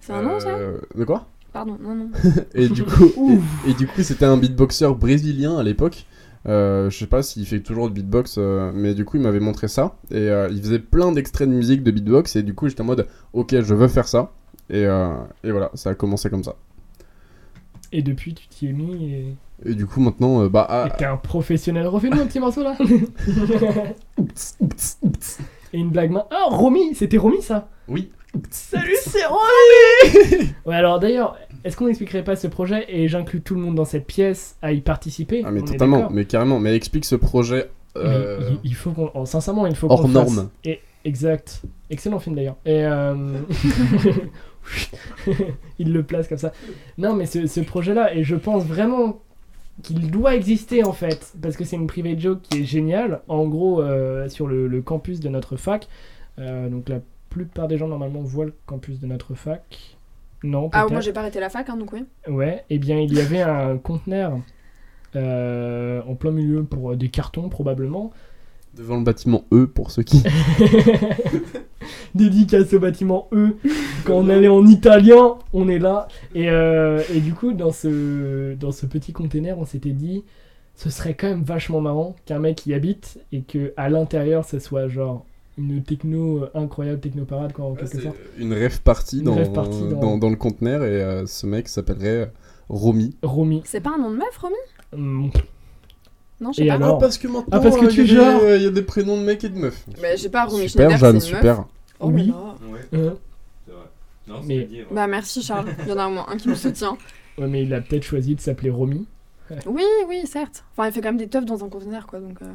S4: C'est un nom, ça
S5: Euh, De quoi
S4: Pardon, non, non.
S5: Et du coup, et, et du coup, c'était un beatboxer brésilien à l'époque. Euh, je sais pas s'il fait toujours de beatbox, euh, mais du coup, il m'avait montré ça. Et euh, il faisait plein d'extraits de musique de beatbox. Et du coup, j'étais en mode, ok, je veux faire ça. Et, euh, et voilà, ça a commencé comme ça.
S2: Et depuis, tu t'y es mis et
S5: Et du coup, maintenant, euh, bah.
S2: et
S5: ah,
S2: t'es un professionnel. Refais-nous un petit morceau là Et une blague main. Ah, Romy C'était Romy ça
S5: Oui.
S2: Salut, c'est Romy Ouais, alors d'ailleurs, est-ce qu'on n'expliquerait pas ce projet Et j'inclus tout le monde dans cette pièce à y participer.
S5: ah, mais
S2: on est
S5: totalement,
S2: d'accord. Mhm,
S5: mais carrément. Mais explique ce projet. euh,
S2: Il- Il, il faut qu'on. oh, Sincèrement, il faut qu'on.
S5: Hors
S2: fasse-
S5: norme.
S2: Et, exact. Excellent film d'ailleurs. Et. euh, il le place comme ça. Non, mais ce, ce projet-là, et je pense vraiment qu'il doit exister en fait, parce que c'est une private joke qui est géniale. En gros, euh, sur le, le campus de notre fac, euh, donc la plupart des gens normalement voient le campus de notre fac. Non,
S4: Ah,
S2: peut-être.
S4: moi, j'ai pas arrêté la fac, hein, donc oui.
S2: Ouais, et bien il y avait un conteneur euh, en plein milieu pour euh, des cartons probablement.
S5: Devant le bâtiment E pour ceux qui.
S2: Dédicace au bâtiment E. Quand on allait en italien, on est là. Et, euh, et du coup, dans ce, dans ce petit container, on s'était dit, ce serait quand même vachement marrant qu'un mec y habite et que à l'intérieur, ce soit genre une techno euh, incroyable, techno parade, quoi, en
S5: Ouais,
S2: quelque
S5: c'est
S2: sorte.
S5: Une rêve partie,
S2: Une
S5: dans,
S2: rave party dans-
S5: dans- dans le conteneur. Et euh, ce mec s'appellerait Romy.
S2: Romy.
S4: C'est pas un nom de meuf, Romy
S2: Hum,
S4: Non, je
S2: Et
S4: sais pas.
S2: alors
S5: parce que maintenant,
S2: Ah, parce que
S5: euh,
S2: tu
S5: il y a
S2: gères.
S5: des- euh, il y a des prénoms de mecs et de meufs.
S4: Mais j'ai pas Romy
S5: Super,
S4: Schneider,
S5: Jeanne,
S4: c'est une meuf.
S5: super.
S4: Oh là
S2: Oui.
S4: là.
S3: Ouais,
S2: hein.
S3: c'est vrai. Non,
S2: Mais-
S3: c'est dit, ouais.
S4: Bah, merci, Charles. Il y en a au moins un qui me soutient.
S2: Ouais, mais il a peut-être choisi de s'appeler Romy.
S4: Oui, oui, certes. Enfin, elle fait quand même des teufs dans un conteneur, quoi, donc. euh,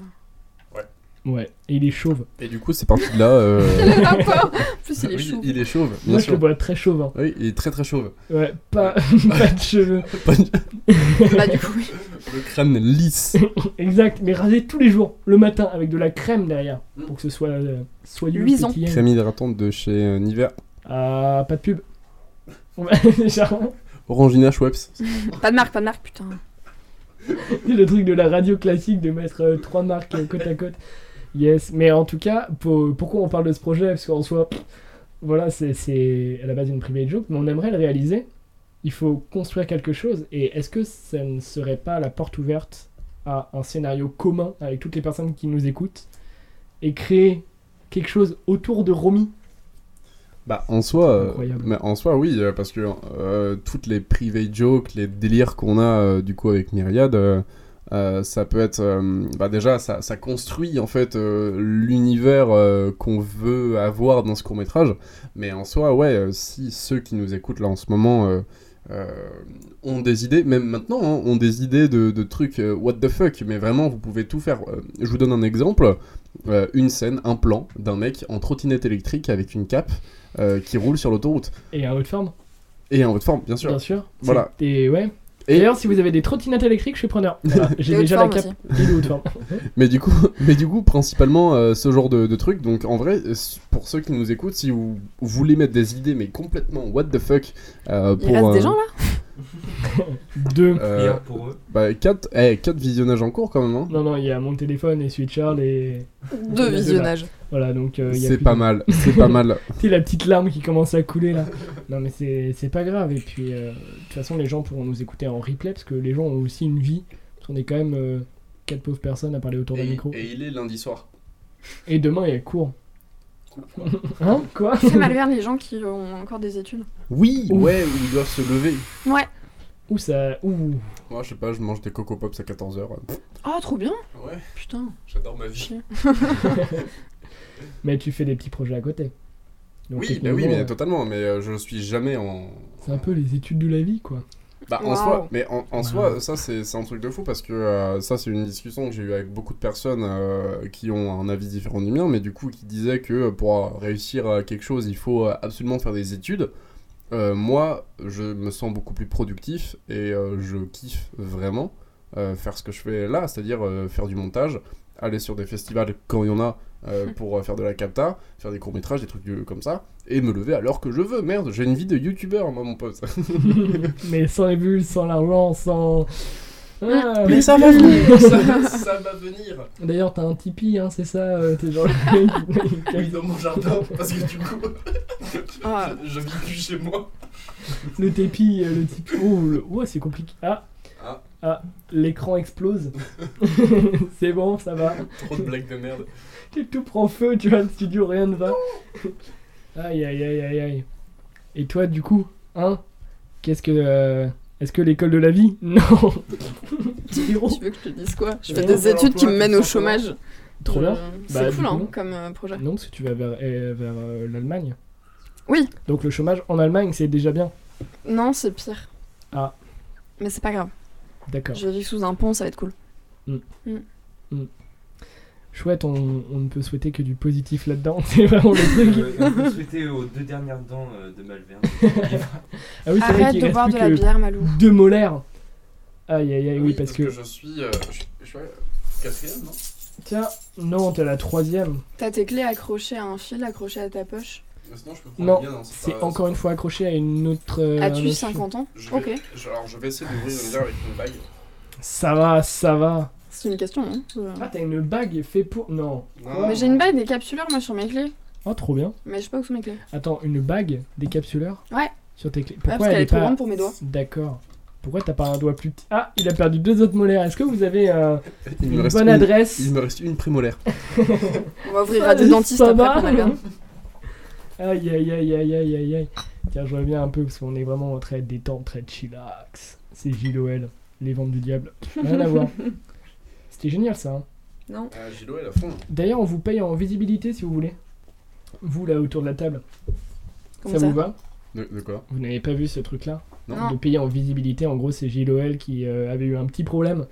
S2: Ouais, et il est chauve.
S5: Et du coup, c'est parti de là. euh,
S4: Le rapport En plus, il est
S5: oui,
S4: chauve.
S5: il est chauve, bien
S2: Moi, je
S5: sûr.
S2: le vois très chauve. hein.
S5: Oui, il est très très chauve.
S2: Ouais, pas, pas de cheveux.
S5: Pas du-
S4: Bah, du coup, oui.
S5: Le crâne lisse.
S2: Exact, mais rasé tous les jours, le matin, avec de la crème derrière,
S5: Mm.
S2: pour que ce soit euh, soyeux,
S4: Luisant.
S2: pétillant.
S5: Crème hydratante de chez euh, Nivea.
S2: Ah, pas de pub. bah, Déjà,
S5: Orangina Schweppes.
S4: Pas de marque, pas de marque, putain.
S2: c'est le truc de la radio classique de mettre euh, trois marques euh, côte à côte. Yes, mais en tout cas, pour- pourquoi on parle de ce projet Parce qu'en soi, pff, voilà, c'est- c'est à la base une private joke, mais on aimerait le réaliser. Il faut construire quelque chose, et est-ce que ça ne serait pas la porte ouverte à un scénario commun avec toutes les personnes qui nous écoutent et créer quelque chose autour de Romy
S5: Bah, en soi, euh,
S2: Incroyable.
S5: mais en soi, oui, euh, parce que euh, toutes les private jokes, les délires qu'on a euh, du coup avec Myriad, euh, euh, ça peut être, euh, bah déjà, ça, ça construit en fait euh, l'univers euh, qu'on veut avoir dans ce court métrage. Mais en soi, ouais, euh, si ceux qui nous écoutent là en ce moment euh, euh, ont des idées, même maintenant, hein, ont des idées de, de trucs euh, what the fuck, mais vraiment, vous pouvez tout faire. Euh, Je vous donne un exemple. Euh, une scène, un plan d'un mec en trottinette électrique avec une cape euh, qui roule sur l'autoroute.
S2: et à haute forme
S5: Et en haute forme, bien sûr.
S2: Bien sûr.
S5: Voilà.
S2: C'était- ouais.
S5: Et-
S2: D'ailleurs, si vous avez des trottinettes électriques, je suis preneur. Voilà, J'ai
S4: Et haute
S2: déjà la
S4: forme
S2: cape
S4: aussi.
S2: et de haute forme.
S5: Mais du coup, mais du coup principalement euh, ce genre de, de truc. Donc en vrai, euh, pour ceux qui nous écoutent, si vous voulez mettre des idées, mais complètement what the fuck, euh,
S4: Il
S5: pour.
S4: reste
S5: euh,
S4: des gens là
S2: Deux.
S5: euh,
S3: Rien pour eux.
S5: bah, 4, eh, quatre visionnages en cours quand même. hein.
S2: Non, non, il y a mon téléphone et celui de Charles et.
S4: Deux
S2: là.
S4: visionnages.
S2: Voilà, donc. euh, il y a
S5: C'est
S2: plus
S5: pas
S2: de-
S5: mal, c'est pas mal.
S2: Tu sais, la petite larme qui commence à couler là. non, mais c'est c'est pas grave. Et puis, euh, de toute façon, les gens pourront nous écouter en replay parce que les gens ont aussi une vie. Parce qu'on est quand même euh, quatre pauvres personnes à parler autour d'un
S5: Et,
S2: micro.
S5: et il est lundi soir.
S2: Et demain, il y a cours. hein Quoi
S4: C'est mal vers les gens qui ont encore des études.
S5: Oui,
S2: Ouf.
S5: ouais, où ils doivent se lever.
S4: Ouais.
S2: Où ça. Ouh.
S5: Moi, je sais pas, je mange des Coco Pops à 14h.
S4: Oh, trop bien
S5: Ouais,
S4: Putain,
S5: j'adore ma
S4: chier.
S2: Mais tu fais des petits projets à côté. Donc,
S5: Oui, bah
S2: techniquement,
S5: oui, mais
S2: euh,
S5: totalement, mais euh, je suis jamais en.
S2: C'est un peu les études de la vie quoi.
S5: Bah, en
S4: Wow.
S5: soi, mais en, en soi,
S2: Wow.
S5: ça c'est c'est un truc de fou parce que euh, ça c'est une discussion que j'ai eue avec beaucoup de personnes euh, qui ont un avis différent du mien, mais du coup qui disaient que pour euh, réussir euh, quelque chose, il faut euh, absolument faire des études. Euh, moi, je me sens beaucoup plus productif et euh, je kiffe vraiment euh, faire ce que je fais là, c'est-à-dire euh, faire du montage, aller sur des festivals quand il y en a euh, pour euh, faire de la capta, faire des courts-métrages, des trucs euh, comme ça, et me lever à l'heure que je veux. Merde, j'ai une vie de youtubeur, moi, mon pote.
S2: Mais sans les bulles, sans l'argent, sans. Ah,
S5: Mais ça va venir, ça, ça va venir.
S2: D'ailleurs, t'as un Tipeee, hein, c'est ça euh, T'es genre.
S5: Oui, dans mon jardin, parce que du coup,
S4: Ah,
S5: je, je vis plus chez moi.
S2: le Tipeee, euh, le Tipeee. Oh, le- oh, c'est compliqué. Ah
S5: Ah.
S2: Ah, l'écran explose. c'est bon, ça va.
S5: Trop de blagues de merde.
S2: Tu- Tout prend feu, tu vois, le studio, rien ne va. aïe, aïe, aïe, aïe, aïe. Et toi, du coup, hein Qu'est-ce que. euh, Est-ce que l'école de la vie Non Zéro.
S4: tu veux que je te dise quoi Je
S2: Et
S4: fais
S2: on
S4: des
S2: va
S4: études qui
S2: l'emploi,
S4: me mènent
S2: tout
S4: au
S2: simplement.
S4: chômage.
S2: Trop bien.
S4: Euh,
S2: Bah,
S4: C'est
S2: du
S4: cool hein,
S2: coup.
S4: comme euh, projet.
S2: Non, parce que tu vas vers, euh, vers euh, l'Allemagne.
S4: Oui.
S2: Donc le chômage en Allemagne, c'est déjà bien.
S4: Non, c'est pire.
S2: Ah.
S4: Mais c'est pas grave.
S2: D'accord.
S4: Je vis sous un pont, ça va être cool.
S2: Chouette, on, on ne peut souhaiter que du positif là-dedans. C'est vraiment le truc.
S3: Euh, on peut souhaiter aux deux dernières dents euh, de Malverne.
S2: Ah oui, c'est vrai
S4: Arrête
S2: qu'il
S4: de
S2: reste
S4: boire
S2: plus
S4: de la
S2: que
S4: bière, Malou.
S2: deux molaires. Aïe aïe aïe, Eh oui, parce que.
S5: je suis. euh, je, je suis à quatrième, non
S2: Tiens, non, t'as la troisième.
S4: T'as tes clés accrochées à un fil, accrochées à ta poche.
S5: Mais sinon, je peux
S2: Non,
S5: le mien, hein,
S2: Ah, C'est
S5: pas-
S2: encore une fois accroché à une autre. euh, un
S4: As-tu
S2: autre-
S4: 50 ans
S5: Je
S4: Ok.
S5: vais- je- alors, je vais essayer d'ouvrir une bière avec une bague.
S2: Ça va, ça va.
S4: C'est une question, hein. Euh,
S2: Ah, t'as une bague fait pour. Non.
S5: Non.
S4: Mais j'ai une bague décapsuleur, moi, sur mes clés.
S2: Oh, trop bien.
S4: Mais je sais pas où sont mes clés. Ah,
S2: Attends, une bague décapsuleur
S4: Ouais.
S2: Sur tes clés.
S4: Ouais, parce qu'elle
S2: elle
S4: est trop
S2: pas-
S4: grande pour mes doigts.
S2: D'accord. Pourquoi t'as pas un doigt plus petit Ah, il a perdu deux autres molaires. Est-ce que vous avez euh,
S5: Il me
S2: une
S5: reste
S2: bonne
S5: une-
S2: adresse
S5: Il me reste une prémolaire.
S4: On va ouvrir à Ah, des
S2: Ça
S4: dentistes
S2: va
S4: après pour Malverne.
S2: Aïe aïe aïe aïe aïe aïe aïe. Tiens, je reviens un peu parce qu'on est vraiment très détente, très chillax. C'est JLOL, les ventes du diable. Rien à voir. C'était génial ça. hein.
S5: Ah, Gilo est à fond.
S2: D'ailleurs, on vous paye en visibilité si vous voulez. Vous là autour de la table,
S4: Comment
S2: ça
S4: ça
S2: vous va
S5: De, de quoi
S2: Vous n'avez pas vu ce truc là
S5: Non.
S4: Non.
S2: de payer en visibilité. En gros, c'est Gilles Oel qui euh, avait eu un petit problème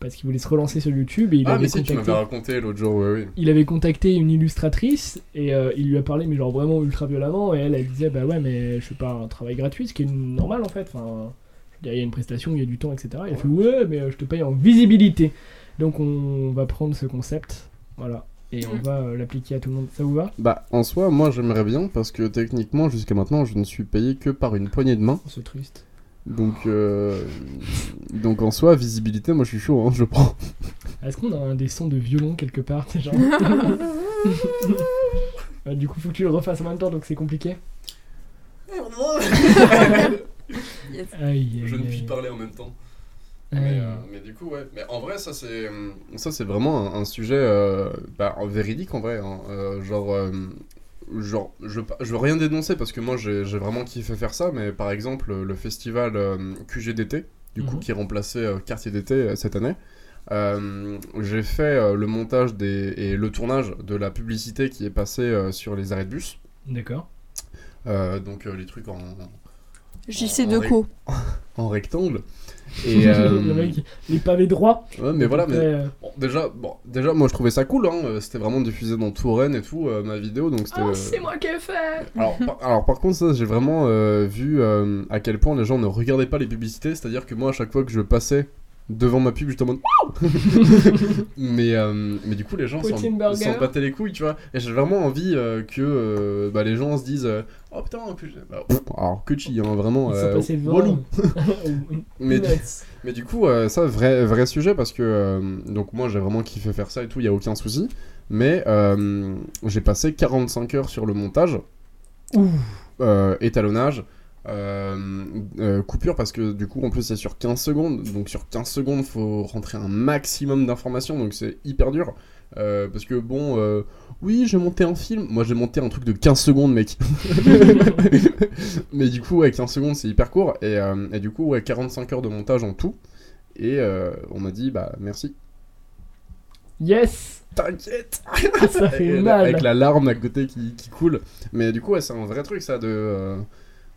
S2: parce qu'il voulait se relancer sur YouTube et il
S5: Ah,
S2: avait
S5: mais si, tu m'avais
S2: contacté
S5: raconté l'autre jour, ouais, oui.
S2: il avait contacté une illustratrice et euh, il lui a parlé mais genre vraiment ultra violemment et elle elle disait bah ouais mais je fais pas un travail gratuit ce qui est normal en fait enfin je veux dire, il y a une prestation il y a du temps etc il a fait ouais mais euh, je te paye en visibilité donc on va prendre ce concept voilà et on va euh, l'appliquer à tout le monde ça vous va
S5: Bah, en soi, moi j'aimerais bien parce que techniquement, jusqu'à maintenant, je ne suis payé que par une poignée de main.
S2: on se triste
S5: Donc, euh, donc en soi, visibilité, moi je suis chaud, hein, je prends.
S2: est-ce qu'on a un des sons de violon quelque part c'est genre Euh, du coup faut que tu le refasses en même temps donc c'est compliqué
S4: Yes.
S2: Aïe, aïe, aïe.
S5: parler en même temps.
S2: Aïe.
S5: Mais, euh, mais du coup, ouais. Mais en vrai, ça c'est hum, ça c'est vraiment un, un sujet euh, bah, véridique en vrai. hein. Euh, genre, euh, genre, je veux pas- je veux rien dénoncer parce que moi j'ai j'ai vraiment kiffé faire ça. Mais par exemple, le festival euh, QGDT, du coup
S2: Mhm.
S5: qui remplaçait euh, Quartier d'été euh, cette année. euh, j'ai fait euh, le montage des, et le tournage de la publicité qui est passée euh, sur les arrêts de bus.
S2: d'accord
S5: Euh, donc euh, les trucs en,
S4: JC
S5: En
S4: Deco.
S5: en rectangle. Et, euh,
S2: le mec les pavés droits
S5: ouais, mais voilà, mais
S2: Après, euh,
S5: Bon, déjà, bon, déjà, moi je trouvais ça cool, hein. euh, c'était vraiment diffusé dans Touraine et tout, euh, ma vidéo, donc c'était...
S2: Ah,
S5: euh,
S2: c'est moi qui ai fait
S5: alors, par, alors, par contre, ça, j'ai vraiment euh, vu euh, à quel point les gens ne regardaient pas les publicités, c'est-à-dire que moi, à chaque fois que je passais devant ma pub, j'étais en mode... mais, euh, mais du coup, les gens s'en
S2: Poutine burger.
S5: s'en battaient les couilles, tu vois, et j'ai vraiment envie euh, que euh, bah, les gens se disent... euh, Oh putain, un peu- bah, pff, alors que chi, hein, vraiment.
S2: Ils
S5: euh,
S2: sont passés devant.
S5: Walou.
S2: Mais
S5: Mais du- mais du coup, euh, ça, vrai, vrai sujet, parce que euh, donc moi j'ai vraiment kiffé faire ça et tout, il n'y a aucun souci. Mais euh, j'ai passé 45 heures sur le montage,
S2: Ouh.
S5: Euh, étalonnage, euh, euh, coupure, parce que du coup en plus c'est sur 15 secondes. Donc sur 15 secondes, faut rentrer un maximum d'informations, donc c'est hyper dur. Euh, parce que bon, euh, oui, j'ai monté un film. Moi j'ai monté un truc de 15 secondes, mec. Mais du coup, ouais, 15 secondes, c'est hyper court. Et, euh, et du coup, ouais, 45 heures de montage en tout. Et euh, on m'a dit, bah merci.
S2: Yes
S5: T'inquiète
S2: Ça Ah, fait
S5: Avec la-
S2: mal
S5: Avec la larme à côté qui, qui coule. Mais du coup, ouais, c'est un vrai truc, ça, de... euh,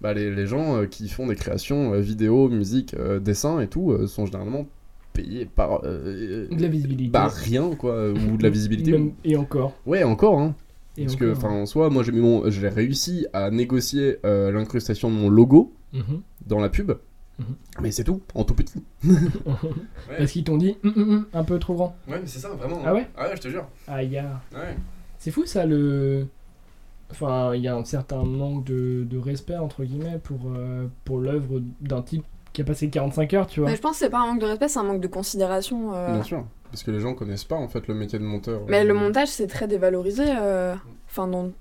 S5: bah, les, les gens euh, qui font des créations euh, vidéo, musique, euh, dessin et tout, euh, sont généralement payés par... euh,
S2: De la visibilité.
S5: bah, rien, quoi. Ou de la visibilité.
S2: Même- Et encore.
S5: Ouais, encore, hein.
S2: Et
S5: Parce que,
S2: encore.
S5: enfin, en soi, moi, j'ai mis mon- j'ai réussi à négocier euh, l'incrustation de mon logo
S2: Mhm.
S5: dans la pub.
S2: Mhm.
S5: Mais c'est tout, en tout petit.
S2: Parce qu'ils t'ont dit hum, hum, hum, un peu trop grand.
S5: Ouais, mais c'est ça, vraiment. hein.
S2: Ah ouais
S5: je te jure.
S2: Aïe. ah.
S5: Ouais.
S2: C'est fou ça le. Enfin, il y a un certain manque de, de respect entre guillemets pour, euh, pour l'œuvre d'un type qui a passé 45 heures, tu vois.
S4: Mais je pense que c'est pas un manque de respect, c'est un manque de considération. euh.
S5: Bien sûr. Parce que les gens connaissent pas, en fait, le métier de monteur.
S4: Mais le montage, c'est très dévalorisé. euh. Enfin, dans...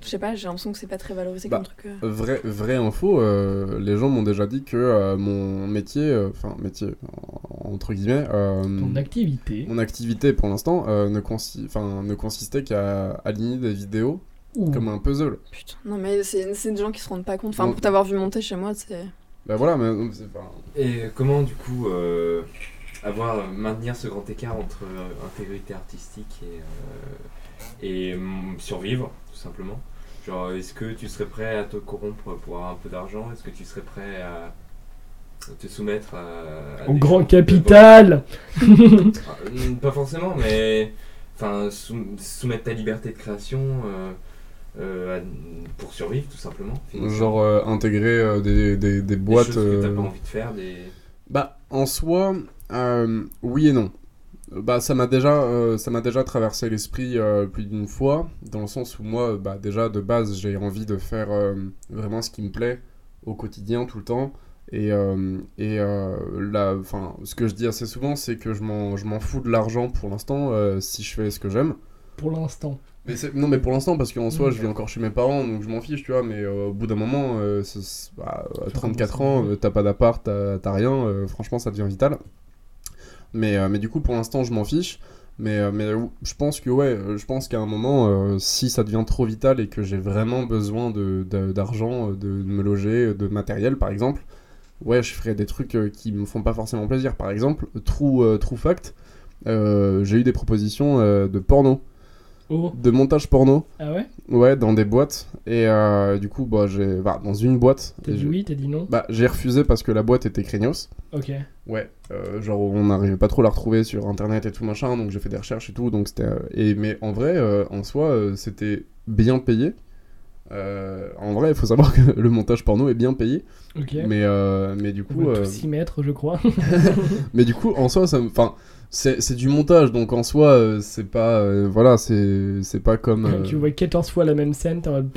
S4: je sais pas, j'ai l'impression que c'est pas très valorisé
S5: Bah.
S4: comme truc. euh.
S5: Vrai, vraie info, euh, les gens m'ont déjà dit que euh, mon métier, euh, enfin, métier, en- entre guillemets, euh,
S2: Ton activité.
S5: mon activité pour l'instant euh, ne, consi- enfin, ne consistait qu'à aligner des vidéos
S2: Ouh.
S5: comme un puzzle.
S4: Putain, non mais c'est c'est des gens qui se rendent pas compte. Enfin,
S5: Non.
S4: pour t'avoir vu monter chez moi, c'est.
S5: Bah voilà, mais c'est pas.
S3: Et comment du coup euh, avoir maintenir ce grand écart entre euh, intégrité artistique et, euh, et mm, survivre tout simplement Genre est-ce que tu serais prêt à te corrompre pour avoir un peu d'argent Est-ce que tu serais prêt à te soumettre à, à
S2: Au
S3: des
S2: grand
S3: gens-
S2: capital
S3: Ah, mm, Pas forcément, mais enfin sou- soumettre ta liberté de création euh, euh, à- pour survivre tout simplement.
S5: Genre euh, intégrer euh, des, des, des
S3: des
S5: boîtes.
S3: choses que t'as
S5: euh,
S3: pas envie de faire, des
S5: Bah, en soi, euh, oui et non. Bah, ça m'a déjà, euh, ça m'a déjà traversé l'esprit euh, plus d'une fois, dans le sens où moi, euh, bah, déjà de base, j'ai envie de faire euh, vraiment ce qui me plaît au quotidien, tout le temps. Et, euh, et euh, là, enfin, ce que je dis assez souvent, c'est que je m'en, je m'en fous de l'argent pour l'instant euh, si je fais ce que j'aime.
S2: pour l'instant.
S5: Mais c'est- non, mais pour l'instant, parce qu'en soi, je vis encore chez mes parents, donc je m'en fiche, tu vois. Mais euh, au bout d'un moment, euh, c'est- c'est- bah, à
S2: Faut
S5: 34 ans,
S2: commencer.
S5: euh, t'as pas d'appart, t'as t'as rien, euh, franchement, ça devient vital. Mais, euh, mais du coup, pour l'instant, je m'en fiche. Mais, euh, mais ou- je pense que, ouais, euh, je pense qu'à un moment, euh, si ça devient trop vital et que j'ai vraiment besoin de- de- d'argent, euh, de, de, me loger, de matériel, par exemple, ouais, je ferai des trucs euh, qui me font pas forcément plaisir. Par exemple, True, euh, True Fact, euh, j'ai eu des propositions euh, de porno.
S2: Oh.
S5: de montage porno,
S2: Ah ouais
S5: ouais, dans des boîtes. Et euh, du coup, bah, j'ai, bah, dans une boîte,
S2: T'as
S5: et
S2: dit
S5: j'ai-
S2: oui, t'as dit non
S5: bah, j'ai refusé parce que la boîte était craignos.
S2: Ok.
S5: Ouais, euh, genre on n'arrivait pas trop à la retrouver sur internet et tout machin, donc j'ai fait des recherches et tout, donc c'était. euh, et mais en vrai, euh, en soi, euh, c'était bien payé. Euh, en vrai, il faut savoir que le montage porno est bien payé,
S2: Ok. Ah bah,
S5: mais euh, mais du
S2: On
S5: coup,
S2: peut
S5: euh,
S2: tous s'y mettre, je crois.
S5: mais du coup, en soi, ça me, enfin, c'est c'est du montage, donc en soi, euh, c'est pas, euh, voilà, c'est c'est pas comme. euh,
S2: tu vois 14 fois la même scène, t'es en mode,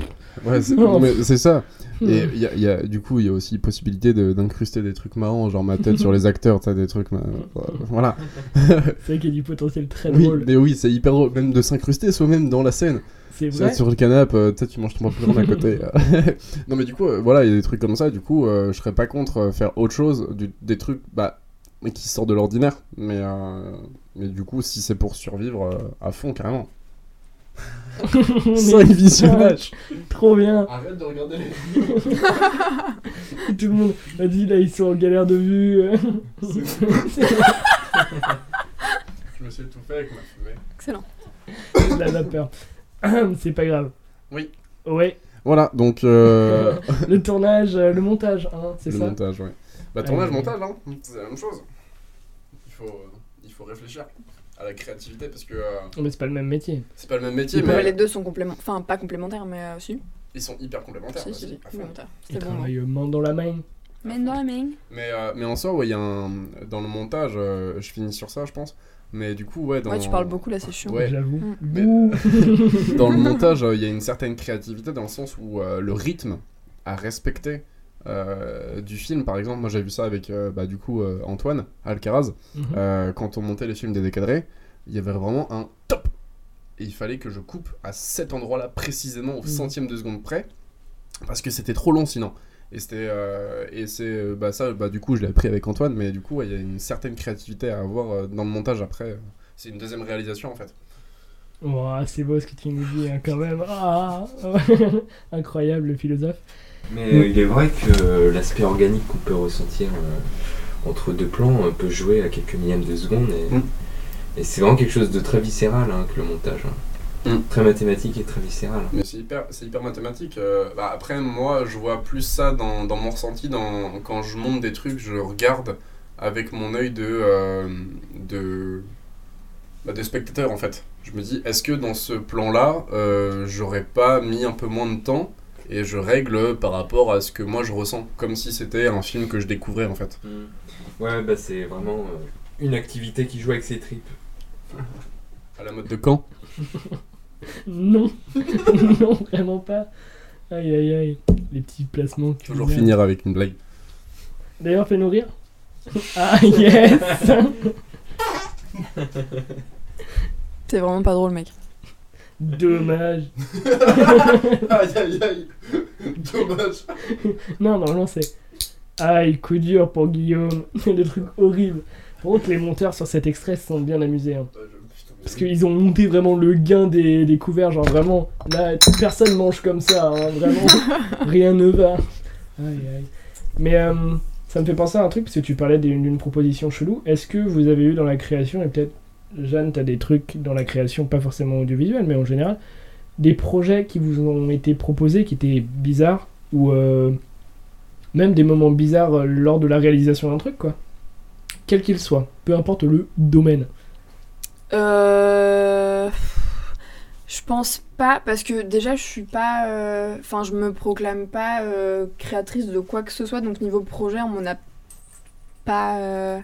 S5: ouais, c'est
S2: Non.
S5: mais c'est ça. Et
S2: hmm.
S5: il y a- il y a, du coup, il y a aussi possibilité de- d'incruster des trucs marrants, genre ma tête sur les acteurs, t'as des trucs, ma- euh, voilà.
S2: C'est vrai qu'il y a du potentiel très
S5: Oui,
S2: drôle.
S5: mais oui, c'est hyper drôle, même de s'incruster soi-même dans la scène.
S2: C'est
S5: C'est
S2: vrai Ah,
S5: sur le canapé, euh, peut-être tu manges ton popcorn à côté. non, mais du coup, euh, voilà, il y a des trucs comme ça. Du coup, euh, je serais pas contre euh, faire autre chose, du- des trucs bah, qui sortent de l'ordinaire. Mais, euh, mais du coup, si c'est pour survivre euh, à fond, carrément.
S2: On est
S5: 5 visionnages
S2: Trop bien
S5: Arrête de regarder les.
S2: Tout le monde a dit là, ils sont en galère de vue.
S5: Je me suis étouffé avec ma fumée.
S4: Excellent.
S2: la vapeur. C'est pas grave.
S5: Oui.
S2: Ouais.
S5: Voilà, donc euh,
S2: Le tournage, euh, le montage, hein, c'est
S5: le
S2: ça
S5: montage, ouais. Bah,
S2: Ouais.
S5: tournage,
S4: Euh,
S5: montage, hein, c'est la même chose. Il faut, euh, il faut réfléchir à la créativité parce que euh,
S2: Non, Mais c'est pas le même métier.
S5: c'est pas le même métier,
S2: Il
S5: mais
S4: les deux sont complémentaires. Enfin, pas complémentaires, mais euh, si.
S5: ils sont hyper complémentaires.
S4: Si,
S5: bah,
S4: si, si,
S5: à fond.
S4: complémentaires.
S2: Ils
S4: C'était bon.
S2: travaillent euh, main dans la main.
S4: Mais dans la main.
S5: Mais, euh, mais en soi, ouais, il y a un... dans le montage, euh, je finis sur ça, je pense. Mais du coup, ouais, dans,
S4: Ouais, tu parles beaucoup là, c'est chiant.
S5: Ouais.
S2: J'avoue.
S4: Mm.
S5: Mais-
S2: Ouh.
S5: dans le montage, euh, il y a une certaine créativité dans le sens où euh, le rythme à respecter euh, du film, par exemple, moi j'ai vu ça avec euh, bah, du coup euh, Antoine Alcaraz,
S2: Mhm.
S5: Euh, quand on montait les films des décadrés, il y avait vraiment un top. Et il fallait que je coupe à cet endroit-là précisément au
S2: Mhm.
S5: centième de seconde près, parce que c'était trop long sinon. Et c'était euh, et c'est euh, bah ça bah du coup je l'ai appris avec Antoine, mais du coup ouais, il y a une certaine créativité à avoir euh, dans le montage après. C'est une deuxième réalisation en fait.
S2: Ouah, Oh, ah, c'est beau ce que tu nous dis hein, quand même. Ah, incroyable le philosophe.
S3: Mais euh, il est vrai que l'aspect organique qu'on peut ressentir euh, entre deux plans euh, peut jouer à quelques millièmes de seconde. Et,
S5: Mm.
S3: et c'est vraiment quelque chose de très viscéral hein, que le montage. hein.
S5: Mm.
S3: Très mathématique et très viscéral.
S5: Mais c'est hyper, c'est hyper mathématique. euh, bah, après, moi, je vois plus ça dans, dans mon ressenti. Dans, quand je monte des trucs, je regarde avec mon œil de, euh, de, bah, de spectateur, en fait. Je me dis, est-ce que dans ce plan-là, euh, j'aurais pas mis un peu moins de temps et je règle par rapport à ce que moi je ressens, comme si c'était un film que je découvrais en fait.
S3: Ouais, bah c'est vraiment euh, une activité qui joue avec ses tripes.
S5: À la mode de Caen
S2: Non, non, vraiment pas. Aïe aïe aïe, les petits placements.
S5: Toujours
S2: culinaires.
S5: finir avec une blague.
S2: D'ailleurs, fais-nous rire. Ah yes
S4: T'es vraiment pas drôle, mec.
S2: Dommage.
S5: aïe aïe aïe Dommage
S2: Non, normalement c'est. Aïe, coup dur pour Guillaume. Des trucs horribles. Par contre, les monteurs sur cet extrait se sont bien amusés. hein. Parce qu'ils ont monté vraiment le gain des, des couverts. Genre vraiment, là, personne mange comme ça. hein, Vraiment, rien ne va. Aïe, aïe. Mais euh, ça me fait penser à un truc, parce que tu parlais d'une d'une proposition chelou. Est-ce que vous avez eu dans la création, et peut-être, Jeanne, t'as des trucs dans la création, pas forcément audiovisuelle, mais en général, des projets qui vous ont été proposés qui étaient bizarres ou. euh, même des moments bizarres euh, lors de la réalisation d'un truc, quoi. Quel qu'il soit, peu importe le domaine.
S4: Euh. Je pense pas, parce que déjà je suis pas. euh, Enfin, je me proclame pas euh, créatrice de quoi que ce soit, donc niveau projet, on m'en a pas euh,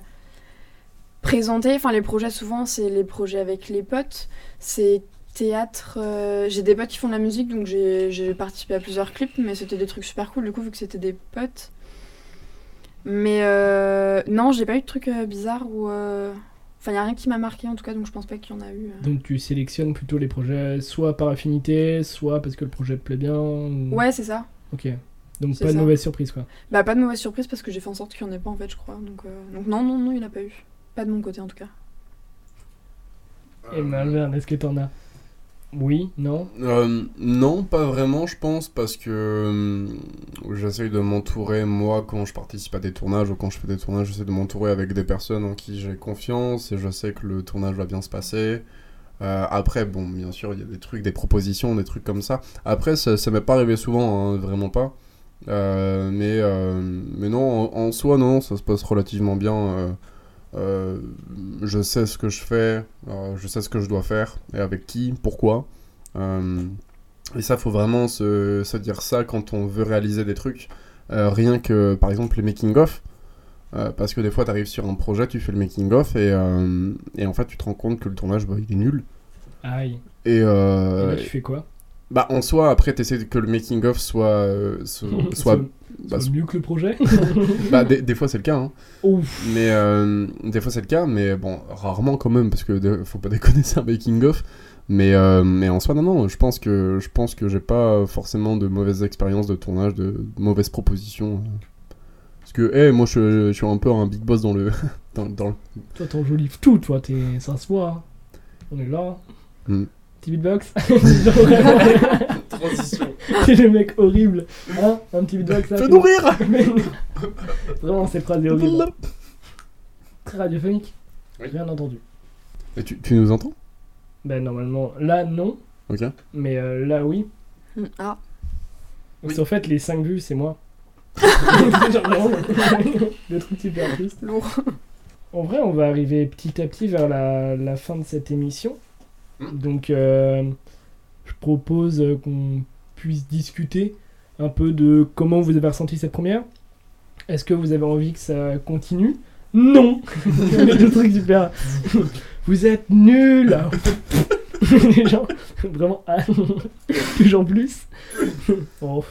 S4: présenté. Enfin, les projets, souvent, c'est les projets avec les potes. C'est théâtre. euh, J'ai des potes qui font de la musique, donc j'ai j'ai participé à plusieurs clips, mais c'était des trucs super cool du coup, vu que c'était des potes. Mais euh, non, j'ai pas eu de trucs euh, bizarres ou. euh, Enfin, y a rien qui m'a marqué en tout cas, donc je pense pas qu'il y en a eu. euh.
S2: Donc tu sélectionnes plutôt les projets soit par affinité, soit parce que le projet te plaît bien. ou-
S4: Ouais, c'est ça.
S2: Ok. Donc
S4: C'est
S2: pas de
S4: ça.
S2: mauvaise surprise, quoi.
S4: Bah, pas de mauvaise surprise parce que j'ai fait en sorte qu'il y en ait pas en fait, je crois. Donc, euh, donc non, non, non, il n'y en a pas eu. Pas de mon côté en tout cas.
S2: Et malverne, Eh ben, est-ce que t'en as Oui, non
S5: Euh, non, pas vraiment, je pense, parce que euh, j'essaye de m'entourer, moi, quand je participe à des tournages ou quand je fais des tournages, j'essaie de m'entourer avec des personnes en qui j'ai confiance et je sais que le tournage va bien se passer. Euh, après, bon, bien sûr, il y a des trucs, des propositions, des trucs comme ça. Après, ça, ça m'est pas arrivé souvent, hein, vraiment pas. Euh, mais, euh, mais non, en, en soi, non, ça se passe relativement bien. euh, euh, je sais ce que je fais, euh, je sais ce que je dois faire, et avec qui, pourquoi. Euh, et ça, faut vraiment se, se dire ça quand on veut réaliser des trucs. Euh, rien que, par exemple, les making-of. Euh, parce que des fois, tu arrives sur un projet, tu fais le making-of, et, euh, et en fait, tu te rends compte que le tournage, bah, il est nul.
S2: Aïe.
S5: Et,
S2: Et
S5: euh,
S2: là, tu fais quoi
S5: bah, en soi, après, t'essaies que le making-of soit, euh, so- soit,
S2: C'est
S5: bah, so-
S2: mieux que le projet
S5: bah, des, des fois, c'est le cas. hein.
S2: Ouf.
S5: Mais euh, des fois, c'est le cas, mais bon, rarement quand même, parce que de- faut pas déconner, c'est un making-of. Mais, euh, mais en soi, non, non, je pense que je pense que j'ai pas forcément de mauvaises expériences de tournage, de, mauvaises propositions. euh. Parce que, hé, moi, je, je suis un peu un big boss dans le. dans, dans le...
S2: Toi, t'enjolives tout, toi, t'es... ça se voit. hein. On est là.
S5: Hmm.
S2: Petit beatbox Transition. T'es le mec horrible. Hein Un petit beatbox là.
S5: Fais
S2: t'es-
S5: nous rire
S2: Mais non. Vraiment, cette phrase est horrible. Très radiophonique. Rien entendu.
S5: Et tu, tu nous entends
S2: Ben, normalement, là, non.
S5: Ok.
S2: Mais euh, là, oui.
S4: Mm, Ah,
S2: Parce qu'en fait, les 5 vues, c'est moi. Genre, vraiment, le truc super triste.
S4: lourd.
S2: En vrai, on va arriver petit à petit vers la, la fin de cette émission. Donc, euh, je propose euh, qu'on puisse discuter un peu de comment vous avez ressenti cette première. Est-ce que vous avez envie que ça continue Non Les deux trucs super. Vous êtes nuls Les gens, vraiment, ah, toujours plus. Oh. Bon.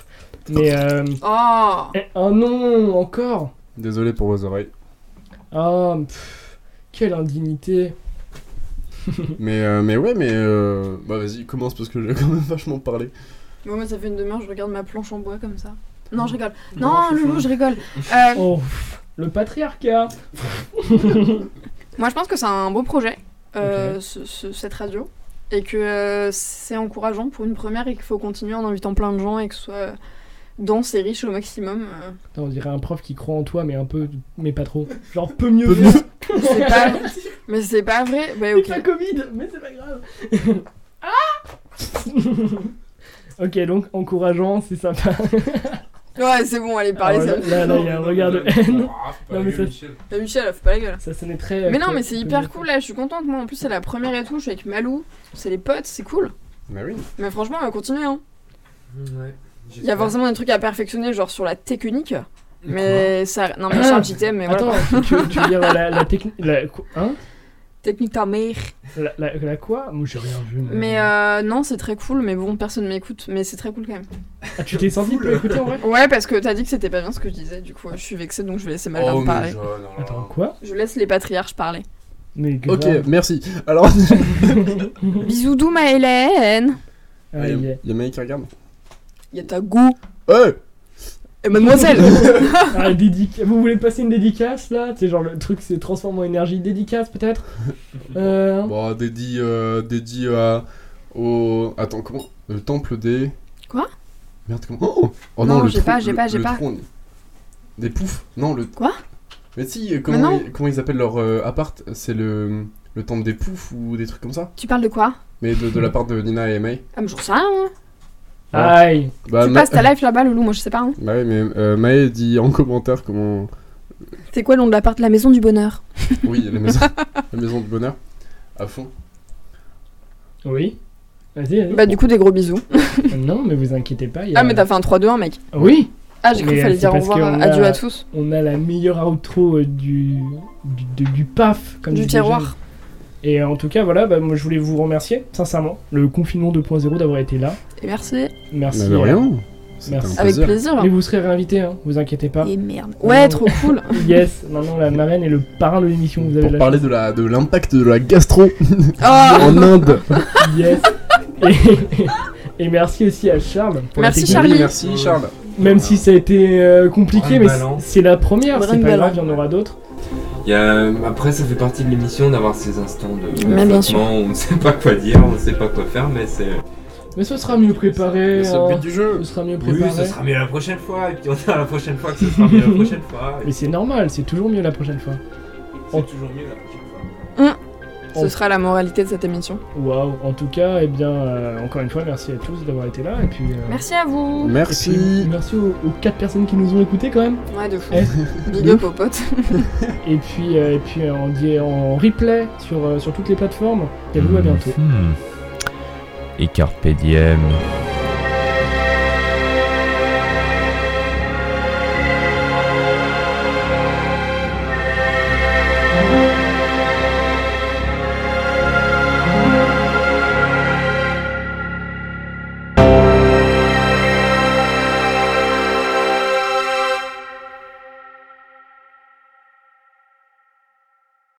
S2: Mais, euh,
S4: Oh
S2: eh, oh non, encore
S5: Désolé pour vos oreilles.
S2: ah, pff, quelle indignité.
S5: Mais, euh, mais ouais, mais. euh, bah, vas-y, commence, parce que j'ai quand même vachement parlé.
S4: Bon, moi, ça fait une demi-heure, je regarde ma planche en bois comme ça. Non, je rigole.
S2: Non,
S4: Non,
S2: je suis
S4: Loulou,
S2: fou.
S4: je rigole. Euh,
S2: Oh, pff, le patriarcat.
S4: Moi, je pense que c'est un beau projet, euh, ce- ce- cette radio, et que euh, c'est encourageant pour une première et qu'il faut continuer en invitant plein de gens et que ce soit euh, dense et riche au maximum. euh.
S2: Putain, on dirait un prof qui croit en toi, mais un peu, mais pas trop. Genre, peu mieux.
S5: Peu
S2: faire.
S4: C'est pas... Mais c'est pas vrai. Bah, ok.
S2: C'est la Covid, mais c'est pas grave. ah Ok, donc encourageant, c'est sympa.
S4: Ouais, c'est bon, allez, parlez.
S2: Ah,
S4: ça...
S2: là, là, là, il y a un regard de haine. Non, mais ça,
S4: Bah, Michel, faut pas la gueule.
S2: ça sonnait très. euh,
S4: Mais non, mais c'est hyper cool là, je suis contente. Moi, en plus, c'est la première et tout. Je suis avec Malou, c'est les potes, c'est cool.
S5: Bah oui.
S4: Mais franchement, on va continuer. Hein.
S3: Ouais.
S4: Il y a forcément des trucs à perfectionner, genre sur la technique. Mais ça. Non, mais Charles, j'y t'aime, mais voilà.
S2: Attends, tu, tu veux dire la, la technique. La, quoi- hein
S4: Technique ta mère.
S2: la, la, la quoi Moi, j'ai rien vu.
S4: Mais euh, non, c'est très cool, mais bon, personne m'écoute, mais c'est très cool quand même.
S2: Ah, tu t'es senti peu écouter en vrai
S4: Ouais, parce que t'as dit que c'était pas bien ce que je disais, du coup, je suis vexée, donc je vais laisser Malvin parler.
S2: Attends, quoi
S4: Je laisse les patriarches parler.
S2: Mais
S5: Ok,
S2: grave.
S5: merci. Alors.
S4: Bisous doux, ma Hélène
S2: Aïe,
S5: Il y a-
S2: aïe.
S5: il y a Maï qui regarde.
S4: Y'a ta goût
S5: Hey
S4: Et mademoiselle
S2: Ah, dédic- Vous voulez passer une dédicace là C'est genre le truc c'est transforme en énergie. Dédicace peut-être euh...
S5: Bon, dédié, euh, dédié à, au... Attends, comment Le temple des...
S4: Quoi
S5: Merde, comment Oh, Oh
S4: Non, j'ai
S5: trou-
S4: pas, j'ai
S5: le-
S4: pas, j'ai
S5: le
S4: pas.
S5: trou en- Des poufs Non, le...
S4: Quoi
S5: Mais si, euh, comment,
S4: non.
S5: ils, comment ils appellent leur euh, appart C'est le, le temple des poufs ou des trucs comme ça
S4: Tu parles de quoi
S5: Mais de, de la part de Nina et May.
S4: Ah, mais j'en sais rien, hein.
S2: Aïe
S5: Bah,
S4: Tu
S5: Ma-
S4: passes ta life là-bas, Loulou, moi je sais pas, hein.
S5: Bah oui, mais euh, May dit en commentaire comment...
S4: C'est quoi le nom de l'appart La maison du bonheur.
S5: Oui, la maison, la maison du bonheur. À fond.
S2: Oui Vas-y, vas-y.
S4: Bah, du coup, des gros bisous.
S2: Non, mais vous inquiétez pas. il y a-
S4: Ah, mais t'as fait un 3-2-1, mec.
S2: Oui
S4: Ah, j'ai cru
S2: Mais,
S4: qu'il
S2: euh,
S4: fallait
S2: c'est
S4: dire au
S2: parce
S4: revoir,
S2: qu'on a-
S4: adieu à tous.
S2: On a la meilleure outro euh, du... Du, du- du paf, comme
S4: Du
S2: disent les
S4: tiroir.
S2: jeunes. Et euh, en tout cas, voilà, bah, moi je voulais vous remercier, sincèrement, le confinement 2.0 d'avoir été là.
S4: Et merci.
S2: Merci.
S5: Mais de rien. C'était
S2: Merci.
S5: un
S4: Avec
S5: plaisir.
S4: plaisir.
S2: euh, Mais vous serez réinvité, hein, vous inquiétez pas.
S4: Et merde. Ouais, trop cool.
S2: Yes, maintenant la marraine et le parrain de l'émission, vous avez
S5: Pour
S2: la
S5: parler de la- de l'impact de, la gastro
S4: Oh
S5: en Inde.
S2: chance. Yes. Et, et merci aussi à Charles pour la
S4: Merci,
S2: technique.
S4: Charles. Charlie.
S5: Oui, merci Charles.
S2: Même si ça a été euh, compliqué,
S3: Brain
S2: mais
S3: balance.
S2: c'est la première,
S4: Brain
S2: c'est pas grave,
S4: balance.
S2: il y en aura d'autres.
S3: Il y a- euh, Après, ça fait partie de l'émission d'avoir ces instants de
S4: Mais bien
S3: flottement,
S4: sûr.
S3: on ne sait pas quoi dire, on ne sait pas quoi faire, mais c'est. euh,
S2: Mais ce sera mieux préparé.
S5: C'est le but
S2: hein.
S5: du jeu.
S2: Ce sera mieux
S3: Oui,
S2: préparé.
S3: ce sera mieux la prochaine fois, et puis on dira la prochaine fois que ce sera mieux la prochaine fois. et
S2: Mais c'est normal, c'est toujours mieux la prochaine fois.
S3: C'est toujours mieux la prochaine fois.
S2: On En-
S4: Ce sera la moralité de cette émission.
S2: Waouh, en tout cas, eh bien, euh, encore une fois, merci à tous d'avoir été là. Et puis, euh,
S4: Merci à vous.
S2: et puis, merci aux, aux quatre personnes qui nous ont écoutés quand même.
S4: Ouais, de fou.
S2: Eh,
S4: Big up aux potes.
S2: et puis, euh, et puis euh, en, di- en replay
S3: Mmh.
S2: sur, euh, sur toutes les plateformes. Et vous, à bientôt.
S1: Hmm. Et Carpe diem.